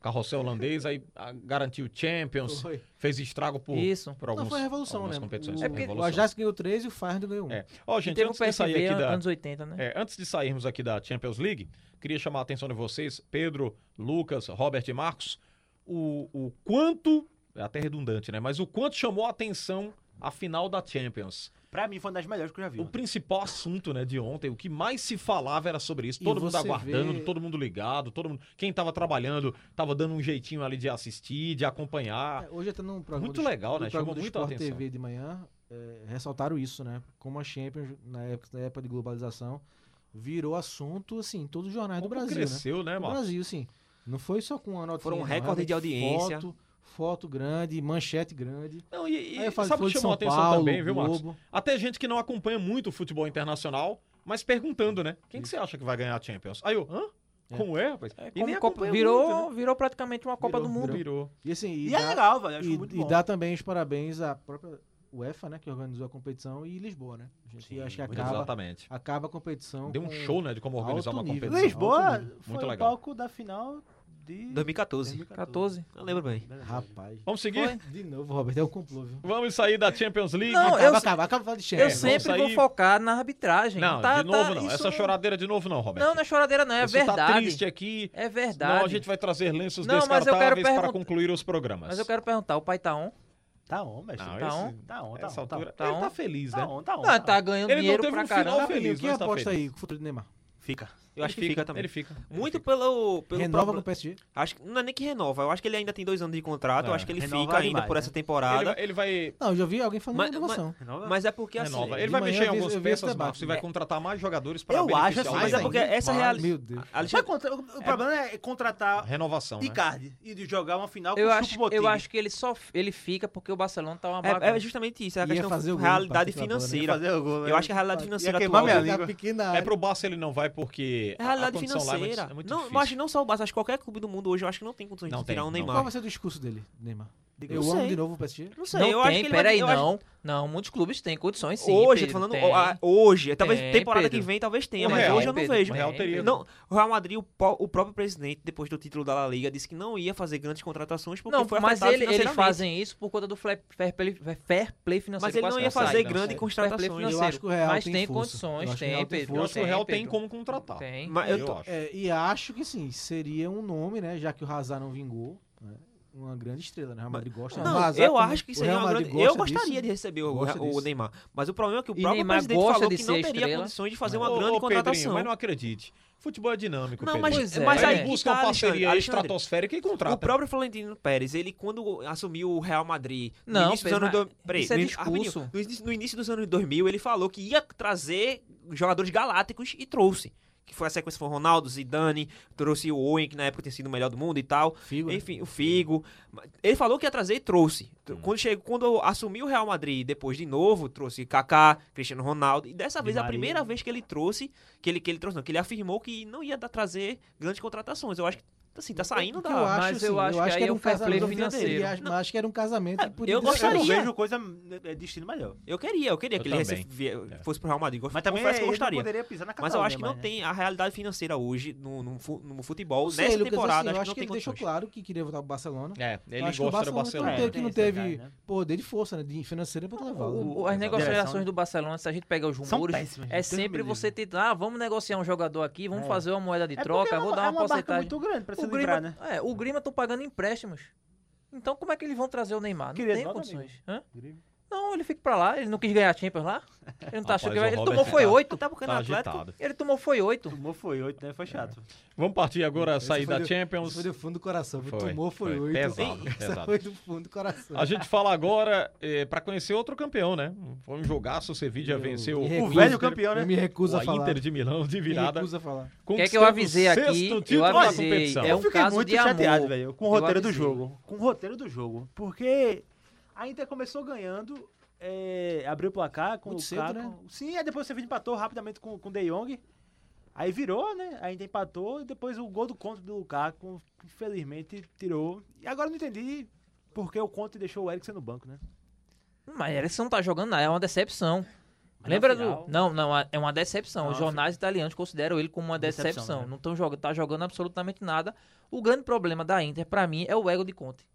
Speaker 4: carrossel holandês, aí ah, garantiu Champions,
Speaker 7: Foi.
Speaker 4: fez estrago por,
Speaker 9: Isso.
Speaker 4: por alguns,
Speaker 7: Não, foi a revolução,
Speaker 4: algumas
Speaker 7: né?
Speaker 4: competições.
Speaker 7: O,
Speaker 9: É porque-
Speaker 7: o Ajax ganhou 3 e o Feyenoord ganhou 1.
Speaker 4: É. Ó,
Speaker 9: E
Speaker 4: gente,
Speaker 9: teve um o
Speaker 4: antes de sair
Speaker 9: PSV
Speaker 4: aqui da...
Speaker 9: anos 80, né?
Speaker 4: É, antes de sairmos aqui da Champions League, queria chamar a atenção de vocês, Pedro, Lucas, Robert e Marcos, o, o quanto, é até redundante, né? Mas o quanto chamou a atenção a final da Champions.
Speaker 8: Pra mim foi uma das melhores que eu já vi. é
Speaker 4: O principal assunto, né, de ontem, o que mais se falava era sobre isso.
Speaker 7: E
Speaker 4: Todo mundo
Speaker 7: você
Speaker 4: aguardando,
Speaker 7: vê-
Speaker 4: todo mundo ligado, todo mundo. Quem tava trabalhando, tava dando um jeitinho ali de assistir, de acompanhar.
Speaker 7: É, Hoje até num programa
Speaker 4: Ah, Muito legal, né?
Speaker 7: do
Speaker 4: Chamou
Speaker 7: programa do
Speaker 4: muita
Speaker 7: Sport
Speaker 4: atenção.
Speaker 7: TV de manhã, é, ressaltaram isso, né? Como a Champions, na época, na época de globalização, virou assunto, assim, em todos os jornais
Speaker 4: Como
Speaker 7: do Brasil, né?
Speaker 4: cresceu, né, um
Speaker 7: Do
Speaker 4: Marcos?
Speaker 7: Brasil, sim. Não foi só com a notinha.
Speaker 6: Foram
Speaker 7: não,
Speaker 6: recorde de
Speaker 7: realmente
Speaker 6: audiência.
Speaker 7: Foto, foto grande, manchete grande.
Speaker 4: Não, e, e
Speaker 7: Aí eu falo,
Speaker 4: sabe o
Speaker 7: foi
Speaker 4: que
Speaker 7: de
Speaker 4: chamou a
Speaker 7: São
Speaker 4: atenção
Speaker 7: Paulo,
Speaker 4: também, viu, Marcos?
Speaker 7: Globo.
Speaker 4: Até gente que não acompanha muito o futebol internacional, mas perguntando, né? Quem que você acha que vai ganhar a Champions? Aí eu, hã? Como é, rapaz?
Speaker 9: É,
Speaker 4: E
Speaker 9: como
Speaker 4: nem
Speaker 9: Copa-
Speaker 4: acompanha
Speaker 9: virou,
Speaker 4: muito, né?
Speaker 9: virou praticamente uma Copa
Speaker 7: Virou,
Speaker 9: do Mundo.
Speaker 4: Virou.
Speaker 7: E assim, e,
Speaker 8: E
Speaker 7: dá,
Speaker 8: é legal, velho. Acho
Speaker 7: e,
Speaker 8: muito
Speaker 7: e
Speaker 8: bom.
Speaker 7: dá também os parabéns à própria UEFA, né? Que organizou a competição e Lisboa, né? A gente acho que acaba,
Speaker 4: Exatamente.
Speaker 7: acaba a competição.
Speaker 4: Deu um
Speaker 7: com-
Speaker 4: show, né, de como organizar
Speaker 7: alto
Speaker 4: uma
Speaker 7: nível.
Speaker 4: competição.
Speaker 8: Lisboa
Speaker 7: Alto nível.
Speaker 8: foi
Speaker 4: Muito
Speaker 8: o
Speaker 4: legal.
Speaker 8: palco da final de
Speaker 6: 2014.
Speaker 4: É.
Speaker 9: 14.
Speaker 6: Não lembro bem.
Speaker 7: Rapaz.
Speaker 4: Vamos seguir?
Speaker 7: De novo, Roberto, é um complô, viu?
Speaker 4: Vamos sair da Champions League?
Speaker 9: Não,
Speaker 7: acaba,
Speaker 9: eu-
Speaker 7: acaba, acaba falando de
Speaker 9: Eu
Speaker 7: Champions.
Speaker 4: vamos
Speaker 9: sempre vou
Speaker 4: sair-
Speaker 9: focar na arbitragem.
Speaker 4: É, Não,
Speaker 9: Tá-
Speaker 4: de novo
Speaker 9: tá-
Speaker 4: não.
Speaker 9: isso
Speaker 4: Essa choradeira de novo não, Roberto.
Speaker 9: Não, não é choradeira não, é
Speaker 4: Você tá
Speaker 9: verdade.
Speaker 4: triste aqui.
Speaker 9: É
Speaker 4: Não, a
Speaker 9: verdade.
Speaker 4: gente vai trazer lenços
Speaker 9: Não, mas eu quero
Speaker 4: descartáveis para
Speaker 9: perguntar-
Speaker 4: concluir os programas.
Speaker 9: Mas eu quero perguntar, o pai tá on?
Speaker 8: Tá on, mestre.
Speaker 4: Não,
Speaker 9: Tá
Speaker 4: esse-
Speaker 9: on?
Speaker 8: Tá on, tá
Speaker 4: essa
Speaker 8: on. Tá on,
Speaker 4: altura.
Speaker 9: tá
Speaker 4: ele tá
Speaker 9: on.
Speaker 4: feliz, né?
Speaker 8: tá on, tá on.
Speaker 9: Não,
Speaker 8: tá
Speaker 9: tá
Speaker 8: on.
Speaker 9: ganhando
Speaker 4: Ele não
Speaker 9: dinheiro
Speaker 4: teve
Speaker 9: pra
Speaker 4: um final
Speaker 9: caramba.
Speaker 4: feliz,
Speaker 7: Quem
Speaker 4: mas tá
Speaker 7: aposta
Speaker 4: feliz.
Speaker 7: aí com o futuro do Neymar?
Speaker 8: Fica.
Speaker 6: Eu acho que fica também.
Speaker 4: Ele fica.
Speaker 6: Muito pelo. pelo
Speaker 7: Renova com
Speaker 6: problema-
Speaker 7: o PSG?
Speaker 6: Acho que não é nem que renova. Eu acho que ele ainda tem dois anos de contrato. eu
Speaker 4: É,
Speaker 6: acho que ele
Speaker 8: renova
Speaker 6: fica ainda
Speaker 8: demais,
Speaker 6: por
Speaker 8: né?
Speaker 6: essa temporada.
Speaker 4: Ele, ele vai
Speaker 7: Não, eu já vi alguém falando
Speaker 6: Mas-
Speaker 7: de renovação.
Speaker 8: Renova?
Speaker 6: Mas é porque assim.
Speaker 4: renova. Ele
Speaker 7: de
Speaker 4: vai
Speaker 7: manhã
Speaker 4: mexer em
Speaker 7: eu vi-
Speaker 4: algumas
Speaker 7: eu vi esse
Speaker 4: peças,
Speaker 7: debate.
Speaker 4: Marcos, e vai
Speaker 7: É.
Speaker 4: contratar mais jogadores para
Speaker 8: Eu acho
Speaker 4: beneficiar
Speaker 8: assim,
Speaker 4: mais
Speaker 6: mas é
Speaker 4: ainda.
Speaker 6: porque essa realidade.
Speaker 7: Meu Deus.
Speaker 8: Vai
Speaker 6: Alexandre,
Speaker 8: contra- O o problema é contratar
Speaker 4: Renovação, né?
Speaker 8: Icardi e de jogar uma final com
Speaker 9: Eu
Speaker 8: o
Speaker 9: acho,
Speaker 8: Chupo
Speaker 9: eu acho que ele só ele fica porque o Barcelona tá uma bagunça.
Speaker 6: é, é justamente isso. É a
Speaker 7: Ia
Speaker 6: questão
Speaker 7: fazer o gol,
Speaker 6: realidade
Speaker 7: particular, né? Ia
Speaker 6: financeira. Eu acho que a realidade financeira
Speaker 8: queimar
Speaker 6: atual.
Speaker 8: minha
Speaker 6: dele-
Speaker 8: língua.
Speaker 7: pequena
Speaker 4: É
Speaker 7: área.
Speaker 4: pro Barça ele não vai porque
Speaker 6: É
Speaker 4: a- a
Speaker 6: a realidade
Speaker 4: condição lá é muito-
Speaker 6: financeira.
Speaker 4: é muito
Speaker 6: não,
Speaker 4: difícil.
Speaker 6: mas não só o Barça, acho que qualquer clube do mundo hoje eu acho que não tem condições
Speaker 4: Não
Speaker 6: de
Speaker 4: tem,
Speaker 6: tirar um
Speaker 4: não.
Speaker 7: Qual
Speaker 6: Neymar.
Speaker 7: vai ser o discurso dele, Neymar?
Speaker 6: Diga,
Speaker 7: Eu
Speaker 6: não
Speaker 7: amo
Speaker 6: sei.
Speaker 7: de novo o PSG?
Speaker 6: Não sei,
Speaker 9: Não
Speaker 6: eu acho
Speaker 9: tem,
Speaker 6: que ele vai-
Speaker 9: peraí,
Speaker 6: eu acho-
Speaker 9: não. Não, muitos clubes têm condições sim.
Speaker 6: Hoje, eu tô
Speaker 9: Pedro,
Speaker 6: falando
Speaker 9: tem.
Speaker 6: ah, hoje, talvez
Speaker 9: Tem,
Speaker 6: temporada que
Speaker 9: Pedro. é,
Speaker 6: vem talvez tenha,
Speaker 4: O
Speaker 6: mas
Speaker 4: Real,
Speaker 6: hoje eu não
Speaker 9: Pedro,
Speaker 6: vejo.
Speaker 4: O Real
Speaker 9: tem,
Speaker 4: teria-
Speaker 9: Pedro.
Speaker 6: Não, o Real Madrid, o, pau- o próprio presidente, depois do título da La Liga, disse que não ia fazer grandes contratações porque
Speaker 9: Não,
Speaker 6: foi
Speaker 9: mas
Speaker 6: afetado
Speaker 9: ele- eles
Speaker 6: financeiramente.
Speaker 9: fazem isso por conta do fla- fair play, fair play financeiro.
Speaker 6: Mas ele não
Speaker 9: quase
Speaker 6: ia
Speaker 9: que sai,
Speaker 6: fazer
Speaker 9: não
Speaker 6: grande
Speaker 9: sai.
Speaker 6: contratações.
Speaker 9: Fair play
Speaker 7: Eu acho que o Real
Speaker 9: mas
Speaker 7: tem
Speaker 9: tem,
Speaker 7: força. Eu
Speaker 9: condições,
Speaker 7: acho que o
Speaker 9: tem,
Speaker 7: Real tem
Speaker 9: Pedro.
Speaker 4: Eu acho que o Real tem
Speaker 9: Pedro.
Speaker 4: como contratar.
Speaker 9: Tem.
Speaker 6: Mas eu
Speaker 4: Eu
Speaker 6: tô-
Speaker 4: acho.
Speaker 7: É, e acho que sim, seria um nome, né? Já que o Hazard não vingou. né, uma grande estrela, né? O Real Madrid gosta
Speaker 6: Não,
Speaker 7: mas
Speaker 6: eu
Speaker 7: como
Speaker 6: acho que
Speaker 7: o
Speaker 6: isso aí é
Speaker 7: Real
Speaker 6: uma
Speaker 7: Madrid
Speaker 6: grande. Eu
Speaker 7: gosta
Speaker 6: gostaria
Speaker 7: disso,
Speaker 6: de receber o,
Speaker 7: gosta
Speaker 6: o
Speaker 7: disso.
Speaker 6: Neymar. Mas o problema é que o
Speaker 9: E
Speaker 6: próprio
Speaker 9: Neymar
Speaker 6: presidente
Speaker 9: gosta
Speaker 6: falou
Speaker 9: de
Speaker 6: que não
Speaker 9: ser
Speaker 6: teria
Speaker 9: estrela.
Speaker 6: condições de fazer uma
Speaker 4: Ô,
Speaker 6: grande
Speaker 4: ô, Pedrinho,
Speaker 6: contratação.
Speaker 4: mas não acredite. Futebol é dinâmico,
Speaker 6: Não,
Speaker 4: Pedrinho.
Speaker 9: Pois é.
Speaker 4: mas
Speaker 9: mas
Speaker 4: aí
Speaker 9: aí que
Speaker 4: buscam
Speaker 6: tá, Alexandre,
Speaker 4: parceria
Speaker 6: Alexandre.
Speaker 4: estratosférica e contratam.
Speaker 6: O próprio Florentino Pérez, ele quando assumiu o Real Madrid no
Speaker 9: Não,
Speaker 6: início dos
Speaker 9: Pedro,
Speaker 6: anos do...
Speaker 9: mas
Speaker 6: Peraí,
Speaker 9: isso é
Speaker 6: no início- rapidinho.
Speaker 9: discurso.
Speaker 6: No início- no início dos anos 2000, ele falou que ia trazer jogadores galácticos e trouxe. Que foi a sequência foi Ronaldo, Zidane, trouxe o Owen, que na época tinha sido o melhor do mundo e tal.
Speaker 7: Figo, né?
Speaker 6: Enfim, o Figo. Ele falou que ia trazer e trouxe.
Speaker 9: Hum.
Speaker 6: Quando, chegou, quando assumiu o Real Madrid depois de novo, trouxe Kaká, Cristiano Ronaldo. E dessa vez, a
Speaker 8: Maria.
Speaker 6: primeira vez que ele trouxe, que ele, que ele trouxe, não, que ele afirmou que não ia dar- trazer grandes contratações. Eu acho que assim, tá saindo
Speaker 7: O que
Speaker 6: da.
Speaker 7: eu acho,
Speaker 9: Mas
Speaker 7: assim,
Speaker 9: eu acho que aí
Speaker 7: era
Speaker 9: é
Speaker 7: um
Speaker 9: um fair play
Speaker 7: casamento
Speaker 9: financeiro.
Speaker 7: Acho, mas acho que era um casamento.
Speaker 6: eu
Speaker 7: por isso-
Speaker 8: Eu não
Speaker 6: gostaria.
Speaker 8: vejo coisa é, destino melhor.
Speaker 6: Eu queria, eu queria
Speaker 4: Eu
Speaker 6: que ele
Speaker 4: também.
Speaker 6: recebe- vie- fosse pro Real Madrid. Eu
Speaker 8: Mas também é,
Speaker 6: confesso que eu
Speaker 8: ele não
Speaker 6: gostaria.
Speaker 8: poderia pisar na
Speaker 6: Mas eu
Speaker 8: Catalunha,
Speaker 6: acho que não
Speaker 8: né?
Speaker 6: tem a realidade financeira hoje no, no, fu- no futebol.
Speaker 7: Não sei,
Speaker 6: Nessa
Speaker 7: Lucas, assim,
Speaker 6: temporada, acho
Speaker 7: eu
Speaker 6: que não
Speaker 7: ele
Speaker 6: tem
Speaker 7: deixou
Speaker 6: condições.
Speaker 7: claro que queria voltar pro Barcelona.
Speaker 4: É, ele
Speaker 7: Eu acho
Speaker 4: gosta
Speaker 7: que o
Speaker 4: do
Speaker 7: Barcelona
Speaker 4: Barcelona. Ah,
Speaker 7: não teve, que não
Speaker 8: É, tem esse
Speaker 7: teve
Speaker 8: detalhe, né?
Speaker 7: poder de força, né? De financeira pra levá-lo.
Speaker 9: O- as negociações
Speaker 8: Direção.
Speaker 9: do Barcelona, se a gente pegar os
Speaker 8: São
Speaker 9: rumores,
Speaker 8: péssimas,
Speaker 9: é
Speaker 8: Deus me
Speaker 9: sempre
Speaker 8: livre.
Speaker 9: você tentar, ah, vamos negociar um jogador aqui, vamos
Speaker 8: É.
Speaker 9: fazer uma moeda de
Speaker 8: É porque
Speaker 9: troca,
Speaker 8: é
Speaker 9: vou dar uma,
Speaker 8: é barca
Speaker 9: porcentagem.
Speaker 8: muito grande pra se
Speaker 9: o
Speaker 8: livrar,
Speaker 9: Grima,
Speaker 8: né?
Speaker 9: é, o Grima estão pagando empréstimos. Então como é que eles vão trazer o Neymar? Não
Speaker 8: Queria
Speaker 9: tem
Speaker 8: nota,
Speaker 9: condições. Hã?
Speaker 8: Grima.
Speaker 9: Não, ele fica pra lá, ele não quis ganhar a Champions lá. Ele não tá
Speaker 4: Rapaz,
Speaker 9: achando que vai.
Speaker 4: o
Speaker 9: Ele
Speaker 4: Robert
Speaker 9: tomou foi
Speaker 4: tá-
Speaker 9: oito.
Speaker 6: Tá porque
Speaker 4: Tá
Speaker 6: no Atlético.
Speaker 4: agitado.
Speaker 9: Ele tomou foi oito.
Speaker 8: Tomou foi oito, né? Foi chato.
Speaker 4: Vamos partir agora,
Speaker 7: Esse
Speaker 4: sair
Speaker 7: foi
Speaker 4: da
Speaker 7: do-
Speaker 4: Champions.
Speaker 7: esse Foi do fundo do coração.
Speaker 4: Foi,
Speaker 7: Tomou, foi
Speaker 4: foi.
Speaker 7: oito.
Speaker 4: Pesado,
Speaker 7: Essa
Speaker 4: pesado.
Speaker 7: Foi do fundo do coração.
Speaker 4: A gente fala agora eh, pra conhecer outro campeão, né? Foi um jogaço, o Sevilla venceu
Speaker 7: me
Speaker 4: o
Speaker 7: recuso,
Speaker 4: velho
Speaker 8: é
Speaker 9: né?
Speaker 8: campeão, né?
Speaker 7: Eu me recuso
Speaker 4: o
Speaker 7: a falar.
Speaker 4: Inter de Milão de
Speaker 7: Me
Speaker 4: virada.
Speaker 7: recuso a falar.
Speaker 9: O que é que
Speaker 4: conquistando
Speaker 9: eu avisei
Speaker 4: o
Speaker 9: aqui?
Speaker 4: sexto
Speaker 9: Eu
Speaker 4: título da
Speaker 9: avisei.
Speaker 4: competição.
Speaker 9: É um
Speaker 8: eu fiquei
Speaker 9: caso
Speaker 8: muito
Speaker 9: de
Speaker 8: chateado,
Speaker 9: amor.
Speaker 8: velho, com o
Speaker 9: Eu
Speaker 8: roteiro do
Speaker 9: avisei.
Speaker 8: jogo. Com o roteiro do jogo. Porque a Inter começou ganhando, é, abriu o placar com
Speaker 7: Muito
Speaker 8: o
Speaker 7: cedo,
Speaker 8: Caco.
Speaker 7: né?
Speaker 8: Sim, aí depois você empatou rapidamente com, com o De Jong. Aí virou, né? A Inter empatou e depois o gol do Conte do Lukaku, infelizmente, tirou. E agora eu não entendi porque o Conte deixou o Eriksen no banco, né?
Speaker 9: Mas Eriksen não tá jogando nada, é uma decepção.
Speaker 8: Mas
Speaker 9: Lembra
Speaker 8: na final-
Speaker 9: do. Não, não, é uma decepção.
Speaker 8: Não,
Speaker 9: Os
Speaker 8: na
Speaker 9: jornais italianos consideram ele como uma
Speaker 8: Decepção,
Speaker 9: decepção.
Speaker 8: né?
Speaker 9: Não estão jogando, tá jogando absolutamente nada. O grande problema da Inter, pra mim, é o ego de Conte.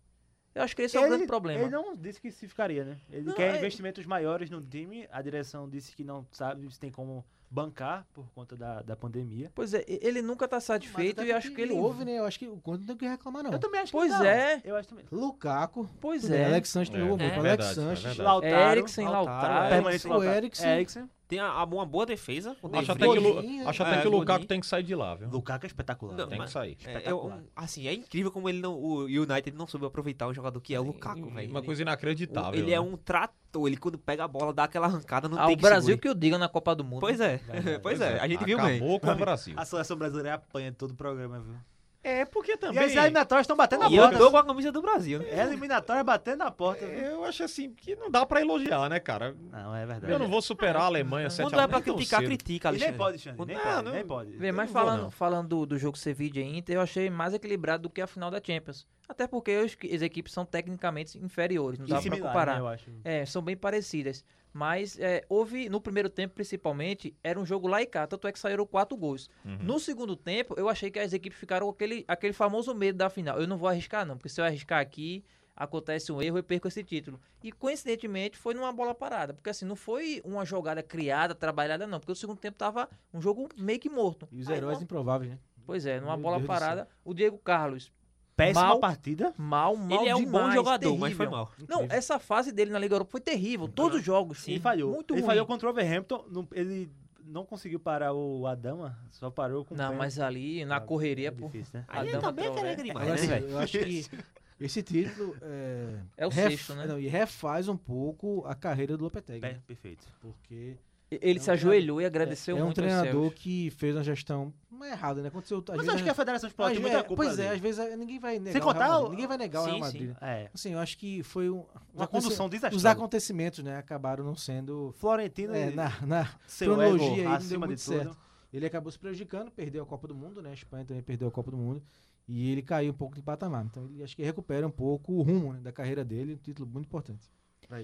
Speaker 9: Eu acho que esse é o grande problema.
Speaker 8: Ele não disse que se ficaria, né? Ele
Speaker 9: Não,
Speaker 8: quer
Speaker 9: é-
Speaker 8: investimentos maiores no time. A direção disse que não sabe se tem como bancar por conta da, da pandemia.
Speaker 9: Pois é, e- ele nunca tá satisfeito e acho que ele.
Speaker 7: Houve, né? Eu acho que o Conte não tem o que reclamar, não.
Speaker 8: Eu também acho
Speaker 9: Pois
Speaker 8: que não.
Speaker 9: é.
Speaker 8: Eu acho também.
Speaker 7: Lukaco.
Speaker 9: Pois
Speaker 7: tudo bem,
Speaker 9: é.
Speaker 7: Alex Sanches
Speaker 4: É,
Speaker 7: de novo.
Speaker 4: é
Speaker 7: Alex
Speaker 4: verdade, é
Speaker 7: Sanches.
Speaker 4: verdade.
Speaker 8: Lautaro. é
Speaker 9: Eriksen,
Speaker 6: Lautaro,
Speaker 9: Lautaro.
Speaker 8: Permanente
Speaker 7: O
Speaker 8: Lautaro.
Speaker 9: É
Speaker 7: Eriksen.
Speaker 8: Eriksen.
Speaker 6: Tem a- a- uma boa defesa. o
Speaker 4: Acho
Speaker 6: De
Speaker 4: até que, o Lu-
Speaker 7: Godinho.
Speaker 4: acho até
Speaker 6: É,
Speaker 4: que o Lukaku
Speaker 6: Godinho.
Speaker 4: tem que sair de lá, viu?
Speaker 8: Lukaku é espetacular.
Speaker 6: Não,
Speaker 4: Tem que
Speaker 6: mas-
Speaker 4: sair.
Speaker 6: É, eu-
Speaker 8: Espetacular.
Speaker 6: assim, é incrível como ele não, o United não soube aproveitar um jogador que é o Lukaku, velho.
Speaker 4: uhum. Uma
Speaker 6: Ele-
Speaker 4: coisa
Speaker 6: o-
Speaker 4: inacreditável.
Speaker 6: Ele é
Speaker 4: né?
Speaker 6: um trator, ele quando pega a bola, dá aquela arrancada, não
Speaker 9: Ah,
Speaker 6: tem
Speaker 9: o
Speaker 6: que
Speaker 9: Brasil
Speaker 6: segure.
Speaker 9: que eu diga na Copa do Mundo.
Speaker 6: Pois é,
Speaker 8: Verdade.
Speaker 6: pois é, a gente viu
Speaker 4: Acabou
Speaker 6: bem.
Speaker 4: com o Brasil.
Speaker 8: A seleção brasileira apanha todo o programa, viu?
Speaker 4: É, porque
Speaker 8: E as eliminatórias estão batendo na
Speaker 6: E andou
Speaker 8: porta.
Speaker 6: com a camisa do Brasil. né?
Speaker 8: É eliminatória batendo na porta. viu?
Speaker 4: Eu acho assim que não dá pra elogiar, né, cara?
Speaker 8: Não, é verdade.
Speaker 4: Eu não vou superar a Alemanha sete
Speaker 6: Quando
Speaker 4: a
Speaker 6: é
Speaker 4: um,
Speaker 6: pra
Speaker 4: nem tão
Speaker 6: criticar,
Speaker 4: cedo.
Speaker 6: critica,
Speaker 8: E
Speaker 6: Alexandre.
Speaker 8: nem pode, Xande. Nem
Speaker 4: Ah,
Speaker 8: pode,
Speaker 4: não-
Speaker 8: nem pode.
Speaker 9: Vê, mas
Speaker 4: não vou,
Speaker 9: falando,
Speaker 4: não.
Speaker 9: falando do, do jogo Sevilla e Inter, eu achei mais equilibrado do que a final da Champions. Até porque as, as equipes são tecnicamente inferiores, não
Speaker 8: E
Speaker 9: dá pra
Speaker 8: similar, né,
Speaker 9: comparar.
Speaker 8: eu acho.
Speaker 9: É, são bem parecidas. Mas é, houve, no primeiro tempo principalmente, era um jogo lá e cá, tanto é que saíram quatro gols.
Speaker 4: Uhum.
Speaker 9: No segundo tempo, eu achei que as equipes ficaram com aquele, aquele famoso medo da final. Eu não vou arriscar, não, porque se eu arriscar aqui, acontece um erro e perco esse título. E coincidentemente foi numa bola parada, porque assim, não foi uma jogada criada, trabalhada, não, porque o segundo tempo tava um jogo meio que morto.
Speaker 7: E os
Speaker 9: Aí,
Speaker 7: heróis
Speaker 9: não-
Speaker 7: improváveis, né?
Speaker 9: Pois é, numa
Speaker 7: Meu
Speaker 9: bola
Speaker 7: Deus do
Speaker 9: parada, o Diego Carlos,
Speaker 8: Péssima
Speaker 9: Mal-
Speaker 8: partida.
Speaker 9: mal, mal
Speaker 6: Ele é um bom
Speaker 9: demais,
Speaker 6: jogador,
Speaker 9: terrível.
Speaker 6: mas foi mal.
Speaker 9: Não, é essa fase dele na Liga Europa foi terrível, todos os jogos.
Speaker 8: Sim, ele falhou.
Speaker 9: Muito
Speaker 8: ele
Speaker 9: ruim.
Speaker 8: falhou contra o Overhampton. não- ele não conseguiu parar o Adama, só parou com o
Speaker 9: Não,
Speaker 8: pênalti.
Speaker 9: mas ali na
Speaker 8: Ah,
Speaker 9: correria,
Speaker 8: é
Speaker 9: pô.
Speaker 8: difícil, né?
Speaker 6: Aí ele
Speaker 9: Adama
Speaker 6: também
Speaker 9: Traoré.
Speaker 6: é demais,
Speaker 7: Agora,
Speaker 6: né,
Speaker 7: assim,
Speaker 6: velho?
Speaker 7: eu acho que esse título é,
Speaker 9: É o
Speaker 7: ref-
Speaker 9: sexto, né? É.
Speaker 7: não, e refaz um pouco a carreira do Lopetegui,
Speaker 8: Per-
Speaker 7: né?
Speaker 8: É, Perfeito.
Speaker 7: porque
Speaker 9: Ele
Speaker 7: É um
Speaker 9: se ajoelhou e agradeceu
Speaker 7: é um
Speaker 9: muito aos
Speaker 7: treinador
Speaker 9: céus.
Speaker 7: que fez uma gestão não é errada, né? Aconteceu às
Speaker 8: Mas
Speaker 7: vezes,
Speaker 8: acho que a Federação
Speaker 7: às
Speaker 8: Esporte tem muita
Speaker 7: vezes-
Speaker 8: culpa.
Speaker 7: pois é, às
Speaker 8: ali.
Speaker 7: vezes eh, ninguém vai negar. o
Speaker 8: contar
Speaker 7: Real Madrid,
Speaker 8: o-
Speaker 7: ninguém vai negar o Real
Speaker 6: Sim,
Speaker 7: Madrid.
Speaker 6: sim.
Speaker 7: né?
Speaker 8: É.
Speaker 7: Assim, eu acho que foi um,
Speaker 8: Uma condução
Speaker 7: os
Speaker 8: desastrada.
Speaker 7: acontecimentos, né, acabaram não sendo
Speaker 8: Florentino
Speaker 7: é,
Speaker 8: e
Speaker 7: na, na
Speaker 8: seu
Speaker 7: cronologia aí
Speaker 8: ego
Speaker 7: não deu
Speaker 8: acima de
Speaker 7: muito
Speaker 8: tudo.
Speaker 7: certo. Ele acabou se prejudicando, perdeu a Copa do Mundo, né? A Espanha também perdeu a Copa do Mundo. E ele caiu um pouco de patamar. Então, ele acho que recupera um pouco o rumo né, da carreira dele, um título muito importante.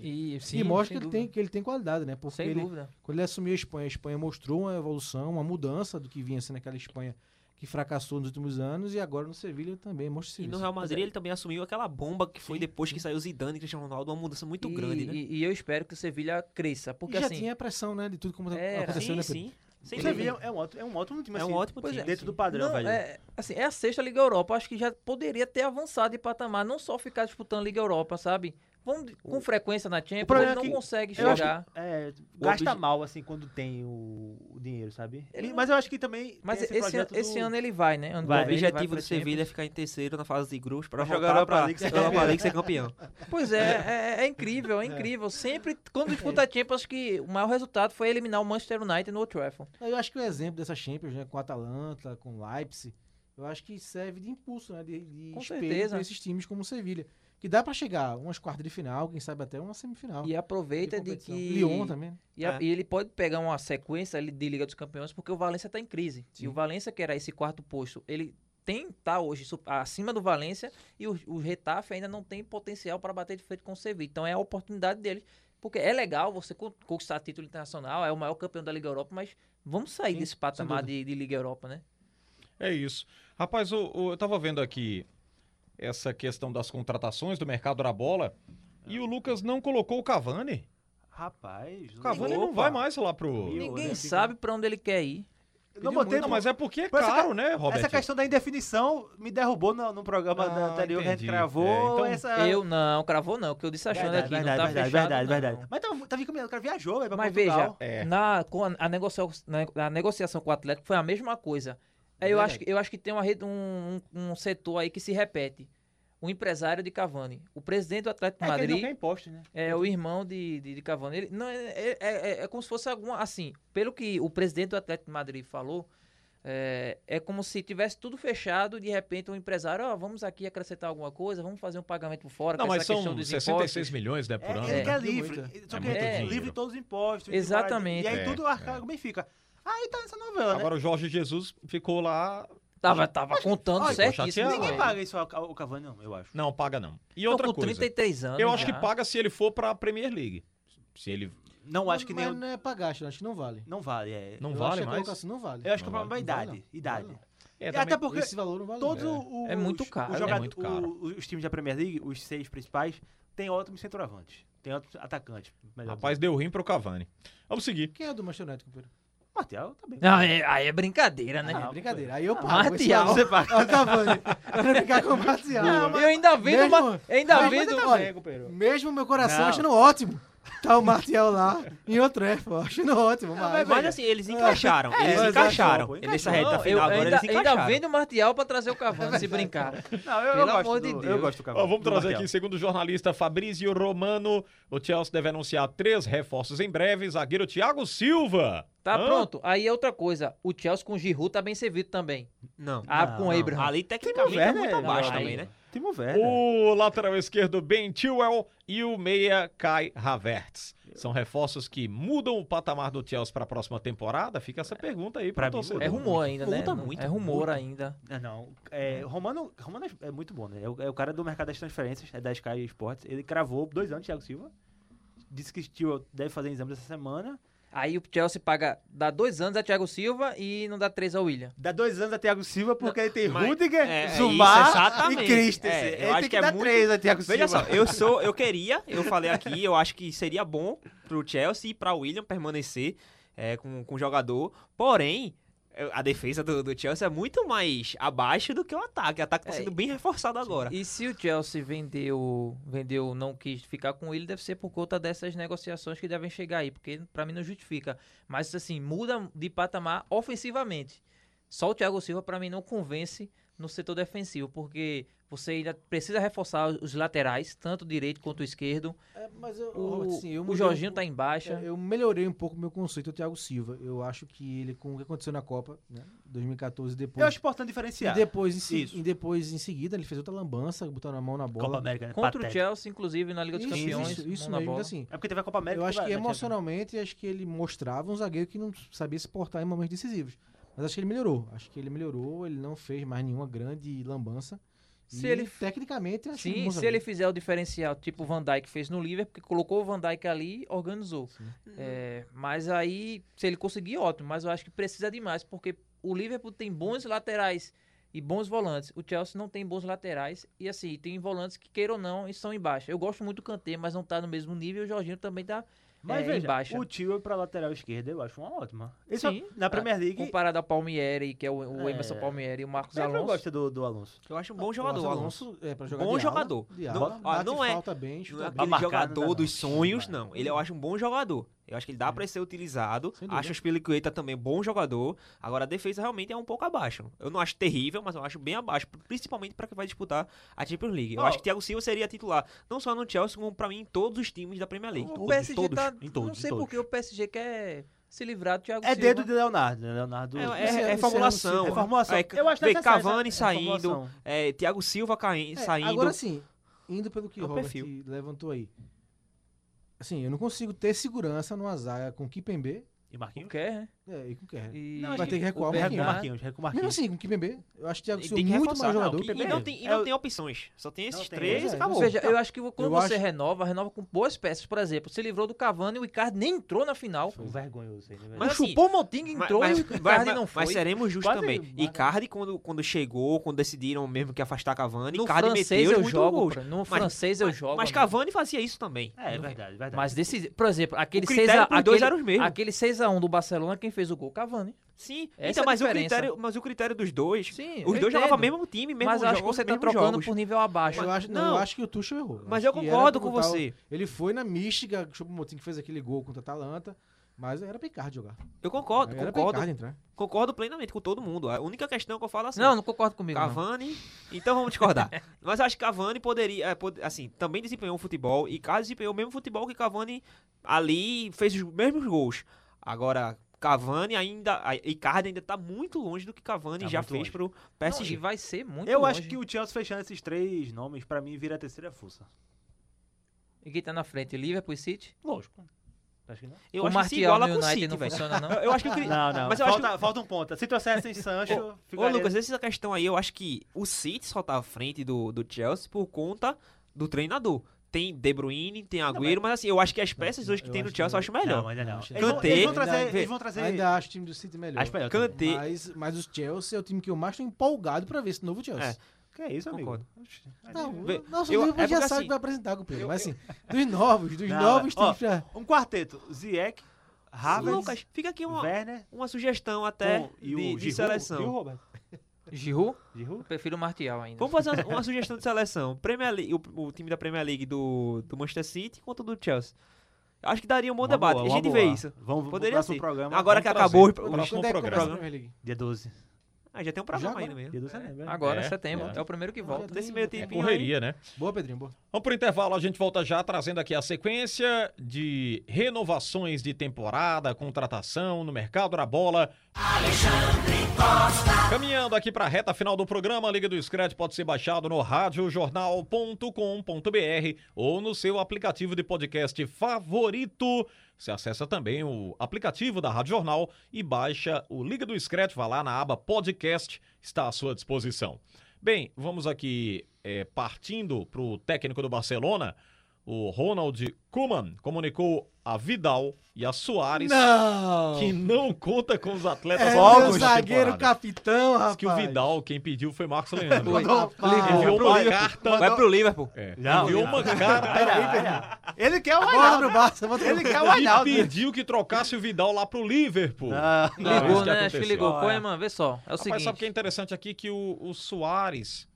Speaker 9: E, sim,
Speaker 7: e
Speaker 9: sem
Speaker 7: mostra que ele,
Speaker 9: dúvida.
Speaker 7: tem, que ele tem qualidade, né? Porque
Speaker 9: Sem
Speaker 7: ele,
Speaker 9: dúvida.
Speaker 7: quando ele assumiu a Espanha, a Espanha mostrou uma evolução, uma mudança do que vinha sendo aquela Espanha que fracassou nos últimos anos. E agora no Sevilha também mostra
Speaker 6: E no
Speaker 7: isso. é,
Speaker 6: Real Madrid ele também assumiu aquela bomba que foi depois que saiu Zidane e Cristiano Ronaldo, uma mudança muito
Speaker 9: e,
Speaker 6: grande, né?
Speaker 9: e, e eu espero que o Sevilha cresça. Porque
Speaker 7: e já
Speaker 9: assim.
Speaker 7: tinha a pressão, né? De tudo como
Speaker 9: Era.
Speaker 7: aconteceu,
Speaker 6: Sim,
Speaker 7: né, Pedro?
Speaker 6: sim. Sem
Speaker 8: Você
Speaker 6: dúvida.
Speaker 8: vê, é um ótimo, é um ótimo time.
Speaker 6: É um
Speaker 8: assim,
Speaker 6: ótimo time,
Speaker 8: Dentro
Speaker 6: sim.
Speaker 8: do padrão,
Speaker 9: Não,
Speaker 8: velho.
Speaker 9: é, assim, é a sexta Liga Europa. Acho que já poderia ter avançado de patamar, não só ficar disputando Liga Europa, sabe? Vamos de- com frequência na Champions,
Speaker 8: problema
Speaker 9: ele
Speaker 8: é
Speaker 9: não
Speaker 8: que
Speaker 9: consegue
Speaker 8: eu acho que-
Speaker 9: chegar.
Speaker 8: É, gasta
Speaker 6: obje-
Speaker 8: mal, assim, quando tem o, o dinheiro, sabe?
Speaker 9: Ele
Speaker 8: E-
Speaker 9: não-
Speaker 8: Mas eu acho que também.
Speaker 9: Mas
Speaker 8: tem esse,
Speaker 9: esse, ano,
Speaker 8: projeto
Speaker 9: esse
Speaker 8: do-
Speaker 9: ano ele vai, né? Ano que
Speaker 8: Vai.
Speaker 9: vem
Speaker 6: O
Speaker 9: ele
Speaker 6: objetivo
Speaker 9: pra
Speaker 6: do Sevilha é
Speaker 9: Champions.
Speaker 6: ficar em terceiro na fase de grupos para
Speaker 8: Pra jogar
Speaker 6: voltar
Speaker 8: Europa
Speaker 6: para
Speaker 8: League, né? ser
Speaker 6: Europa
Speaker 8: campeão.
Speaker 6: League ser campeão.
Speaker 9: Pois é, é, é incrível, é incrível. Sempre, quando disputa a Champions, acho que o maior resultado foi eliminar o Manchester United no Old Trafford.
Speaker 7: Eu acho que o exemplo dessa Champions, né, com o Atalanta, com o Leipzig, eu acho que serve de impulso, né, de, de
Speaker 9: Com
Speaker 7: espelho
Speaker 9: certeza.
Speaker 7: para esses times como o Sevilha, que dá pra chegar umas quartas de final, quem sabe até uma semifinal.
Speaker 9: E aproveita de,
Speaker 7: competição.
Speaker 9: que.
Speaker 7: Lyon também. né?
Speaker 9: E, a-
Speaker 6: É.
Speaker 9: e ele pode pegar uma sequência ali de Liga dos Campeões, porque o Valência está em crise. E o Valência, que era esse quarto posto, ele tem tá hoje su- acima do Valência e o, o Retafe ainda não tem potencial para bater de frente com o Sevilla. Então é a oportunidade dele. Porque é legal você con- conquistar título internacional, é o maior campeão da Liga Europa, mas vamos sair
Speaker 7: Sim,
Speaker 9: desse
Speaker 7: sem
Speaker 9: patamar de, de Liga Europa, né?
Speaker 4: É isso. Rapaz, o- o- eu tava vendo aqui essa questão das contratações do mercado da bola e o Lucas não colocou o Cavani.
Speaker 8: Rapaz.
Speaker 4: O Cavani não
Speaker 8: opa.
Speaker 4: vai mais lá pro.
Speaker 8: Eu,
Speaker 9: Ninguém
Speaker 8: né, fica-
Speaker 9: sabe para onde ele quer ir.
Speaker 8: Não botei,
Speaker 4: Não, mas é porque é
Speaker 8: Mas essa
Speaker 4: caro,
Speaker 8: ca-
Speaker 4: né, Roberto?
Speaker 8: Essa questão da indefinição me derrubou no, no programa
Speaker 4: Ah,
Speaker 8: da- anterior que a gente
Speaker 4: entendi.
Speaker 8: gravou.
Speaker 4: É, então
Speaker 8: essa...
Speaker 9: Eu não, cravou não, o que eu disse achando
Speaker 8: Verdade,
Speaker 9: aqui.
Speaker 8: verdade,
Speaker 9: não tá
Speaker 8: verdade,
Speaker 9: fechado,
Speaker 8: verdade,
Speaker 9: não.
Speaker 8: verdade. Mas tá, tava, tava encaminhando, o cara viajou, velho, pra
Speaker 9: Mas
Speaker 8: Portugal.
Speaker 9: veja,
Speaker 4: É.
Speaker 9: na, com a, a negocia- na- a negociação com o Atlético foi a mesma coisa.
Speaker 4: É
Speaker 9: Aí eu, acho, que- eu acho que tem uma rede, um, um- um setor aí que se repete. O empresário de Cavani. O presidente do Atlético de
Speaker 8: É que ele não
Speaker 9: Madrid
Speaker 8: quer imposto, né?
Speaker 9: é o irmão de, de, de Cavani. Ele, não, é, é- é- é como se fosse alguma. Assim, pelo que o presidente do Atlético de Madrid falou, é, é como se tivesse tudo fechado e de repente um empresário, ó, vamos aqui acrescentar alguma coisa, vamos fazer um pagamento por fora.
Speaker 4: Não,
Speaker 9: com
Speaker 4: mas
Speaker 9: essa questão
Speaker 4: são
Speaker 9: dos
Speaker 4: 66
Speaker 9: impostos.
Speaker 4: milhões, né, por
Speaker 8: É,
Speaker 4: ano.
Speaker 8: ele
Speaker 9: né?
Speaker 8: quer
Speaker 4: né?
Speaker 8: livre. Só
Speaker 4: É
Speaker 8: que
Speaker 4: muito
Speaker 8: é
Speaker 4: dinheiro.
Speaker 8: livre de todos os impostos. de
Speaker 9: Exatamente.
Speaker 8: parar de- E aí
Speaker 4: É,
Speaker 8: tudo arca bem fica. Aí tá essa novela, né?
Speaker 4: Agora o Jorge Jesus ficou lá.
Speaker 9: Tava, tava contando
Speaker 8: olha,
Speaker 9: certíssimo.
Speaker 4: chateado.
Speaker 9: com
Speaker 8: Ninguém
Speaker 9: ele.
Speaker 8: paga isso ao, ao Cavani, não, eu acho.
Speaker 4: Não, paga não. E
Speaker 9: Tô
Speaker 4: outra
Speaker 9: com Ah.
Speaker 4: coisa.
Speaker 9: 33 anos.
Speaker 4: Eu acho que
Speaker 9: já.
Speaker 4: paga se ele for pra Premier League. Se ele.
Speaker 8: Não acho que
Speaker 7: Mas
Speaker 8: nem.
Speaker 7: não é pra gasto, eu acho que não vale.
Speaker 8: Não vale, é.
Speaker 4: Não
Speaker 7: eu acho
Speaker 4: vale
Speaker 7: que a
Speaker 4: mais.
Speaker 7: colocação não vale.
Speaker 8: Eu acho que o
Speaker 4: Não
Speaker 8: problema é a
Speaker 7: vale,
Speaker 8: idade.
Speaker 7: não.
Speaker 8: Idade.
Speaker 4: É,
Speaker 8: E até
Speaker 4: também-
Speaker 8: porque
Speaker 7: Esse valor não vale.
Speaker 8: todos
Speaker 7: não.
Speaker 8: os.
Speaker 9: É muito caro,
Speaker 8: Os,
Speaker 9: é
Speaker 8: jogadores-
Speaker 4: muito caro.
Speaker 8: o- os times da Premier League, os seis principais, têm ótimos centroavantes. Tem ótimos atacantes. Melhor
Speaker 4: Rapaz, deu ruim pro Cavani. Vamos seguir.
Speaker 7: Quem é do Manchester United, companheiro?
Speaker 8: dizendo. Martial tá bem.
Speaker 9: Não, é- aí é brincadeira, né?
Speaker 8: Ah,
Speaker 7: Brincadeira. Aí eu pago.
Speaker 9: Martial.
Speaker 7: esse valor.
Speaker 8: Você paga.
Speaker 7: É o Cavani. Pra não ficar com o Martial.
Speaker 9: eu ainda vendo
Speaker 7: Mesmo-
Speaker 9: uma. eu Ainda
Speaker 7: Mas-
Speaker 9: vendo.
Speaker 7: mas-
Speaker 9: Olha,
Speaker 7: Mesmo meu coração
Speaker 8: Não.
Speaker 7: achando ótimo. Tá o Martial lá em outro achando ótimo. Mas,
Speaker 6: Mas assim, eles encaixaram. Eles
Speaker 8: mas
Speaker 6: encaixaram.
Speaker 8: encaixou, É. pô,
Speaker 6: Nessa
Speaker 8: encaixou.
Speaker 6: reta
Speaker 9: não, eu
Speaker 6: final agora
Speaker 9: ainda,
Speaker 6: eles
Speaker 9: ainda
Speaker 6: encaixaram.
Speaker 9: vendo o Martial pra trazer o Cavani se brincar.
Speaker 8: Não, eu, eu
Speaker 9: Pelo
Speaker 8: gosto
Speaker 9: amor
Speaker 8: do,
Speaker 9: de
Speaker 8: Eu
Speaker 9: Deus.
Speaker 8: gosto do Cavani.
Speaker 4: Ó, vamos
Speaker 8: Tá do
Speaker 4: trazer
Speaker 8: Martial.
Speaker 4: aqui, segundo o jornalista Fabrício Romano, o Chelsea deve anunciar três reforços em breve. Zagueiro Thiago Silva.
Speaker 9: Tá
Speaker 4: Hã?
Speaker 9: pronto. Aí é outra coisa. O Chelsea com o Giroud tá bem servido também.
Speaker 6: Não.
Speaker 9: Ah,
Speaker 8: Não,
Speaker 9: com o
Speaker 8: não.
Speaker 9: Abraham.
Speaker 6: Ali tecnicamente é
Speaker 8: Werner
Speaker 6: muito
Speaker 8: é
Speaker 6: abaixo
Speaker 9: melhor
Speaker 6: também,
Speaker 9: ainda.
Speaker 6: né?
Speaker 8: Timo Werner.
Speaker 4: O lateral esquerdo Ben Chilwell e o meia Kai Havertz. São reforços que mudam o patamar do Chelsea para a próxima temporada? Fica essa pergunta aí para
Speaker 8: Pra mim,
Speaker 4: torcedor.
Speaker 9: É rumor ainda, né?
Speaker 6: Muda
Speaker 9: Não-
Speaker 6: muito,
Speaker 9: é rumor
Speaker 6: muda.
Speaker 9: ainda.
Speaker 8: Ah, não. É, Romano, Romano é muito bom, né? É o, é o cara do mercado das transferências, é da Sky Sports. Ele cravou dois anos, Thiago Silva. Disse que Stewart deve fazer exames essa semana.
Speaker 9: Aí o Chelsea paga, dá dois anos a Thiago Silva e não dá três a William.
Speaker 8: Dá dois anos a Thiago Silva porque ele tem
Speaker 6: mas-
Speaker 8: Rudiger,
Speaker 6: é, é isso,
Speaker 8: Zumar e
Speaker 6: exatamente.
Speaker 8: Christensen.
Speaker 6: É, eu
Speaker 8: ele
Speaker 6: acho
Speaker 8: tem que,
Speaker 6: que é
Speaker 8: dar
Speaker 6: muito-
Speaker 8: três a Thiago Silva.
Speaker 6: Veja só, eu sou, eu queria, eu falei aqui, eu acho que seria bom pro Chelsea e pra William permanecer é, com, com o jogador. Porém, eu- a defesa do, do Chelsea é muito mais abaixo do que o ataque. O ataque tá
Speaker 9: É,
Speaker 6: sendo bem reforçado agora.
Speaker 9: E se o Chelsea vendeu, vendeu, não quis ficar com ele, deve ser por conta dessas negociações que devem chegar aí, porque pra mim não justifica. Mas assim, muda de patamar ofensivamente. Só o Thiago Silva pra mim não convence no setor defensivo, porque você ainda precisa reforçar os laterais, tanto o direito quanto o esquerdo.
Speaker 7: É, mas eu,
Speaker 9: O,
Speaker 7: Robert, assim, eu
Speaker 9: o
Speaker 7: mudei
Speaker 9: Jorginho
Speaker 7: um-
Speaker 9: tá em baixa.
Speaker 7: Eu melhorei um pouco o meu conceito do Thiago Silva. Eu acho que ele, com o que aconteceu na Copa, né? 2014
Speaker 8: Eu acho
Speaker 7: depois.
Speaker 8: importante
Speaker 7: E
Speaker 8: diferenciar.
Speaker 7: depois, em se-
Speaker 8: Isso.
Speaker 7: e depois, em seguida, ele fez outra lambança, botando a mão na bola.
Speaker 8: Copa América, né?
Speaker 9: Contra o
Speaker 8: Patético.
Speaker 9: Chelsea, inclusive, na Liga dos
Speaker 7: é isso,
Speaker 9: Campeões.
Speaker 7: isso, isso
Speaker 9: mão na
Speaker 7: mesmo. Então,
Speaker 9: bola.
Speaker 7: assim,
Speaker 8: É porque teve a Copa América.
Speaker 7: eu acho que
Speaker 8: vai- vai-
Speaker 7: emocionalmente, acho que ele mostrava um zagueiro que não sabia se portar em momentos decisivos. Mas acho que ele melhorou. Acho que ele melhorou, ele não fez mais nenhuma grande lambança.
Speaker 9: Se
Speaker 7: E,
Speaker 9: ele-
Speaker 7: tecnicamente, acho um
Speaker 9: Sim,
Speaker 7: bom
Speaker 9: se
Speaker 7: zagueiro.
Speaker 9: ele fizer o diferencial tipo o Van Dijk fez no Liverpool, porque colocou o Van Dijk ali e organizou. É, mas aí, se ele conseguir, ótimo. Mas eu acho que precisa demais, porque o Liverpool tem bons laterais e bons volantes. O Chelsea não tem bons laterais e assim, tem volantes que queiram ou não e são embaixo. Eu gosto muito do Kanté, mas não tá no mesmo nível. O Jorginho também tá
Speaker 8: Mas
Speaker 9: é,
Speaker 8: veja,
Speaker 9: embaixo.
Speaker 8: o Tio pra lateral esquerda eu acho uma ótima. Ele só- Ah,
Speaker 9: Sim.
Speaker 8: na Premier League,
Speaker 9: Comparado ao Palmieri, que é o, o
Speaker 8: É.
Speaker 9: Emerson Palmieri e o Marcos
Speaker 8: eu não
Speaker 9: Alonso.
Speaker 8: gosto do, do Alonso.
Speaker 6: Eu acho um bom jogador,
Speaker 7: Nossa,
Speaker 6: Alonso.
Speaker 7: é pra jogar
Speaker 6: Bom
Speaker 7: de ala,
Speaker 6: jogador.
Speaker 7: de
Speaker 6: Não-
Speaker 7: ala,
Speaker 6: ah,
Speaker 7: bate
Speaker 6: não é-
Speaker 7: falta bem,
Speaker 6: Não é
Speaker 7: chuta bem. né,
Speaker 8: Pra
Speaker 6: aquele
Speaker 8: marcar, não dá
Speaker 6: jogador
Speaker 8: não.
Speaker 6: dos sonhos, não. Ele eu acho um bom jogador. Eu acho que ele dá pra ser utilizado.
Speaker 7: É. Sem dúvida.
Speaker 6: Acho o Spilicueta também bom jogador. Agora a defesa realmente é um pouco abaixo. Eu não acho terrível, mas eu acho bem abaixo, principalmente pra quem vai disputar a Champions League. Eu
Speaker 8: Ó.
Speaker 6: acho que Thiago Silva seria titular, não só no Chelsea, como pra mim em todos os times da Premier League.
Speaker 9: O
Speaker 6: Todos,
Speaker 9: PSG
Speaker 6: todos.
Speaker 9: tá.
Speaker 8: em todos,
Speaker 9: não
Speaker 8: em
Speaker 9: sei
Speaker 8: todos.
Speaker 9: porque o PSG quer se livrar do Thiago
Speaker 8: É
Speaker 9: Silva.
Speaker 8: dedo de Leonardo, né? Leonardo.
Speaker 6: É,
Speaker 7: Isso
Speaker 6: é-
Speaker 7: é-
Speaker 6: é
Speaker 7: isso é
Speaker 6: formulação.
Speaker 7: um-
Speaker 8: É formulação.
Speaker 6: É,
Speaker 8: eu acho
Speaker 6: vê
Speaker 8: necessária
Speaker 6: Cavani
Speaker 8: essa- essa
Speaker 6: saindo.
Speaker 8: formulação.
Speaker 6: É, Thiago Silva caindo,
Speaker 7: É,
Speaker 6: saindo.
Speaker 7: Agora sim, indo pelo que
Speaker 6: É
Speaker 7: o
Speaker 6: o
Speaker 7: Robert
Speaker 6: perfil.
Speaker 7: levantou aí. Assim, eu não consigo ter segurança numa zaga com Kipembe
Speaker 8: E
Speaker 9: Não
Speaker 8: Marquinhos?
Speaker 9: quer, né?
Speaker 7: é, e com Kerr.
Speaker 9: E
Speaker 8: Não,
Speaker 7: vai
Speaker 8: acho
Speaker 7: ter que
Speaker 8: que
Speaker 9: um
Speaker 7: recuar o
Speaker 8: Recuar
Speaker 7: Marquinhos.
Speaker 8: Marquinhos, recuar
Speaker 7: Mesmo
Speaker 8: Marquinhos.
Speaker 7: assim, com Kipembe, eu acho que Thiago
Speaker 6: Tem
Speaker 7: Silva é
Speaker 6: que
Speaker 7: muito
Speaker 6: reforçar,
Speaker 7: mais jogador.
Speaker 6: não,
Speaker 7: que
Speaker 6: e
Speaker 7: Kimpembe.
Speaker 6: não tem, e
Speaker 8: É
Speaker 6: não
Speaker 8: o-
Speaker 6: tem opções. Só tem esses
Speaker 8: Não tem,
Speaker 6: três
Speaker 7: é,
Speaker 6: e acabou.
Speaker 9: Ou seja, eu acho que quando
Speaker 7: eu
Speaker 9: você
Speaker 7: acho-
Speaker 9: renova, renova com boas peças. Por exemplo, você livrou do Cavani, o Icardi nem entrou na final. Então,
Speaker 8: Foi vergonhoso aí, né, velho?
Speaker 9: Mas
Speaker 6: Mas assim,
Speaker 9: chupou o Moting,
Speaker 6: Ma-
Speaker 9: entrou e o
Speaker 6: mas-
Speaker 9: Icardi
Speaker 6: mas-
Speaker 9: não foi.
Speaker 6: Mas seremos justos
Speaker 8: Quase
Speaker 6: também.
Speaker 8: mata-
Speaker 6: Icardi, quando, quando chegou, quando decidiram mesmo que ia afastar Cavani,
Speaker 9: no
Speaker 6: Icardi
Speaker 9: francês
Speaker 6: meteu
Speaker 9: eu
Speaker 6: muito
Speaker 9: jogo,
Speaker 6: gols.
Speaker 9: Fran, no
Speaker 6: Mas-
Speaker 9: francês eu
Speaker 6: mas-
Speaker 9: jogo.
Speaker 6: Mas
Speaker 9: amigo.
Speaker 6: Cavani fazia isso também.
Speaker 8: É, é verdade, verdade.
Speaker 9: Mas decisivo. Por exemplo, aquele
Speaker 6: O critério
Speaker 9: 6x1
Speaker 6: pros dois
Speaker 9: aquele,
Speaker 6: era os mesmos.
Speaker 9: aquele 6x1 do Barcelona, quem fez o gol? Cavani.
Speaker 6: Sim,
Speaker 9: Essa é
Speaker 6: então,
Speaker 9: a
Speaker 6: mas, o
Speaker 9: diferença.
Speaker 6: critério, mas o critério dos dois,
Speaker 9: Sim, é eu
Speaker 6: os dois jogavam
Speaker 9: entendo.
Speaker 6: mesmo time, mesmo
Speaker 9: mas eu
Speaker 6: jogo,
Speaker 9: acho que você tá
Speaker 6: mesmos
Speaker 9: trocando
Speaker 6: jogos.
Speaker 9: por nível abaixo.
Speaker 7: Eu acho, não,
Speaker 6: Não.
Speaker 7: eu acho que o Tuchel errou.
Speaker 6: Mas
Speaker 7: Acho
Speaker 6: eu
Speaker 7: que era
Speaker 6: concordo
Speaker 7: pra
Speaker 6: com
Speaker 7: botar o-
Speaker 6: você.
Speaker 7: Ele foi na mística, o Motim que fez aquele gol contra a Atalanta, mas era pra Icardi jogar.
Speaker 6: Eu concordo,
Speaker 7: era pra
Speaker 6: concordo,
Speaker 7: Icardi entrar.
Speaker 6: concordo plenamente com todo mundo. A única questão que eu falo é assim.
Speaker 9: Não, não concordo comigo. não.
Speaker 6: Cavani, então vamos discordar. Mas acho que Cavani poderia, é, pod- assim, também desempenhou um futebol e Carlos desempenhou o mesmo futebol que Cavani ali fez os mesmos gols. Agora Cavani ainda, a- Icardi ainda tá muito longe do que Cavani
Speaker 8: Tá
Speaker 6: já
Speaker 8: muito
Speaker 6: fez
Speaker 8: longe.
Speaker 6: pro
Speaker 9: Não,
Speaker 6: PSG.
Speaker 9: e vai ser muito
Speaker 8: eu acho
Speaker 9: longe.
Speaker 8: que o Chelsea fechando esses três nomes, pra mim, vira a terceira força.
Speaker 9: E quem tá na frente? Liverpool e City?
Speaker 8: Lógico. Acho que não.
Speaker 6: eu
Speaker 9: o
Speaker 6: acho que se
Speaker 9: Martial
Speaker 6: iguala
Speaker 9: no
Speaker 6: com o
Speaker 9: United
Speaker 6: City,
Speaker 9: não
Speaker 6: velho.
Speaker 9: funciona, não?
Speaker 6: Eu acho que o cri-
Speaker 8: Não, não.
Speaker 6: Mas eu acho
Speaker 8: falta, falta um ponto. Se trouxesse em Sancho,
Speaker 6: Ô,
Speaker 8: ficaria...
Speaker 6: Lucas, essa questão aí, eu acho que o City só tá à frente do, do Chelsea por conta do treinador. Tem De Bruyne, tem Agüero, mas assim, eu acho que as peças hoje que
Speaker 7: eu
Speaker 6: tem no
Speaker 7: acho
Speaker 6: Chelsea eu acho melhor.
Speaker 8: Não, ainda não.
Speaker 7: Acho
Speaker 8: Eles vão-
Speaker 6: Kanté.
Speaker 8: Eles vão trazer...
Speaker 6: Ainda-
Speaker 8: Eles vão trazer...
Speaker 7: Ainda acho o time do City melhor.
Speaker 8: Acho melhor. também.
Speaker 6: Kanté,
Speaker 7: Mas, mas o Chelsea é o time que eu mais estou empolgado pra ver esse novo Chelsea.
Speaker 6: É.
Speaker 8: Que é isso, amigo?
Speaker 6: Concordo.
Speaker 8: Oxi.
Speaker 7: Não,
Speaker 6: Vê,
Speaker 7: nossa,
Speaker 6: eu-
Speaker 7: o
Speaker 6: é
Speaker 7: Liverpool já
Speaker 6: porque
Speaker 7: sabe
Speaker 6: assim,
Speaker 7: que vai apresentar com o Pedro. Mas assim, dos novos, dos
Speaker 8: Não,
Speaker 7: novos
Speaker 8: ó,
Speaker 7: times pra...
Speaker 8: Um quarteto. Ziyech, Havertz,
Speaker 6: Lucas, fica aqui uma,
Speaker 8: Werner...
Speaker 6: uma sugestão até
Speaker 8: Ah, com-
Speaker 6: de, de
Speaker 8: Giroud.
Speaker 6: seleção.
Speaker 8: Giroud, Robert?
Speaker 9: Giroud? Eu
Speaker 8: Giroud?
Speaker 9: prefiro o Martial ainda.
Speaker 6: Vamos fazer uma, uma sugestão de seleção. Premier League, o, o time da Premier League do, do Manchester City contra o do Chelsea. Acho que daria um bom
Speaker 8: Uma
Speaker 6: debate.
Speaker 8: boa,
Speaker 6: a
Speaker 8: uma
Speaker 6: gente vê
Speaker 8: boa.
Speaker 6: isso.
Speaker 8: Vamos,
Speaker 6: Poderia
Speaker 8: vamos pro
Speaker 6: ser.
Speaker 8: programa.
Speaker 6: Agora que
Speaker 4: vamos
Speaker 6: acabou
Speaker 4: trazer.
Speaker 6: o-
Speaker 4: Vamos Próximo
Speaker 6: o-
Speaker 7: Quando é que começa a
Speaker 4: programa.
Speaker 7: Premier League?
Speaker 8: Dia 12.
Speaker 6: Ah, já tem um programa
Speaker 7: Já
Speaker 6: ainda mesmo.
Speaker 8: Dia 12 é lembra?
Speaker 9: Agora,
Speaker 4: É,
Speaker 9: setembro. É.
Speaker 4: é.
Speaker 9: o primeiro que volta.
Speaker 7: já
Speaker 6: Nesse
Speaker 7: tem-
Speaker 6: meio
Speaker 7: já tem.
Speaker 6: tempinho aí.
Speaker 4: Correria, né?
Speaker 7: Boa, Pedrinho, boa.
Speaker 4: Vamos pro intervalo, a gente volta já trazendo aqui a sequência de renovações de temporada, contratação no mercado da bola. Caminhando aqui para a reta final do programa, a Liga do Scratch pode ser baixado no radiojornal.com.br ou no seu aplicativo de podcast favorito. Você acessa também o aplicativo da Rádio Jornal e baixa o Liga do Scratch, vá lá na aba podcast, está à sua disposição. Bem, vamos aqui eh, partindo para o técnico do Barcelona, o Ronald Koeman, comunicou a Vidal e a Soares
Speaker 7: Não!
Speaker 4: que não conta com os atletas
Speaker 7: É
Speaker 4: novos
Speaker 7: meu
Speaker 4: na
Speaker 7: zagueiro
Speaker 4: temporada.
Speaker 7: capitão, rapaz.
Speaker 4: Diz que o Vidal, quem pediu foi Marcos Leandro.
Speaker 7: Foi.
Speaker 4: Ele
Speaker 7: Rapaz.
Speaker 4: enviou uma carta.
Speaker 6: Vai pro Liverpool.
Speaker 4: É,
Speaker 8: Não,
Speaker 4: enviou
Speaker 8: não.
Speaker 4: uma carta
Speaker 8: é. Ele quer o
Speaker 7: Bora
Speaker 8: Arnaldo.
Speaker 7: pro Barça, bota
Speaker 8: Ele
Speaker 7: ele.
Speaker 8: quer É o
Speaker 4: e
Speaker 8: Arnaldo. né?
Speaker 4: pediu que trocasse o Vidal lá pro Liverpool.
Speaker 8: Ah,
Speaker 4: Não, é isso
Speaker 9: Ligou,
Speaker 4: que
Speaker 9: né? Acho que
Speaker 4: aconteceu.
Speaker 9: ligou.
Speaker 8: Ah,
Speaker 9: Põe,
Speaker 8: é.
Speaker 9: mano, vê só. É o
Speaker 4: Rapaz, sabe o que é
Speaker 9: seguinte.
Speaker 4: interessante aqui? Que o, o Soares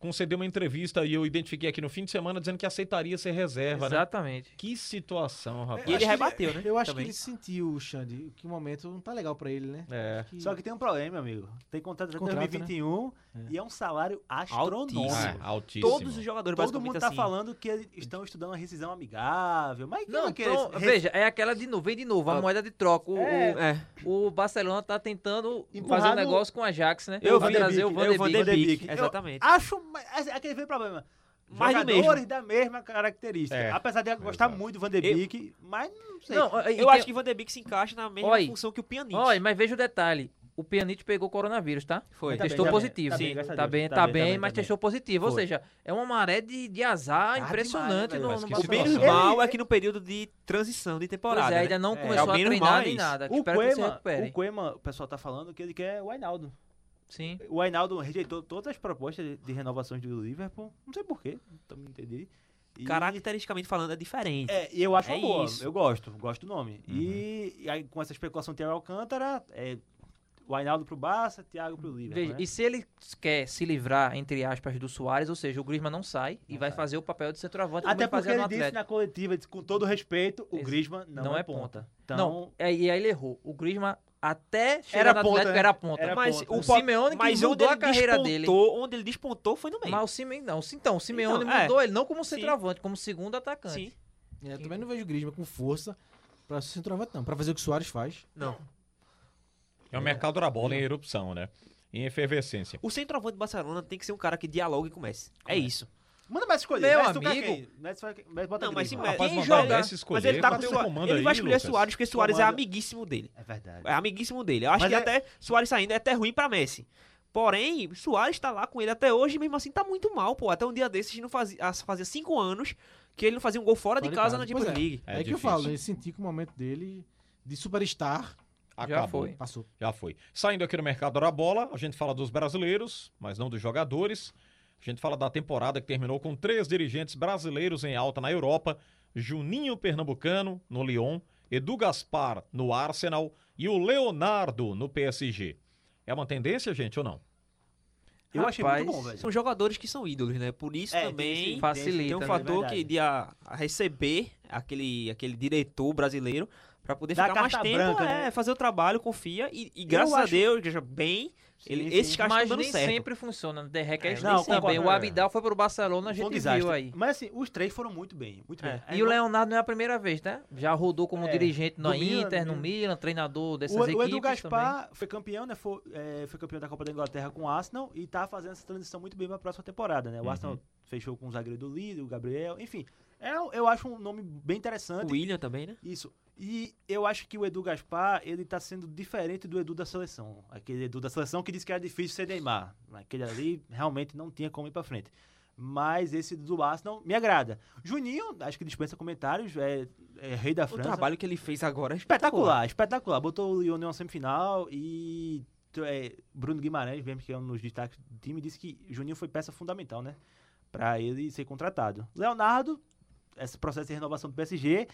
Speaker 4: concedeu uma entrevista e eu identifiquei aqui no fim de semana dizendo que aceitaria ser reserva, né?
Speaker 9: Exatamente.
Speaker 4: Que situação, rapaz.
Speaker 6: E ele
Speaker 9: é
Speaker 7: Acho que ele-
Speaker 6: rebateu, né?
Speaker 7: Eu acho
Speaker 6: Também.
Speaker 7: que ele sentiu, Xande, que o momento não tá legal pra ele, né?
Speaker 4: É.
Speaker 7: Acho
Speaker 8: Só que tem um problema, meu amigo. Tem contrato até
Speaker 7: Contrato,
Speaker 8: 2021 e é um salário astronômico.
Speaker 6: Altíssimo.
Speaker 4: Ah, altíssimo.
Speaker 6: Todos os jogadores
Speaker 8: Todo
Speaker 6: basicamente
Speaker 8: mundo tá
Speaker 6: assim.
Speaker 8: falando que eles estão estudando uma rescisão amigável. Mas é quem
Speaker 9: Não,
Speaker 8: vai querer
Speaker 9: então,
Speaker 8: res-
Speaker 9: veja, é aquela de novo, vem de novo, a
Speaker 6: Ah.
Speaker 9: moeda de troca. O, o-
Speaker 6: É.
Speaker 9: o Barcelona tá tentando
Speaker 8: Empurrar
Speaker 9: fazer um
Speaker 8: no-
Speaker 9: negócio com a Ajax, né?
Speaker 6: Eu
Speaker 9: Pra
Speaker 6: vi,
Speaker 9: trazer o
Speaker 6: eu
Speaker 9: Van
Speaker 6: vi,
Speaker 9: de
Speaker 6: Van de
Speaker 9: Beek.
Speaker 8: Beek.
Speaker 6: Beek,
Speaker 8: Eu-
Speaker 6: Exatele-
Speaker 8: Acho. ma- é Aquele velho problema.
Speaker 6: Mais do
Speaker 8: Jogadores da mesma característica.
Speaker 4: É.
Speaker 8: Apesar de eu gostar
Speaker 4: Exato.
Speaker 8: muito do Van de
Speaker 6: Eu-
Speaker 8: Beek, mas não sei.
Speaker 9: Não, e- e
Speaker 6: Eu
Speaker 9: tem-
Speaker 6: acho que Van de Beek se encaixa na mesma
Speaker 9: Oi.
Speaker 6: função que o Pjanic.
Speaker 9: Olha, mas veja o detalhe. O Pjanic pegou coronavírus, tá?
Speaker 6: Foi.
Speaker 8: Tá bem,
Speaker 9: testou
Speaker 8: tá bem,
Speaker 9: positivo.
Speaker 8: tá bem,
Speaker 9: Sim,
Speaker 8: graças a
Speaker 9: tá
Speaker 8: Deus,
Speaker 9: bem,
Speaker 8: tá
Speaker 9: tá
Speaker 8: bem,
Speaker 9: bem,
Speaker 8: tá bem,
Speaker 9: mas
Speaker 8: tá bem.
Speaker 9: testou positivo. Ou
Speaker 8: Foi.
Speaker 9: seja, é uma maré de, de azar
Speaker 8: Ah,
Speaker 9: impressionante
Speaker 8: demais, né,
Speaker 9: no,
Speaker 4: velho?
Speaker 9: no
Speaker 4: Mas
Speaker 6: O
Speaker 4: que
Speaker 6: menos
Speaker 4: situação.
Speaker 6: mal é
Speaker 8: Ele-
Speaker 6: que no período de transição de temporada.
Speaker 9: Pois é, ainda
Speaker 6: né?
Speaker 9: não
Speaker 8: É,
Speaker 9: começou
Speaker 6: ao
Speaker 9: a
Speaker 6: menos
Speaker 9: treinar
Speaker 6: mal é
Speaker 9: nem
Speaker 6: isso.
Speaker 9: nada.
Speaker 8: O
Speaker 9: Espero que ele se
Speaker 8: Coema,
Speaker 9: recupere.
Speaker 8: o Coema, o pessoal tá falando que ele quer o Ainaldo.
Speaker 9: Sim.
Speaker 8: O Ainaldo rejeitou todas as propostas de- de renovações do Liverpool. Não sei porquê, também não entendi. E-
Speaker 6: Caracteristicamente falando, é diferente.
Speaker 8: É, e eu acho
Speaker 6: É
Speaker 8: uma boa.
Speaker 6: isso.
Speaker 8: Eu gosto, gosto do nome. E,
Speaker 4: Uhum.
Speaker 8: e aí, com essa especulação, Thiago Alcântara, é, o Ainaldo pro Barça, Thiago pro Liverpool.
Speaker 9: Veja,
Speaker 8: né?
Speaker 9: e se ele quer se livrar, entre aspas, do Soares, ou seja, o Griezmann não sai e vai fazer o papel de centroavante como
Speaker 8: Até
Speaker 9: ele
Speaker 8: porque
Speaker 9: fazia
Speaker 8: ele
Speaker 9: no
Speaker 8: disse
Speaker 9: Atlético.
Speaker 8: na coletiva, disse, com todo respeito, o
Speaker 9: Ex-
Speaker 8: Griezmann não, é ponta. Então,
Speaker 9: Não, é, e aí ele errou. O Griezmann até chegar
Speaker 8: Era
Speaker 9: no
Speaker 8: ponta,
Speaker 9: Atlético
Speaker 8: né?
Speaker 9: era ponta.
Speaker 8: Era
Speaker 9: mas
Speaker 8: ponta.
Speaker 9: o
Speaker 8: O
Speaker 6: Pop-
Speaker 9: Simeone que
Speaker 6: mas onde
Speaker 9: mudou
Speaker 6: ele
Speaker 9: a carreira dele.
Speaker 6: despontou- Onde ele despontou foi no meio.
Speaker 9: Mas o Simeone não. Sim, Então, o Simeone
Speaker 6: Então, é.
Speaker 9: mudou ele não como
Speaker 6: Sim.
Speaker 9: centroavante, como segundo atacante.
Speaker 6: Sim.
Speaker 7: É, eu também não vejo o Griezmann com força pra ser centroavante, não. Pra fazer o que o Soares faz.
Speaker 6: Não.
Speaker 4: É o mercado da bola em erupção, né? Em efervescência.
Speaker 6: O centroavante do Barcelona tem que ser um cara que dialogue e comece. É isso.
Speaker 8: manda mais escolher.
Speaker 9: Meu
Speaker 8: Messi, tu quer
Speaker 9: amigo.
Speaker 8: quem? Messi, vai- Messi bota
Speaker 6: Não, mas se Messi-
Speaker 8: Griezmann.
Speaker 4: Rapaz,
Speaker 9: Quem
Speaker 4: mandar
Speaker 9: joga?
Speaker 4: o Messi escolher,
Speaker 6: Mas ele tá com
Speaker 4: bota o
Speaker 6: Soa-
Speaker 4: comando
Speaker 6: Ele
Speaker 4: aí,
Speaker 6: vai escolher
Speaker 4: Lucas.
Speaker 6: Soares porque Soares é
Speaker 8: Comando.
Speaker 6: amiguíssimo dele.
Speaker 8: É verdade.
Speaker 6: É amiguíssimo dele. Eu acho
Speaker 8: Mas
Speaker 6: que
Speaker 8: é-
Speaker 6: até Soares saindo é até ruim pra Messi. Porém, Soares tá lá com ele até hoje, mesmo assim tá muito mal, pô. Até um dia desses não fazia, ah, fazia cinco anos que ele não fazia um gol fora, de casa na
Speaker 7: Pois
Speaker 6: Champions
Speaker 7: é.
Speaker 6: League.
Speaker 7: É,
Speaker 4: É
Speaker 7: que eu
Speaker 4: difícil.
Speaker 7: falo, eu senti que o momento dele de superstar
Speaker 4: Acabou.
Speaker 9: Já foi.
Speaker 7: passou.
Speaker 4: Já foi. Saindo aqui do mercado da bola, a gente fala dos brasileiros, mas não dos jogadores. A gente fala da temporada que terminou com três dirigentes brasileiros em alta na Europa: Juninho Pernambucano, no Lyon, Edu Gaspar, no Arsenal e o Leonardo, no PSG. É uma tendência, gente, ou não?
Speaker 8: Eu achei é. muito
Speaker 9: Rapaz.
Speaker 8: bom, velho.
Speaker 6: São jogadores que são ídolos, né? Por isso
Speaker 8: É, tem esse-
Speaker 6: também
Speaker 8: tem
Speaker 9: facilita,
Speaker 6: tem um
Speaker 9: né?
Speaker 6: fator
Speaker 8: Verdade.
Speaker 6: que de a, a receber aquele, aquele diretor brasileiro pra poder
Speaker 8: Dá
Speaker 6: ficar mais
Speaker 8: carta
Speaker 6: tempo,
Speaker 8: branca,
Speaker 6: é,
Speaker 8: né?
Speaker 6: fazer o trabalho, confia e, e graças a
Speaker 8: acho-
Speaker 6: Deus, veja, bem, ele,
Speaker 8: sim.
Speaker 6: esses caras
Speaker 9: Mas
Speaker 6: estão dando
Speaker 9: nem
Speaker 6: certo.
Speaker 9: sempre funciona. De Reque é,
Speaker 8: tá É,
Speaker 9: isso
Speaker 8: não,
Speaker 9: também.
Speaker 8: concordo,
Speaker 9: O
Speaker 8: é.
Speaker 9: Abidal foi pro Barcelona, a
Speaker 8: Foi um
Speaker 9: gente viu
Speaker 8: desastre.
Speaker 9: aí.
Speaker 8: Mas assim, os três foram muito bem, muito bem.
Speaker 6: É.
Speaker 8: Aí
Speaker 9: E o
Speaker 8: não-
Speaker 9: Leonardo não é a primeira vez, né? Já rodou como
Speaker 8: É,
Speaker 9: dirigente no
Speaker 8: do Milan,
Speaker 9: Inter, no
Speaker 8: né?
Speaker 9: Milan, treinador dessas
Speaker 8: O,
Speaker 9: equipes
Speaker 8: o Edu
Speaker 9: também.
Speaker 8: Gaspar foi campeão, né? Foi, é, foi campeão da Copa da Inglaterra com o Arsenal e tá fazendo essa transição muito bem pra próxima temporada,
Speaker 6: Uhum.
Speaker 8: né? O Arsenal fechou com o zagueiro do Lido, o Gabriel, enfim. É, um- eu acho um nome bem
Speaker 6: O
Speaker 8: interessante.
Speaker 6: William também, né?
Speaker 8: Isso. E eu acho que o Edu Gaspar, ele tá sendo diferente do Edu da seleção. Aquele Edu da seleção que disse que era difícil ser Neymar. Aquele ali realmente não tinha como ir pra frente. Mas esse do Arsenal me agrada. Juninho, acho que dispensa comentários, é, é rei da
Speaker 6: O
Speaker 8: França.
Speaker 6: trabalho que ele fez agora é espetacular.
Speaker 8: Espetacular, espetacular. Botou o Lyon em uma semifinal e tu- é, Bruno Guimarães, mesmo que é um dos destaques do time, disse que Juninho foi peça fundamental, né? Pra ele ser contratado. Leonardo, esse processo de renovação do PSG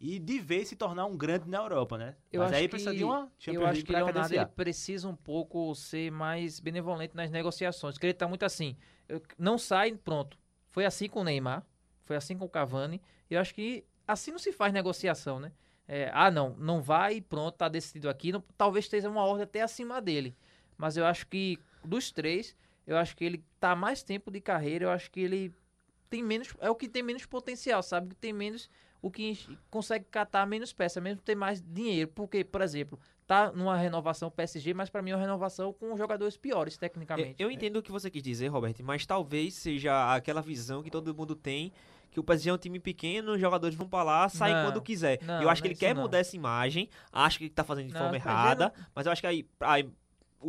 Speaker 8: e de vez se tornar um grande na Europa, né?
Speaker 9: Eu
Speaker 8: Mas
Speaker 9: acho
Speaker 8: aí precisa
Speaker 9: que-
Speaker 8: de uma Champions
Speaker 9: Eu acho
Speaker 8: League
Speaker 9: que
Speaker 8: pra
Speaker 9: Leonardo ele
Speaker 8: cadenciar.
Speaker 9: precisa um pouco ser mais benevolente nas negociações, porque ele tá muito assim, eu- não sai, pronto. Foi assim com o Neymar, foi assim com o Cavani, e eu acho que assim não se faz negociação, né? É, ah, não, não vai, pronto, tá decidido aqui, não- talvez esteja uma ordem até acima dele, mas eu acho que dos três, eu acho que ele tá mais tempo de carreira, eu acho que ele tem menos, é o que tem menos potencial, sabe? Que tem menos o que enx- consegue catar menos peça, mesmo ter mais dinheiro, porque, por exemplo, tá numa renovação PSG, mas pra mim é uma renovação com jogadores piores
Speaker 6: É, Eu,
Speaker 9: tecnicamente.
Speaker 6: eu entendo o que você quis dizer, Roberto, mas talvez seja aquela visão que todo mundo tem que o PSG é um time pequeno, os jogadores vão pra lá, saem
Speaker 9: Não,
Speaker 6: quando quiser.
Speaker 9: não,
Speaker 6: eu acho que
Speaker 9: não é
Speaker 6: ele
Speaker 9: isso
Speaker 6: quer
Speaker 9: não.
Speaker 6: mudar essa imagem, acho que ele tá fazendo de
Speaker 9: Não,
Speaker 6: forma
Speaker 8: é,
Speaker 9: tá dizendo-
Speaker 6: errada, mas eu acho que aí a,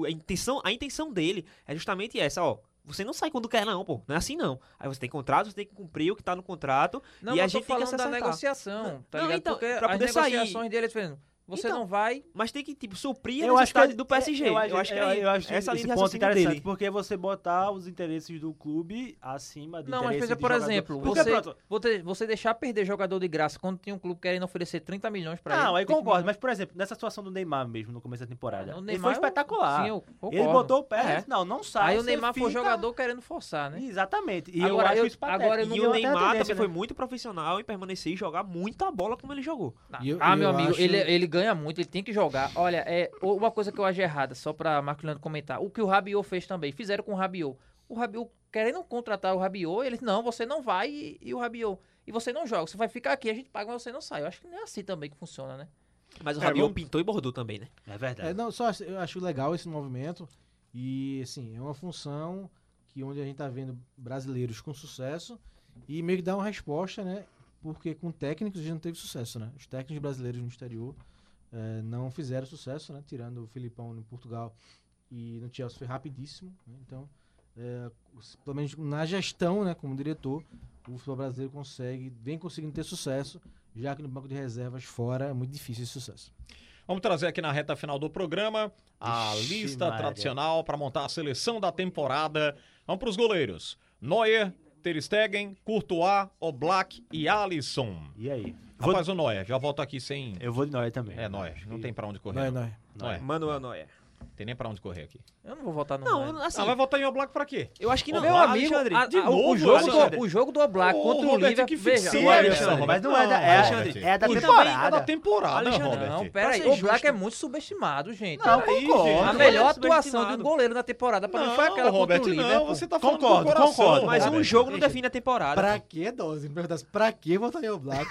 Speaker 6: a intenção, a intenção dele é justamente essa, ó. Você não sai quando quer, não, pô. Não é assim, não. Aí você tem contrato, você tem que cumprir o que tá no contrato.
Speaker 9: Não,
Speaker 6: e
Speaker 9: mas
Speaker 6: a
Speaker 9: eu
Speaker 6: gente
Speaker 9: tô
Speaker 6: tem que
Speaker 9: falando
Speaker 6: se
Speaker 9: da
Speaker 6: acertar.
Speaker 9: negociação, tá
Speaker 6: Não,
Speaker 9: ligado?
Speaker 6: então,
Speaker 9: porque
Speaker 6: pra
Speaker 9: as
Speaker 6: poder sair.
Speaker 9: negociações dele, eles falam, você
Speaker 6: Então,
Speaker 9: não vai,
Speaker 6: Mas tem que, tipo, suprir a
Speaker 8: Eu acho que
Speaker 6: necessidade
Speaker 8: é-
Speaker 6: do PSG. Eu, acho que é,
Speaker 8: eu acho
Speaker 6: essa
Speaker 8: esse
Speaker 6: linha de
Speaker 8: ponto
Speaker 6: raciocínio
Speaker 8: interessante,
Speaker 6: dele.
Speaker 8: porque você botar os interesses do clube acima do
Speaker 9: Não, mas
Speaker 8: interesse
Speaker 9: veja,
Speaker 8: de
Speaker 9: por
Speaker 8: jogador.
Speaker 9: exemplo,
Speaker 8: Porque,
Speaker 9: você,
Speaker 8: pronto,
Speaker 9: você, você deixar perder jogador de graça quando tem um clube querendo oferecer 30 milhões pra ele.
Speaker 8: Não, aí
Speaker 9: tem que-
Speaker 8: concordo, mas por exemplo, nessa situação do Neymar mesmo, no começo da temporada,
Speaker 9: Ah, O
Speaker 8: ele
Speaker 9: Neymar, é um
Speaker 8: foi espetacular.
Speaker 9: Sim, eu concordo.
Speaker 8: Ele botou o pé,
Speaker 9: É.
Speaker 8: disse, não, não sai.
Speaker 9: Aí o
Speaker 8: você
Speaker 9: Neymar foi
Speaker 8: fica-
Speaker 9: jogador querendo forçar, né?
Speaker 8: Exatamente. E
Speaker 9: Agora,
Speaker 8: eu acho
Speaker 9: eu-
Speaker 8: isso patético.
Speaker 9: agora eu não-
Speaker 6: E
Speaker 8: eu
Speaker 6: o
Speaker 8: até
Speaker 6: Neymar
Speaker 8: tendência,
Speaker 6: também
Speaker 8: né?
Speaker 6: foi muito profissional e permanecer e jogar muita bola como ele jogou.
Speaker 7: E eu-
Speaker 9: ah,
Speaker 7: e
Speaker 9: meu
Speaker 7: eu
Speaker 9: amigo,
Speaker 7: acho-
Speaker 9: ele, ele ganha muito, ele tem que jogar. Olha, é o- uma coisa que eu acho errada, só pra Marco Leandro comentar. O que o Rabiot fez também, fizeram com o Rabiot. O Rabiot, querendo contratar o Rabiot, eles, não, você não vai e, e o Rabiot... E você não joga, você vai ficar aqui, a gente paga, mas você não sai. Eu acho que não é assim também que funciona, né?
Speaker 6: Mas o
Speaker 4: É,
Speaker 6: Rabiot
Speaker 4: vamos-
Speaker 6: pintou e bordou também, né?
Speaker 8: É verdade.
Speaker 7: É, não, só acho- eu acho legal esse movimento. E, assim, é uma função que onde a gente tá vendo brasileiros com sucesso e meio que dá uma resposta, né? Porque com técnicos a gente não teve sucesso, né? Os técnicos brasileiros no exterior eh, não fizeram sucesso, né? Tirando o Filipão em Portugal e no Chelsea foi rapidíssimo. né? Então, eh, os- pelo menos na gestão, né? Como diretor, o futebol brasileiro consegue, vem conseguindo ter sucesso, já que no banco de reservas fora é muito difícil esse sucesso.
Speaker 4: Vamos trazer aqui na reta final do programa a
Speaker 8: Ixi,
Speaker 4: lista
Speaker 8: Maria.
Speaker 4: tradicional para montar a seleção da temporada. Vamos para os goleiros. Neuer, Ter Stegen, Courtois, Oblak e Alisson.
Speaker 8: E aí?
Speaker 4: Rapaz, o Noé, já volto aqui sem...
Speaker 8: Eu vou de Noé também.
Speaker 4: É, Noé, não tem pra onde correr.
Speaker 7: Não é, não é.
Speaker 4: Noé,
Speaker 6: Manuel Noia.
Speaker 4: tem nem pra onde correr aqui.
Speaker 9: Eu não vou votar no
Speaker 6: Não,
Speaker 9: Noé.
Speaker 6: assim,
Speaker 4: Ah, vai votar em Oblak pra quê?
Speaker 6: eu acho que não.
Speaker 9: Meu
Speaker 6: Ah,
Speaker 9: amigo,
Speaker 6: Alexandre,
Speaker 9: a-
Speaker 6: de
Speaker 9: a-
Speaker 6: novo,
Speaker 9: o, jogo
Speaker 6: Alexandre.
Speaker 9: do, o jogo do Oblak
Speaker 4: Ô,
Speaker 9: contra o
Speaker 4: Roberto,
Speaker 9: Liverpool.
Speaker 4: que
Speaker 9: Veja,
Speaker 4: fixeira,
Speaker 9: o Alexandre-
Speaker 4: Alexandre.
Speaker 8: Mas não é da,
Speaker 6: Não,
Speaker 8: é,
Speaker 6: Alexandre.
Speaker 8: é da
Speaker 4: E também é
Speaker 8: temporada.
Speaker 4: da temporada,
Speaker 6: Alexandre,
Speaker 4: Robert.
Speaker 9: Não, peraí.
Speaker 6: Pra ser
Speaker 9: O Black
Speaker 6: justo.
Speaker 9: é muito subestimado, gente.
Speaker 8: Não,
Speaker 4: Peraí,
Speaker 8: concordo.
Speaker 9: a
Speaker 4: gente.
Speaker 9: melhor
Speaker 6: é
Speaker 9: atuação de
Speaker 6: subestimado.
Speaker 9: um goleiro na temporada pra mim
Speaker 4: Não,
Speaker 9: foi aquela
Speaker 4: Robert,
Speaker 9: contra o
Speaker 4: não,
Speaker 9: Liverpool.
Speaker 4: você tá falando
Speaker 8: Concordo,
Speaker 4: com o coração,
Speaker 8: concordo,
Speaker 6: Mas um
Speaker 4: Robert.
Speaker 6: jogo não define a temporada.
Speaker 7: Pra que dose? Me perguntasse, pra que votar em Oblak?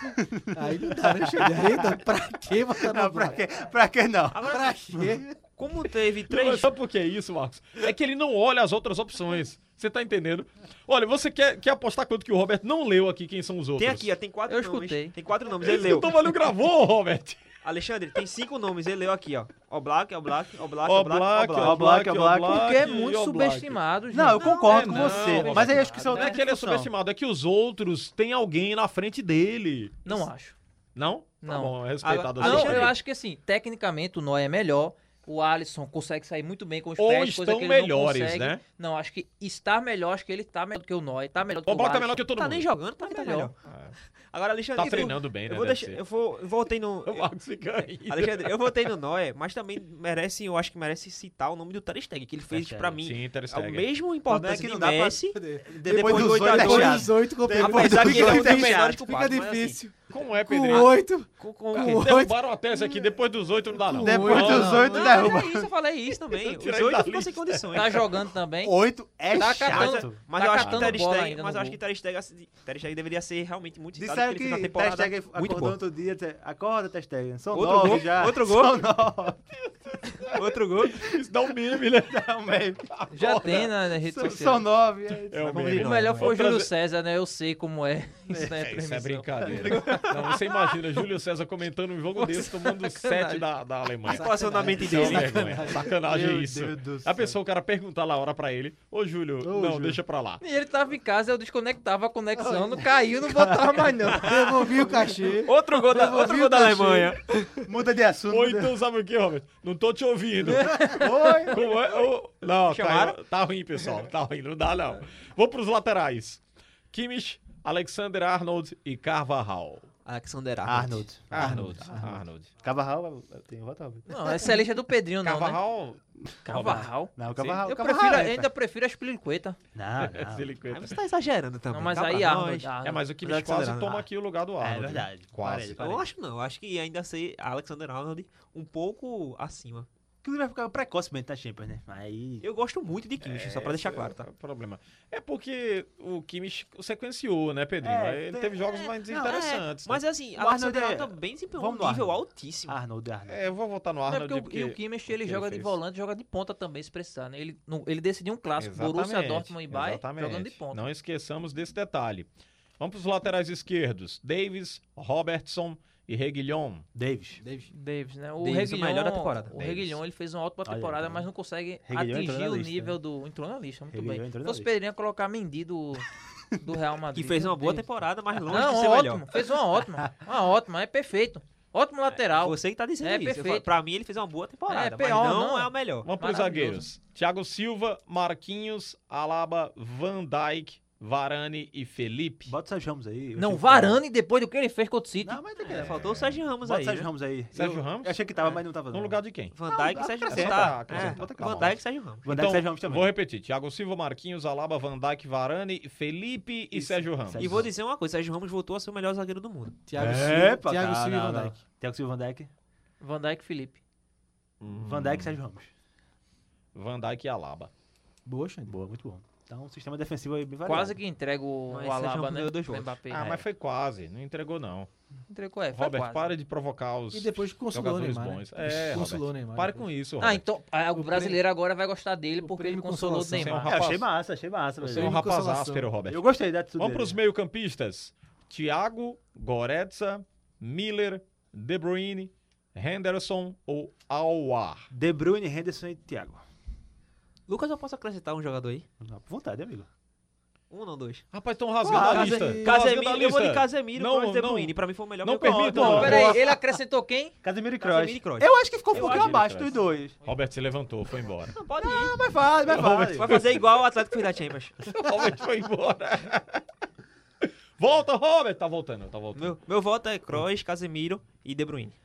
Speaker 7: Aí não dá, né? Cheguei ainda. Pra que votar em
Speaker 8: Não, pra
Speaker 7: Oblak?
Speaker 8: quê? Pra quê não?
Speaker 6: Agora,
Speaker 7: Pra quê?
Speaker 6: como teve
Speaker 4: Não, mas
Speaker 6: três.
Speaker 4: sabe por que isso, Marcos? É que ele não olha as outras opções. Você tá entendendo? Olha, você quer, quer apostar quanto que o Roberto não leu aqui quem são os outros?
Speaker 6: Tem aqui, ó, tem quatro
Speaker 9: Eu
Speaker 6: nomes.
Speaker 9: escutei.
Speaker 6: Tem quatro nomes,
Speaker 4: Ele
Speaker 6: ele leu.
Speaker 4: escutou, mas não gravou, Robert.
Speaker 6: Alexandre, tem cinco nomes, ele leu aqui, ó. Oblak, Oblak, Oblak,
Speaker 4: Ó,
Speaker 6: Oblak, Oblak.
Speaker 8: Oblak, Oblak.
Speaker 9: Porque é
Speaker 4: e
Speaker 9: muito
Speaker 4: Oblak.
Speaker 9: subestimado, gente.
Speaker 8: Não, eu concordo
Speaker 4: é
Speaker 8: com
Speaker 4: não,
Speaker 8: você.
Speaker 4: Roberto.
Speaker 8: Mas aí a discussão
Speaker 4: Não é
Speaker 8: tem
Speaker 4: que ele é subestimado, é que os outros têm alguém na frente dele.
Speaker 9: Não acho.
Speaker 4: Não? Tá
Speaker 9: Não.
Speaker 4: bom, é respeitado
Speaker 6: Ah,
Speaker 4: assim.
Speaker 9: Não,
Speaker 6: Alexandre.
Speaker 9: eu acho que assim, tecnicamente o Noé é melhor. O Alisson consegue sair muito bem com os
Speaker 4: Ou
Speaker 9: pés, coisa
Speaker 4: estão
Speaker 9: que ele
Speaker 4: melhores,
Speaker 9: não consegue.
Speaker 4: né?
Speaker 9: Não, acho que estar melhor, acho que ele tá melhor do que o Noé, tá melhor do que
Speaker 4: O
Speaker 9: o,
Speaker 4: Oblak tá
Speaker 9: Alisson.
Speaker 4: melhor que todo
Speaker 6: Tá
Speaker 4: mundo.
Speaker 6: nem jogando, tá,
Speaker 9: Tá
Speaker 6: tá
Speaker 9: melhor.
Speaker 6: melhor. Agora, Alexandre.
Speaker 4: Tá
Speaker 6: eu-
Speaker 4: treinando bem, né,
Speaker 6: Eu, vou
Speaker 4: deve
Speaker 6: deixar,
Speaker 4: ser.
Speaker 6: eu, vou, eu voltei no.
Speaker 4: O Marcos fica aí.
Speaker 6: Alexandre, eu votei no Noé, mas também merece, eu acho que merece citar o nome do Ter Stegen, que ele fez
Speaker 8: Ter Stegen,
Speaker 6: pra mim é
Speaker 4: Sim, Ter
Speaker 6: a
Speaker 4: Stegen.
Speaker 6: mesma importância
Speaker 8: que
Speaker 6: de
Speaker 8: não dá pra-
Speaker 6: Messi,
Speaker 8: Depois
Speaker 6: depois do
Speaker 8: dos
Speaker 6: oito a
Speaker 8: oito é
Speaker 7: Depois
Speaker 6: dois.
Speaker 8: chato.
Speaker 7: dos oito
Speaker 8: Depois
Speaker 7: competições.
Speaker 6: Apesar
Speaker 8: dos
Speaker 6: que ele é um
Speaker 8: oito é
Speaker 6: dos melhores
Speaker 8: chato.
Speaker 6: que o
Speaker 7: Fica
Speaker 6: Pato, mas assim,
Speaker 7: difícil.
Speaker 4: Como é,
Speaker 7: Com
Speaker 4: Pedrinho?
Speaker 7: oito.
Speaker 6: com- com-
Speaker 4: Cara,
Speaker 7: com oito.
Speaker 4: Derrubaram a tese aqui, depois dos oito não dá não.
Speaker 8: Depois
Speaker 4: Não,
Speaker 8: dos oito
Speaker 6: Não,
Speaker 8: derruba.
Speaker 6: mas é isso, eu falei isso também. Os
Speaker 4: Tira aí da
Speaker 6: oito ficam sem
Speaker 4: lista.
Speaker 6: condições.
Speaker 9: Tá jogando também.
Speaker 8: Oito é
Speaker 9: Tá
Speaker 6: Mas,
Speaker 9: catando-
Speaker 8: chato.
Speaker 6: mas
Speaker 9: tá
Speaker 6: eu acho que
Speaker 9: catando
Speaker 6: Ter
Speaker 9: bola
Speaker 6: Stegen,
Speaker 9: ainda
Speaker 6: mas
Speaker 9: no
Speaker 6: eu acho que Ter Stegen, Ter Stegen deveria ser realmente muito citado,
Speaker 8: Disseram
Speaker 6: porque ele fez
Speaker 8: que
Speaker 6: uma temporada
Speaker 8: Testegen
Speaker 6: muito
Speaker 8: acordou
Speaker 6: boa.
Speaker 8: outro dia. te- Acorda, Testegen. São
Speaker 6: Outro
Speaker 8: nove
Speaker 6: gol,
Speaker 8: já.
Speaker 6: outro gol.
Speaker 8: São nove.
Speaker 6: Outro gol.
Speaker 4: Isso dá um meme, né?
Speaker 8: É um meme.
Speaker 9: Já tem na, na rede
Speaker 8: São,
Speaker 9: social.
Speaker 8: são nove. É, isso.
Speaker 4: É um
Speaker 8: Vamos
Speaker 4: meme.
Speaker 8: rir.
Speaker 9: O melhor foi
Speaker 4: Vou
Speaker 9: o Júlio
Speaker 4: trazer-
Speaker 9: César, né? Eu sei como é. Isso é,
Speaker 4: É, isso é
Speaker 9: premissão.
Speaker 4: brincadeira. Não, você imagina Júlio César comentando um jogo desse, tomando sete da, da Alemanha.
Speaker 6: Que passou na mente
Speaker 4: Isso é uma
Speaker 6: dele.
Speaker 4: vergonha. Sacanagem é
Speaker 8: Meu
Speaker 4: isso.
Speaker 8: Deus do
Speaker 4: A
Speaker 8: céu.
Speaker 4: pessoa, o cara perguntar lá a hora pra ele, ô Júlio, não,
Speaker 8: Júlio.
Speaker 4: deixa pra lá.
Speaker 9: E ele tava em casa, eu desconectava a conexão, não caiu, não botava mais não.
Speaker 7: Devolvi o cachê.
Speaker 6: Outro gol da,
Speaker 7: Devolvi
Speaker 6: outro
Speaker 7: o
Speaker 6: gol da
Speaker 7: cachê.
Speaker 6: Alemanha.
Speaker 8: Muda de assunto.
Speaker 4: Ou
Speaker 8: muda-
Speaker 4: então, sabe o que, Robert? Não tô te ouvindo.
Speaker 8: Oi.
Speaker 4: Como é? Ô, Não, tá,
Speaker 6: Chamaram?
Speaker 4: tá ruim, pessoal. Tá ruim, não dá não. Vou pros laterais. Kimmich, Alexander Arnold e Carvajal.
Speaker 6: Alexander
Speaker 8: Arnold.
Speaker 4: Arnold. Arnold.
Speaker 8: Cavarral, tem voto, Robert.
Speaker 9: Não, essa é a lista do Pedrinho, não, né?
Speaker 4: Carvajal.
Speaker 9: Cavarral.
Speaker 8: Não, Cavarral.
Speaker 9: Eu,
Speaker 8: Cavarral
Speaker 9: prefiro,
Speaker 8: entra.
Speaker 9: eu ainda prefiro as Pilicueta.
Speaker 8: Não, não.
Speaker 4: Ele
Speaker 6: Ah, você tá exagerando também.
Speaker 9: Não, mas
Speaker 6: Calma,
Speaker 9: aí
Speaker 6: nós.
Speaker 9: Arnold. né?
Speaker 4: É,
Speaker 9: Arnold.
Speaker 4: mas o Kimmich
Speaker 6: Alexander
Speaker 4: quase toma
Speaker 6: Arnold.
Speaker 4: aqui o lugar do Arnold.
Speaker 8: é verdade.
Speaker 4: Quase.
Speaker 8: Parei, parei.
Speaker 6: Eu acho não, eu acho que ainda ser Alexander Arnold um pouco acima.
Speaker 8: Que vai ficar precocemente na Champions, né? Aí.
Speaker 6: Eu gosto muito de Kimmich, só pra deixar claro, tá?
Speaker 4: É o problema. É porque o Kimmich sequenciou, né, Pedrinho?
Speaker 8: É,
Speaker 4: Ele
Speaker 8: tem-
Speaker 4: teve jogos
Speaker 6: é,
Speaker 4: mais
Speaker 6: não,
Speaker 4: interessantes. né?
Speaker 6: é, mas assim,
Speaker 8: O Arnold
Speaker 6: Alexander
Speaker 8: é-
Speaker 6: Arnold também desempenhou
Speaker 8: Vamos no Ah,
Speaker 6: um nível
Speaker 8: Arnold.
Speaker 6: altíssimo.
Speaker 8: Arnold, Arnold.
Speaker 4: né? É, eu vou votar no
Speaker 9: Não,
Speaker 4: Arnold.
Speaker 9: porque o, e o
Speaker 4: porque-
Speaker 9: Kimmich,
Speaker 4: porque
Speaker 9: ele
Speaker 4: ele
Speaker 9: joga de
Speaker 4: fez.
Speaker 9: volante, joga de ponta também, se precisar, né? Ele, não- ele decidiu um clássico, Borussia,
Speaker 4: Exatamente,
Speaker 9: Dortmund e Bayern,
Speaker 4: exatamente.
Speaker 9: jogando de ponta.
Speaker 4: Não esqueçamos desse detalhe. Vamos para os laterais esquerdos. Davis, Robertson e Reguilhon.
Speaker 8: Davis.
Speaker 9: Davis, né? O
Speaker 6: Davis, o
Speaker 9: Reguilhon,
Speaker 6: melhor da temporada.
Speaker 9: O
Speaker 4: Davis.
Speaker 9: Reguilhon, ele fez uma ótima
Speaker 8: Olha,
Speaker 9: temporada,
Speaker 8: então.
Speaker 9: mas não consegue
Speaker 8: Reguilhon entrou
Speaker 9: atingir
Speaker 8: na
Speaker 9: o
Speaker 8: lista,
Speaker 9: nível do... Entrou na lista, muito
Speaker 8: Reguilhon
Speaker 9: bem.
Speaker 8: entrou
Speaker 9: Se
Speaker 8: na
Speaker 9: fosse
Speaker 8: lista.
Speaker 9: Pedrinho ia colocar Mendy do, do Real
Speaker 6: Que
Speaker 9: Madrid. né?
Speaker 6: fez uma boa
Speaker 9: Davis.
Speaker 6: temporada, mas longe
Speaker 9: Não,
Speaker 6: de ser
Speaker 9: ótimo.
Speaker 6: melhor.
Speaker 9: Fez uma ótima. Uma ótima, é perfeito. Ótimo lateral.
Speaker 6: Você que tá dizendo
Speaker 9: É,
Speaker 6: isso. Eu falo-
Speaker 9: perfeito.
Speaker 6: pra mim, ele fez uma boa temporada,
Speaker 9: É,
Speaker 6: mas
Speaker 9: pior,
Speaker 6: não,
Speaker 9: não.
Speaker 6: é a melhor.
Speaker 4: Vamos para os
Speaker 9: Maravilhoso.
Speaker 4: zagueiros. Thiago Silva, Marquinhos, Alaba, Van Dijk, Varane e Felipe.
Speaker 8: Bota o Sérgio Ramos aí. eu
Speaker 9: Não,
Speaker 8: achei que-
Speaker 9: Varane, depois do que ele fez contra o City.
Speaker 8: é Não, mas tá
Speaker 6: É,
Speaker 8: querendo.
Speaker 6: faltou o Sérgio Ramos
Speaker 8: Bota o
Speaker 6: aí.
Speaker 8: Sérgio
Speaker 6: né?
Speaker 8: Ramos aí.
Speaker 4: Sérgio
Speaker 8: Eu-
Speaker 4: Ramos?
Speaker 8: Eu achei que tava, mas não tava.
Speaker 4: No lugar de quem?
Speaker 6: Van Dijk e Sérgio Ramos.
Speaker 4: acrescenta,
Speaker 6: Tá,
Speaker 4: acrescenta,
Speaker 6: é,
Speaker 4: bota aqui.
Speaker 6: Van Dijk e Sérgio Ramos.
Speaker 8: Van Dijk
Speaker 4: Então,
Speaker 8: e Sérgio Ramos também.
Speaker 4: vou repetir. Thiago Silva, Marquinhos, Alaba, Van Dijk, Varane, Felipe e
Speaker 8: Isso.
Speaker 4: Sérgio Ramos.
Speaker 8: Sérgio
Speaker 6: E vou dizer uma coisa, Sérgio Ramos voltou a ser o melhor zagueiro do mundo.
Speaker 7: Thiago
Speaker 8: Epa,
Speaker 7: Silva, Thiago
Speaker 8: tá,
Speaker 7: Silva e Van
Speaker 8: não, não.
Speaker 7: Dijk.
Speaker 8: Thiago Silva e Van Dijk.
Speaker 9: Van Dijk e Felipe.
Speaker 8: Van Dijk e Sérgio Ramos.
Speaker 4: Van Dijk e Alaba.
Speaker 7: Boa, Xande.
Speaker 8: Boa, muito bom. Então, um sistema defensivo aí bem variado.
Speaker 9: Quase que entrega o, o
Speaker 6: Mas Sérgio
Speaker 9: Alaba,
Speaker 6: Ramos
Speaker 9: né?
Speaker 6: ganhou dois
Speaker 9: pro
Speaker 6: votos.
Speaker 9: Mbappé.
Speaker 4: Ah, mas foi quase. Não entregou, não.
Speaker 9: Entregou, é, foi
Speaker 4: Robert,
Speaker 9: quase.
Speaker 4: para de provocar os
Speaker 7: E depois consolou o
Speaker 4: jogadores
Speaker 7: Neymar.
Speaker 4: um bons.
Speaker 7: né?
Speaker 4: É,
Speaker 7: Consolou o
Speaker 4: Robert.
Speaker 7: Neymar.
Speaker 4: Para
Speaker 7: depois.
Speaker 4: com isso,
Speaker 9: Ah,
Speaker 4: Robert.
Speaker 9: então ah, o
Speaker 7: prêmio-
Speaker 9: brasileiro agora vai gostar dele porque ele
Speaker 7: prêmio
Speaker 9: consolou o
Speaker 7: consolação.
Speaker 4: Você é um
Speaker 9: Neymar.
Speaker 8: É, eu achei
Speaker 4: rapaz,
Speaker 8: massa, achei
Speaker 4: você
Speaker 8: massa.
Speaker 4: é um
Speaker 8: velho.
Speaker 7: Prêmio
Speaker 4: rapaz
Speaker 7: consolação.
Speaker 4: áspero, Robert.
Speaker 8: Eu gostei da atitude
Speaker 4: Vamos para
Speaker 8: dele.
Speaker 4: os meio-campistas. Thiago, Goretzka, Miller, De Bruyne, Henderson ou Aouar.
Speaker 8: De Bruyne, Henderson e Thiago.
Speaker 6: Lucas, eu posso acrescentar um jogador aí?
Speaker 8: Vontade, amigo.
Speaker 6: Um, não, dois.
Speaker 4: Rapaz, estão rasgando a
Speaker 6: Case-
Speaker 4: lista. Rasgando a
Speaker 6: Casemiro, eu vou de
Speaker 4: lista.
Speaker 6: Casemiro
Speaker 4: Não,
Speaker 6: não, pro De
Speaker 4: não.
Speaker 6: Bruyne. Pra mim foi o melhor
Speaker 4: Não
Speaker 6: meu campo.
Speaker 4: permita,
Speaker 6: Não,
Speaker 4: não.
Speaker 6: peraí.
Speaker 9: Peraí, ele acrescentou quem?
Speaker 8: Casemiro e
Speaker 6: Casemiro e
Speaker 8: Kroos.
Speaker 6: Kroos.
Speaker 8: Eu acho que ficou um
Speaker 6: Eu
Speaker 8: pouquinho
Speaker 4: acho ele
Speaker 8: abaixo
Speaker 4: Kroos.
Speaker 8: dos dois. Ah,
Speaker 4: Roberto se levantou, foi embora.
Speaker 6: Não, pode ir.
Speaker 8: Mas vale, mas vale.
Speaker 6: Vai fazer igual o Atlético fez da Champions.
Speaker 4: Robert foi embora. Volta, Robert! Tá voltando, tá voltando.
Speaker 6: Meu, meu voto é Kroos, Casemiro e De Bruyne.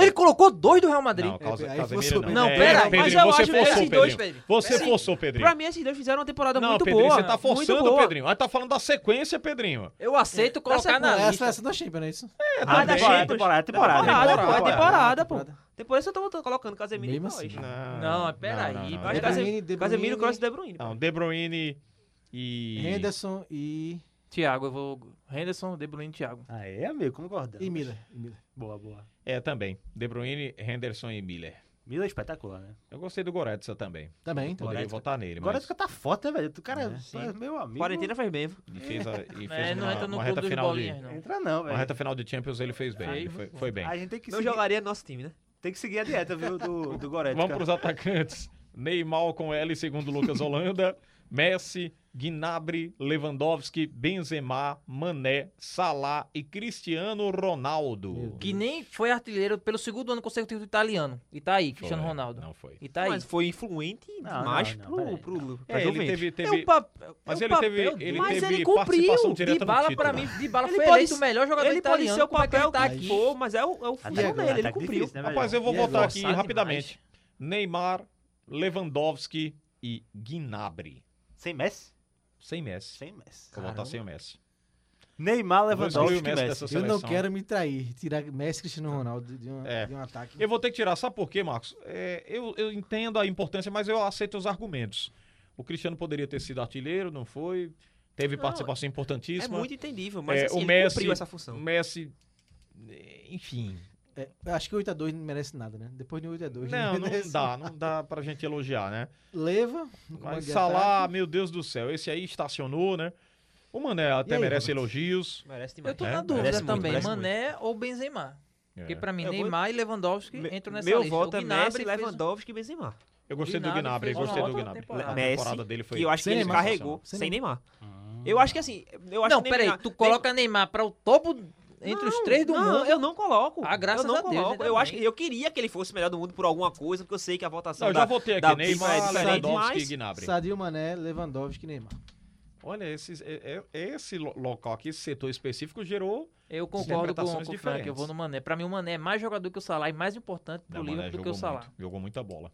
Speaker 9: Ele colocou dois do Real Madrid.
Speaker 4: Não, causa,
Speaker 7: aí
Speaker 4: Casemiro
Speaker 7: forçou
Speaker 4: não.
Speaker 7: bem.
Speaker 9: Não,
Speaker 4: É,
Speaker 9: pera, mas
Speaker 4: Pedrinho,
Speaker 9: eu
Speaker 4: você
Speaker 9: acho que
Speaker 4: forçou,
Speaker 9: esses dois,
Speaker 4: Pedrinho.
Speaker 9: Pedrinho.
Speaker 4: Você
Speaker 9: Sim.
Speaker 4: forçou, Pedrinho.
Speaker 6: Pra mim, esses dois fizeram uma temporada
Speaker 4: Não,
Speaker 6: muito
Speaker 4: Pedrinho,
Speaker 6: boa.
Speaker 4: você tá
Speaker 6: muito
Speaker 4: forçando,
Speaker 6: boa.
Speaker 4: Pedrinho. Ah, tá falando da sequência, Pedrinho.
Speaker 9: Eu aceito colocar
Speaker 7: É
Speaker 9: na
Speaker 7: a
Speaker 9: lista.
Speaker 7: seleção da Champions, não é isso?
Speaker 4: É,
Speaker 8: Ah,
Speaker 4: também.
Speaker 8: temporada, temporada, temporada.
Speaker 6: Temporada,
Speaker 4: Temporada,
Speaker 6: pô, é temporada, pô.
Speaker 7: temporada.
Speaker 6: Temporada eu tô colocando Casemiro
Speaker 7: Mesmo
Speaker 6: e Kroos.
Speaker 7: assim.
Speaker 9: Não, mas peraí,
Speaker 4: não, não.
Speaker 6: Eu acho
Speaker 7: De
Speaker 6: que Casem-
Speaker 7: Bruyne, De
Speaker 6: Casemiro,
Speaker 7: Bruyne.
Speaker 6: Kroos e De Bruyne.
Speaker 4: Não, De Bruyne e...
Speaker 7: Henderson e.
Speaker 9: Thiago, eu vou. Henderson, De Bruyne e Thiago.
Speaker 8: Ah, é, amigo, concordamos.
Speaker 7: e Miller. E Miller.
Speaker 8: Boa, boa.
Speaker 4: É, também. De Bruyne, Henderson e Miller.
Speaker 8: Miller é espetacular, né?
Speaker 4: Eu gostei do Goretzka também.
Speaker 7: Também, também.
Speaker 4: Poderia votar nele,
Speaker 8: Agora
Speaker 4: mas...
Speaker 8: fica tá foda, né, velho. O cara é meu amigo.
Speaker 6: Quarentena faz bem, viu?
Speaker 4: E fez, a, e fez
Speaker 9: É, não
Speaker 4: uma,
Speaker 9: entra no
Speaker 4: uma
Speaker 9: clube né?
Speaker 4: reta
Speaker 9: dos
Speaker 4: final de...
Speaker 9: bolinhas, não.
Speaker 8: Entra não,
Speaker 4: Uma
Speaker 8: velho.
Speaker 4: reta final de Champions ele fez bem. Ele foi, foi bem.
Speaker 8: A gente tem que
Speaker 6: Não
Speaker 8: seguir-
Speaker 6: jogaria no nosso time, né?
Speaker 8: Tem que seguir a dieta, viu, do, do Goretzka.
Speaker 4: Vamos pros atacantes. Neymar com L, segundo Lucas Holanda. Messi, Gnabry, Lewandowski, Benzema, Mané, Salah e Cristiano Ronaldo.
Speaker 9: Que nem foi artilheiro pelo segundo ano consecutivo italiano. E tá aí,
Speaker 4: Foi,
Speaker 9: Cristiano Ronaldo.
Speaker 4: Não foi.
Speaker 9: E tá aí.
Speaker 6: Mas foi influente
Speaker 8: Não,
Speaker 6: demais
Speaker 8: não, não, peraí,
Speaker 6: pro, pro, pra
Speaker 4: É, ele
Speaker 6: Juventus.
Speaker 4: teve,
Speaker 9: É
Speaker 4: teve,
Speaker 9: um papel-
Speaker 4: mas
Speaker 9: é um
Speaker 4: ele teve-
Speaker 9: papel
Speaker 4: ele
Speaker 9: dele.
Speaker 6: mas
Speaker 4: teve
Speaker 6: ele
Speaker 4: participação
Speaker 6: cumpriu.
Speaker 4: direta
Speaker 9: De
Speaker 4: no
Speaker 9: bala pra
Speaker 4: título.
Speaker 9: mim, de bala
Speaker 6: Ele
Speaker 9: foi
Speaker 6: pode
Speaker 9: eleito o
Speaker 6: ser-
Speaker 9: melhor jogador
Speaker 6: Ele pode
Speaker 9: italiano.
Speaker 6: ser o
Speaker 9: Como é que
Speaker 6: papel
Speaker 9: ele tá
Speaker 6: que
Speaker 9: aqui?
Speaker 6: for, mas é o, é o
Speaker 8: Ataque-
Speaker 6: função dele, ele
Speaker 8: ataque
Speaker 6: cumpriu.
Speaker 8: difícil, né, velho?
Speaker 4: Rapaz, eu vou
Speaker 7: E é
Speaker 4: votar
Speaker 7: grosso,
Speaker 4: aqui
Speaker 9: sabe
Speaker 4: rapidamente. Neymar, Lewandowski e Gnabry.
Speaker 8: Sem Messi?
Speaker 4: Sem Messi.
Speaker 8: Sem Messi.
Speaker 4: Vou votar sem o Messi.
Speaker 8: Neymar,
Speaker 4: Eu vou excluir
Speaker 8: Lewandowski,
Speaker 4: o Messi
Speaker 8: Messi.
Speaker 4: dessa
Speaker 7: Eu
Speaker 4: seleção.
Speaker 7: não quero me trair, tirar Messi e Cristiano Ronaldo de, uma-
Speaker 4: É.
Speaker 7: de um ataque.
Speaker 4: Eu vou ter que tirar, sabe por quê, Marcos? É, eu, eu entendo a importância, mas eu aceito os argumentos. O Cristiano poderia ter sido artilheiro, não foi? Teve
Speaker 6: Não,
Speaker 4: participação
Speaker 6: É
Speaker 4: importantíssima.
Speaker 6: muito entendível, mas
Speaker 4: É,
Speaker 6: assim,
Speaker 4: o
Speaker 6: ele
Speaker 4: Messi-
Speaker 6: cumpriu essa
Speaker 4: O
Speaker 6: função.
Speaker 4: Messi, eh, enfim.
Speaker 7: É, eu acho que o 8x2 não merece nada, né? Depois do 8x2.
Speaker 4: Não, não
Speaker 7: merece.
Speaker 4: dá, não dá pra gente elogiar, né?
Speaker 7: Leva. no comando
Speaker 4: Mas
Speaker 7: de
Speaker 4: Salah, meu Deus do céu, esse aí estacionou, né? O Mané até
Speaker 7: aí,
Speaker 4: merece
Speaker 7: Roberto?
Speaker 4: elogios.
Speaker 6: Merece demais.
Speaker 9: Eu tô
Speaker 4: É,
Speaker 9: na
Speaker 4: merece
Speaker 9: dúvida
Speaker 6: muito,
Speaker 9: também,
Speaker 6: merece
Speaker 9: Mané ou Benzema. Porque
Speaker 4: É.
Speaker 9: pra mim,
Speaker 6: Eu vou-
Speaker 9: Neymar e Lewandowski
Speaker 6: Me-
Speaker 9: entram nessa
Speaker 6: Meu
Speaker 9: lista.
Speaker 6: voto
Speaker 9: O
Speaker 6: é
Speaker 9: Gnabry
Speaker 6: Messi,
Speaker 9: fez- um
Speaker 6: Lewandowski e Benzema.
Speaker 4: Eu gostei do
Speaker 9: Gnabry
Speaker 4: Gnabry,
Speaker 9: fez uma
Speaker 4: gostei do
Speaker 9: ótima
Speaker 4: Gnabry.
Speaker 9: temporada.
Speaker 4: A
Speaker 6: Messi,
Speaker 4: temporada dele foi
Speaker 6: Que eu acho que
Speaker 7: Sem
Speaker 6: ele
Speaker 7: Neymar.
Speaker 6: carregou
Speaker 7: Sem
Speaker 6: sem Neymar. Eu acho que assim, eu acho
Speaker 9: Não,
Speaker 6: que
Speaker 9: peraí,
Speaker 6: Neymar-
Speaker 9: tu coloca Neymar pra o topo entre os três do
Speaker 6: não,
Speaker 9: mundo.
Speaker 6: eu não coloco.
Speaker 9: Ah, graças
Speaker 6: eu não
Speaker 9: a Deus,
Speaker 6: coloco.
Speaker 9: ainda
Speaker 6: Eu
Speaker 9: bem.
Speaker 6: acho que eu queria que ele fosse o melhor do mundo por alguma coisa, porque eu sei que a votação
Speaker 4: Não, eu
Speaker 6: da,
Speaker 4: já votei
Speaker 6: da
Speaker 4: aqui, né?
Speaker 6: FIFA
Speaker 4: Neymar,
Speaker 6: é diferente,
Speaker 4: Lewandowski e
Speaker 6: mas
Speaker 7: ataque.
Speaker 4: Gnabry.
Speaker 7: Sadio, Mané, Lewandowski e Neymar.
Speaker 4: Olha, esses, é- é- esse lo- local aqui, esse setor específico, gerou.
Speaker 9: Eu concordo com,
Speaker 4: interpretações
Speaker 9: com o Frank, eu vou
Speaker 4: diferentes.
Speaker 9: no Mané. Pra mim, o Mané é mais jogador que o Salah e mais importante pro
Speaker 4: Não, Mané
Speaker 9: Liverpool do que o
Speaker 4: jogou
Speaker 9: Salah.
Speaker 4: muito, jogou muita bola.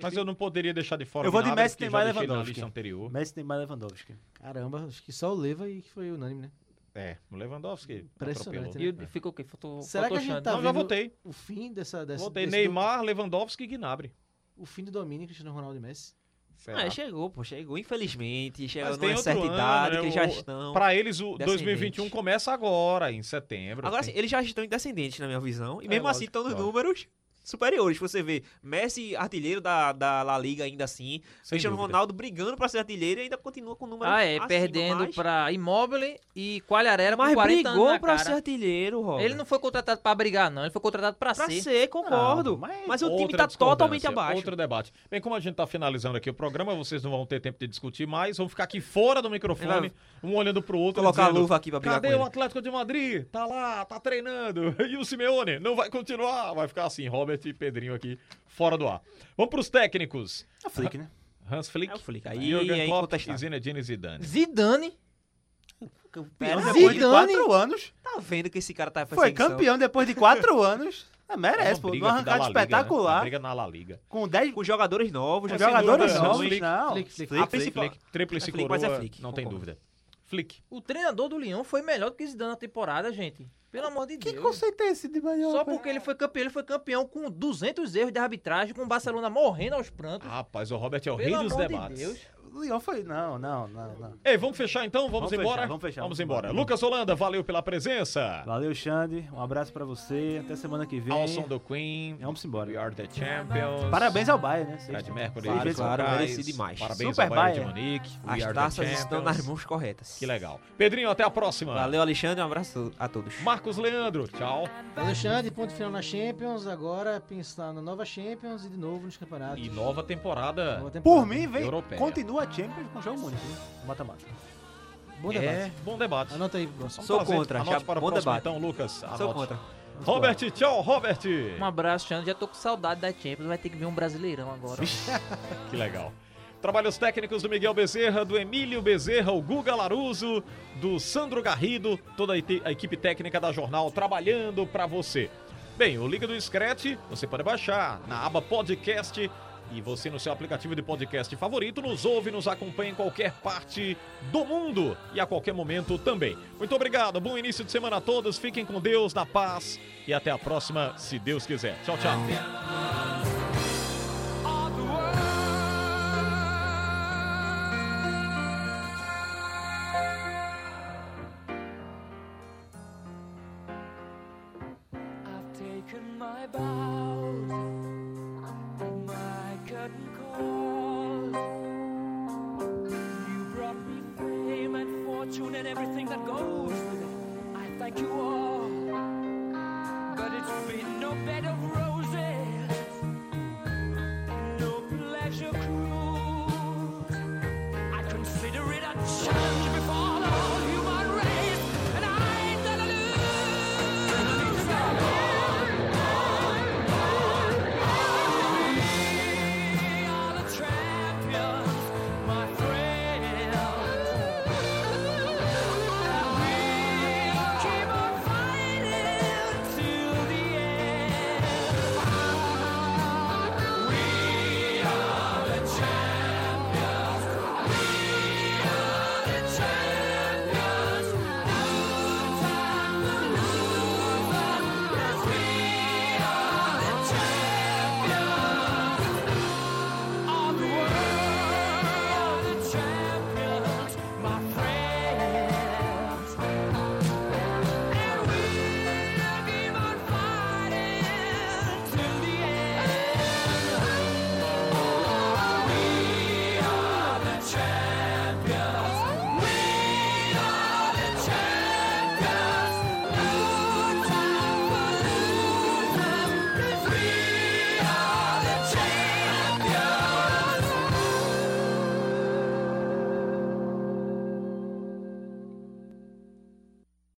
Speaker 4: Mas eu não poderia deixar de fora
Speaker 8: Eu
Speaker 4: o
Speaker 8: vou de
Speaker 4: Gnabry,
Speaker 8: Messi,
Speaker 4: que
Speaker 8: Neymar
Speaker 4: já
Speaker 8: e
Speaker 4: deixei na
Speaker 8: Lewandowski.
Speaker 4: lista anterior.
Speaker 8: Messi, Neymar, Lewandowski.
Speaker 7: Caramba, acho que só o Leva e que foi unânime, né?
Speaker 4: É, o Lewandowski
Speaker 7: Impressionante,
Speaker 4: atropelou.
Speaker 7: né?
Speaker 9: E o- fica o quê? Faltou,
Speaker 7: Será
Speaker 9: faltou
Speaker 7: que a gente
Speaker 9: Xande.
Speaker 7: tá
Speaker 4: Não, já
Speaker 7: vendo-
Speaker 4: votei.
Speaker 7: O fim dessa. dessa
Speaker 4: Votei
Speaker 7: desse
Speaker 4: Neymar, Lewandowski e Gnabry.
Speaker 9: Ah,
Speaker 7: do- o fim do domínio Cristiano Ronaldo e Messi.
Speaker 4: Será?
Speaker 6: Ah, chegou, pô, chegou, infelizmente. Chegou
Speaker 4: Mas
Speaker 6: numa
Speaker 4: tem
Speaker 6: certa
Speaker 4: outro ano,
Speaker 6: idade,
Speaker 4: né?
Speaker 6: que eles já
Speaker 4: O-
Speaker 6: estão.
Speaker 4: Pra eles, o
Speaker 6: Então, Descendente.
Speaker 4: 2021 começa agora, em setembro.
Speaker 6: Agora
Speaker 4: tem-
Speaker 6: sim, eles já estão em descendente, na minha visão. E
Speaker 4: É,
Speaker 6: mesmo assim
Speaker 4: lógico,
Speaker 6: estão nos
Speaker 4: lógico.
Speaker 6: números superiores. Você vê Messi, artilheiro da, da La Liga ainda assim.
Speaker 4: Sem
Speaker 6: Cristiano
Speaker 4: dúvida.
Speaker 6: Ronaldo brigando pra ser artilheiro e ainda continua com o número
Speaker 9: Ah, é,
Speaker 6: acima,
Speaker 9: perdendo
Speaker 6: mas...
Speaker 9: pra Immobile e Qualharela com
Speaker 6: Mas
Speaker 9: 40 anos
Speaker 6: brigou
Speaker 9: na
Speaker 6: pra
Speaker 9: cara.
Speaker 6: ser artilheiro, Robert.
Speaker 9: Ele não foi contratado pra brigar, não. Ele foi contratado pra,
Speaker 6: Pra
Speaker 9: ser.
Speaker 6: ser, concordo.
Speaker 8: Não,
Speaker 6: mas,
Speaker 8: mas
Speaker 6: o time
Speaker 4: Outra
Speaker 6: tá totalmente
Speaker 4: discordância,
Speaker 6: abaixo.
Speaker 4: Outro debate. Bem, como a gente tá finalizando aqui o programa, vocês não vão ter tempo de discutir mais, vão ficar aqui fora do microfone, um olhando pro outro.
Speaker 6: Colocar a
Speaker 4: dizendo,
Speaker 6: luva aqui pra brigar
Speaker 4: Cadê
Speaker 6: com
Speaker 4: o
Speaker 6: ele.
Speaker 4: Atlético de Madrid? Tá lá, tá treinando. E o Simeone? Não vai continuar. Vai ficar assim, Robert e Pedrinho aqui, fora do ar. Vamos pros técnicos.
Speaker 8: A Flick, né?
Speaker 4: Hans Flick,
Speaker 6: É o Flick, aí
Speaker 4: Jürgen
Speaker 6: é
Speaker 4: Klopp e
Speaker 6: incontestável.
Speaker 4: Zinedine Zidane.
Speaker 9: Zidane.
Speaker 6: Pera,
Speaker 8: Campeão
Speaker 6: depois
Speaker 8: depois
Speaker 6: de
Speaker 8: de
Speaker 9: Zidane?
Speaker 8: quatro anos.
Speaker 6: Tá vendo que esse cara tá
Speaker 8: Foi
Speaker 6: perseguição?
Speaker 8: campeão depois de quatro anos. Ah,
Speaker 4: É
Speaker 8: merece,
Speaker 4: uma
Speaker 8: pô.
Speaker 4: briga
Speaker 8: Uma
Speaker 4: aqui da La
Speaker 8: arrancada
Speaker 4: Liga, né? Uma
Speaker 8: espetacular.
Speaker 4: Briga na La Liga.
Speaker 8: Com 10
Speaker 6: Com jogadores novos, né?
Speaker 8: com jogadores
Speaker 4: dúvida,
Speaker 8: novos.
Speaker 4: Flick,
Speaker 8: Não.
Speaker 7: Flick, Flick,
Speaker 4: Flick,
Speaker 6: A principal-
Speaker 4: Flick, tríplice
Speaker 6: é Flick,
Speaker 4: coroa,
Speaker 6: mas é Flick,
Speaker 4: não tem
Speaker 6: concordo.
Speaker 4: dúvida. Flick.
Speaker 9: O treinador do Leão foi melhor do que Zidane na temporada, gente. Pelo amor de
Speaker 8: Que
Speaker 9: Deus.
Speaker 8: conceito é esse de melhor?
Speaker 9: Só porque ele foi campeão, ele foi campeão com 200 erros de arbitragem, com o Barcelona morrendo aos prantos.
Speaker 4: Rapaz, o Robert é o
Speaker 9: Pelo
Speaker 4: rei dos
Speaker 9: amor de
Speaker 4: debates.
Speaker 9: Deus.
Speaker 8: O Leão foi... Não, não, não, não.
Speaker 4: Ei, vamos fechar então? Vamos,
Speaker 8: Vamos
Speaker 4: embora?
Speaker 8: fechar, vamos fechar, vamos
Speaker 4: embora.
Speaker 8: embora.
Speaker 4: Lucas Holanda, valeu pela presença.
Speaker 8: Valeu, Xande. Um abraço pra você. Até semana que vem.
Speaker 4: Ao som do Queen.
Speaker 8: Vamos embora.
Speaker 4: We are the champions.
Speaker 8: Parabéns ao Bayern, né? Sexta.
Speaker 4: Fred Mercury.
Speaker 8: Seis
Speaker 6: Claro,
Speaker 8: vezes
Speaker 6: claro,
Speaker 4: Lucas.
Speaker 6: mereci demais.
Speaker 4: Parabéns ao
Speaker 8: Super
Speaker 4: Bayern de
Speaker 8: Bayern.
Speaker 4: Munique. We
Speaker 6: As
Speaker 4: are the
Speaker 6: taças estão
Speaker 4: champions.
Speaker 6: nas mãos corretas.
Speaker 4: Que legal. Pedrinho, até a próxima.
Speaker 6: Valeu, Alexandre. Um abraço a todos.
Speaker 4: Marcos Leandro, tchau.
Speaker 7: Alexandre, ponto final na Champions. Agora pensar na nova Champions e de novo nos campeonatos.
Speaker 4: E nova temporada.
Speaker 7: Nova temporada.
Speaker 8: Por mim, vem.
Speaker 4: Europeia.
Speaker 8: Continua uma Champions com jogo único, né? Mata-mata.
Speaker 7: Bom
Speaker 4: É,
Speaker 7: debate.
Speaker 4: bom debate.
Speaker 7: Anota aí, Bronson.
Speaker 4: Vamos
Speaker 6: Sou
Speaker 4: trazer-
Speaker 6: contra,
Speaker 4: Anote
Speaker 6: já-
Speaker 4: para o
Speaker 6: bom
Speaker 4: próximo,
Speaker 6: debate.
Speaker 4: então, Lucas.
Speaker 6: Sou
Speaker 4: anote.
Speaker 6: contra.
Speaker 4: Robert, tchau, Robert.
Speaker 11: Um abraço, Xandro. Já tô com saudade da Champions. Vai ter que vir um brasileirão agora.
Speaker 4: Que legal. Trabalhos técnicos do Miguel Bezerra, do Emílio Bezerra, o Guga Laruso, do Sandro Garrido, toda a ite- a equipe técnica da Jornal trabalhando para você. Bem, o Liga do Scratch você pode baixar na aba podcast e você no seu aplicativo de podcast favorito nos ouve, nos acompanha em qualquer parte do mundo e a qualquer momento também. Muito obrigado, bom início de semana a todos, fiquem com Deus, na paz e até a próxima, se Deus quiser. Tchau, tchau.
Speaker 9: of the world. I've taken my bows, my curtain calls. You brought me fame and fortune and everything that goes with it. I thank you all, but it's been no bed of roses.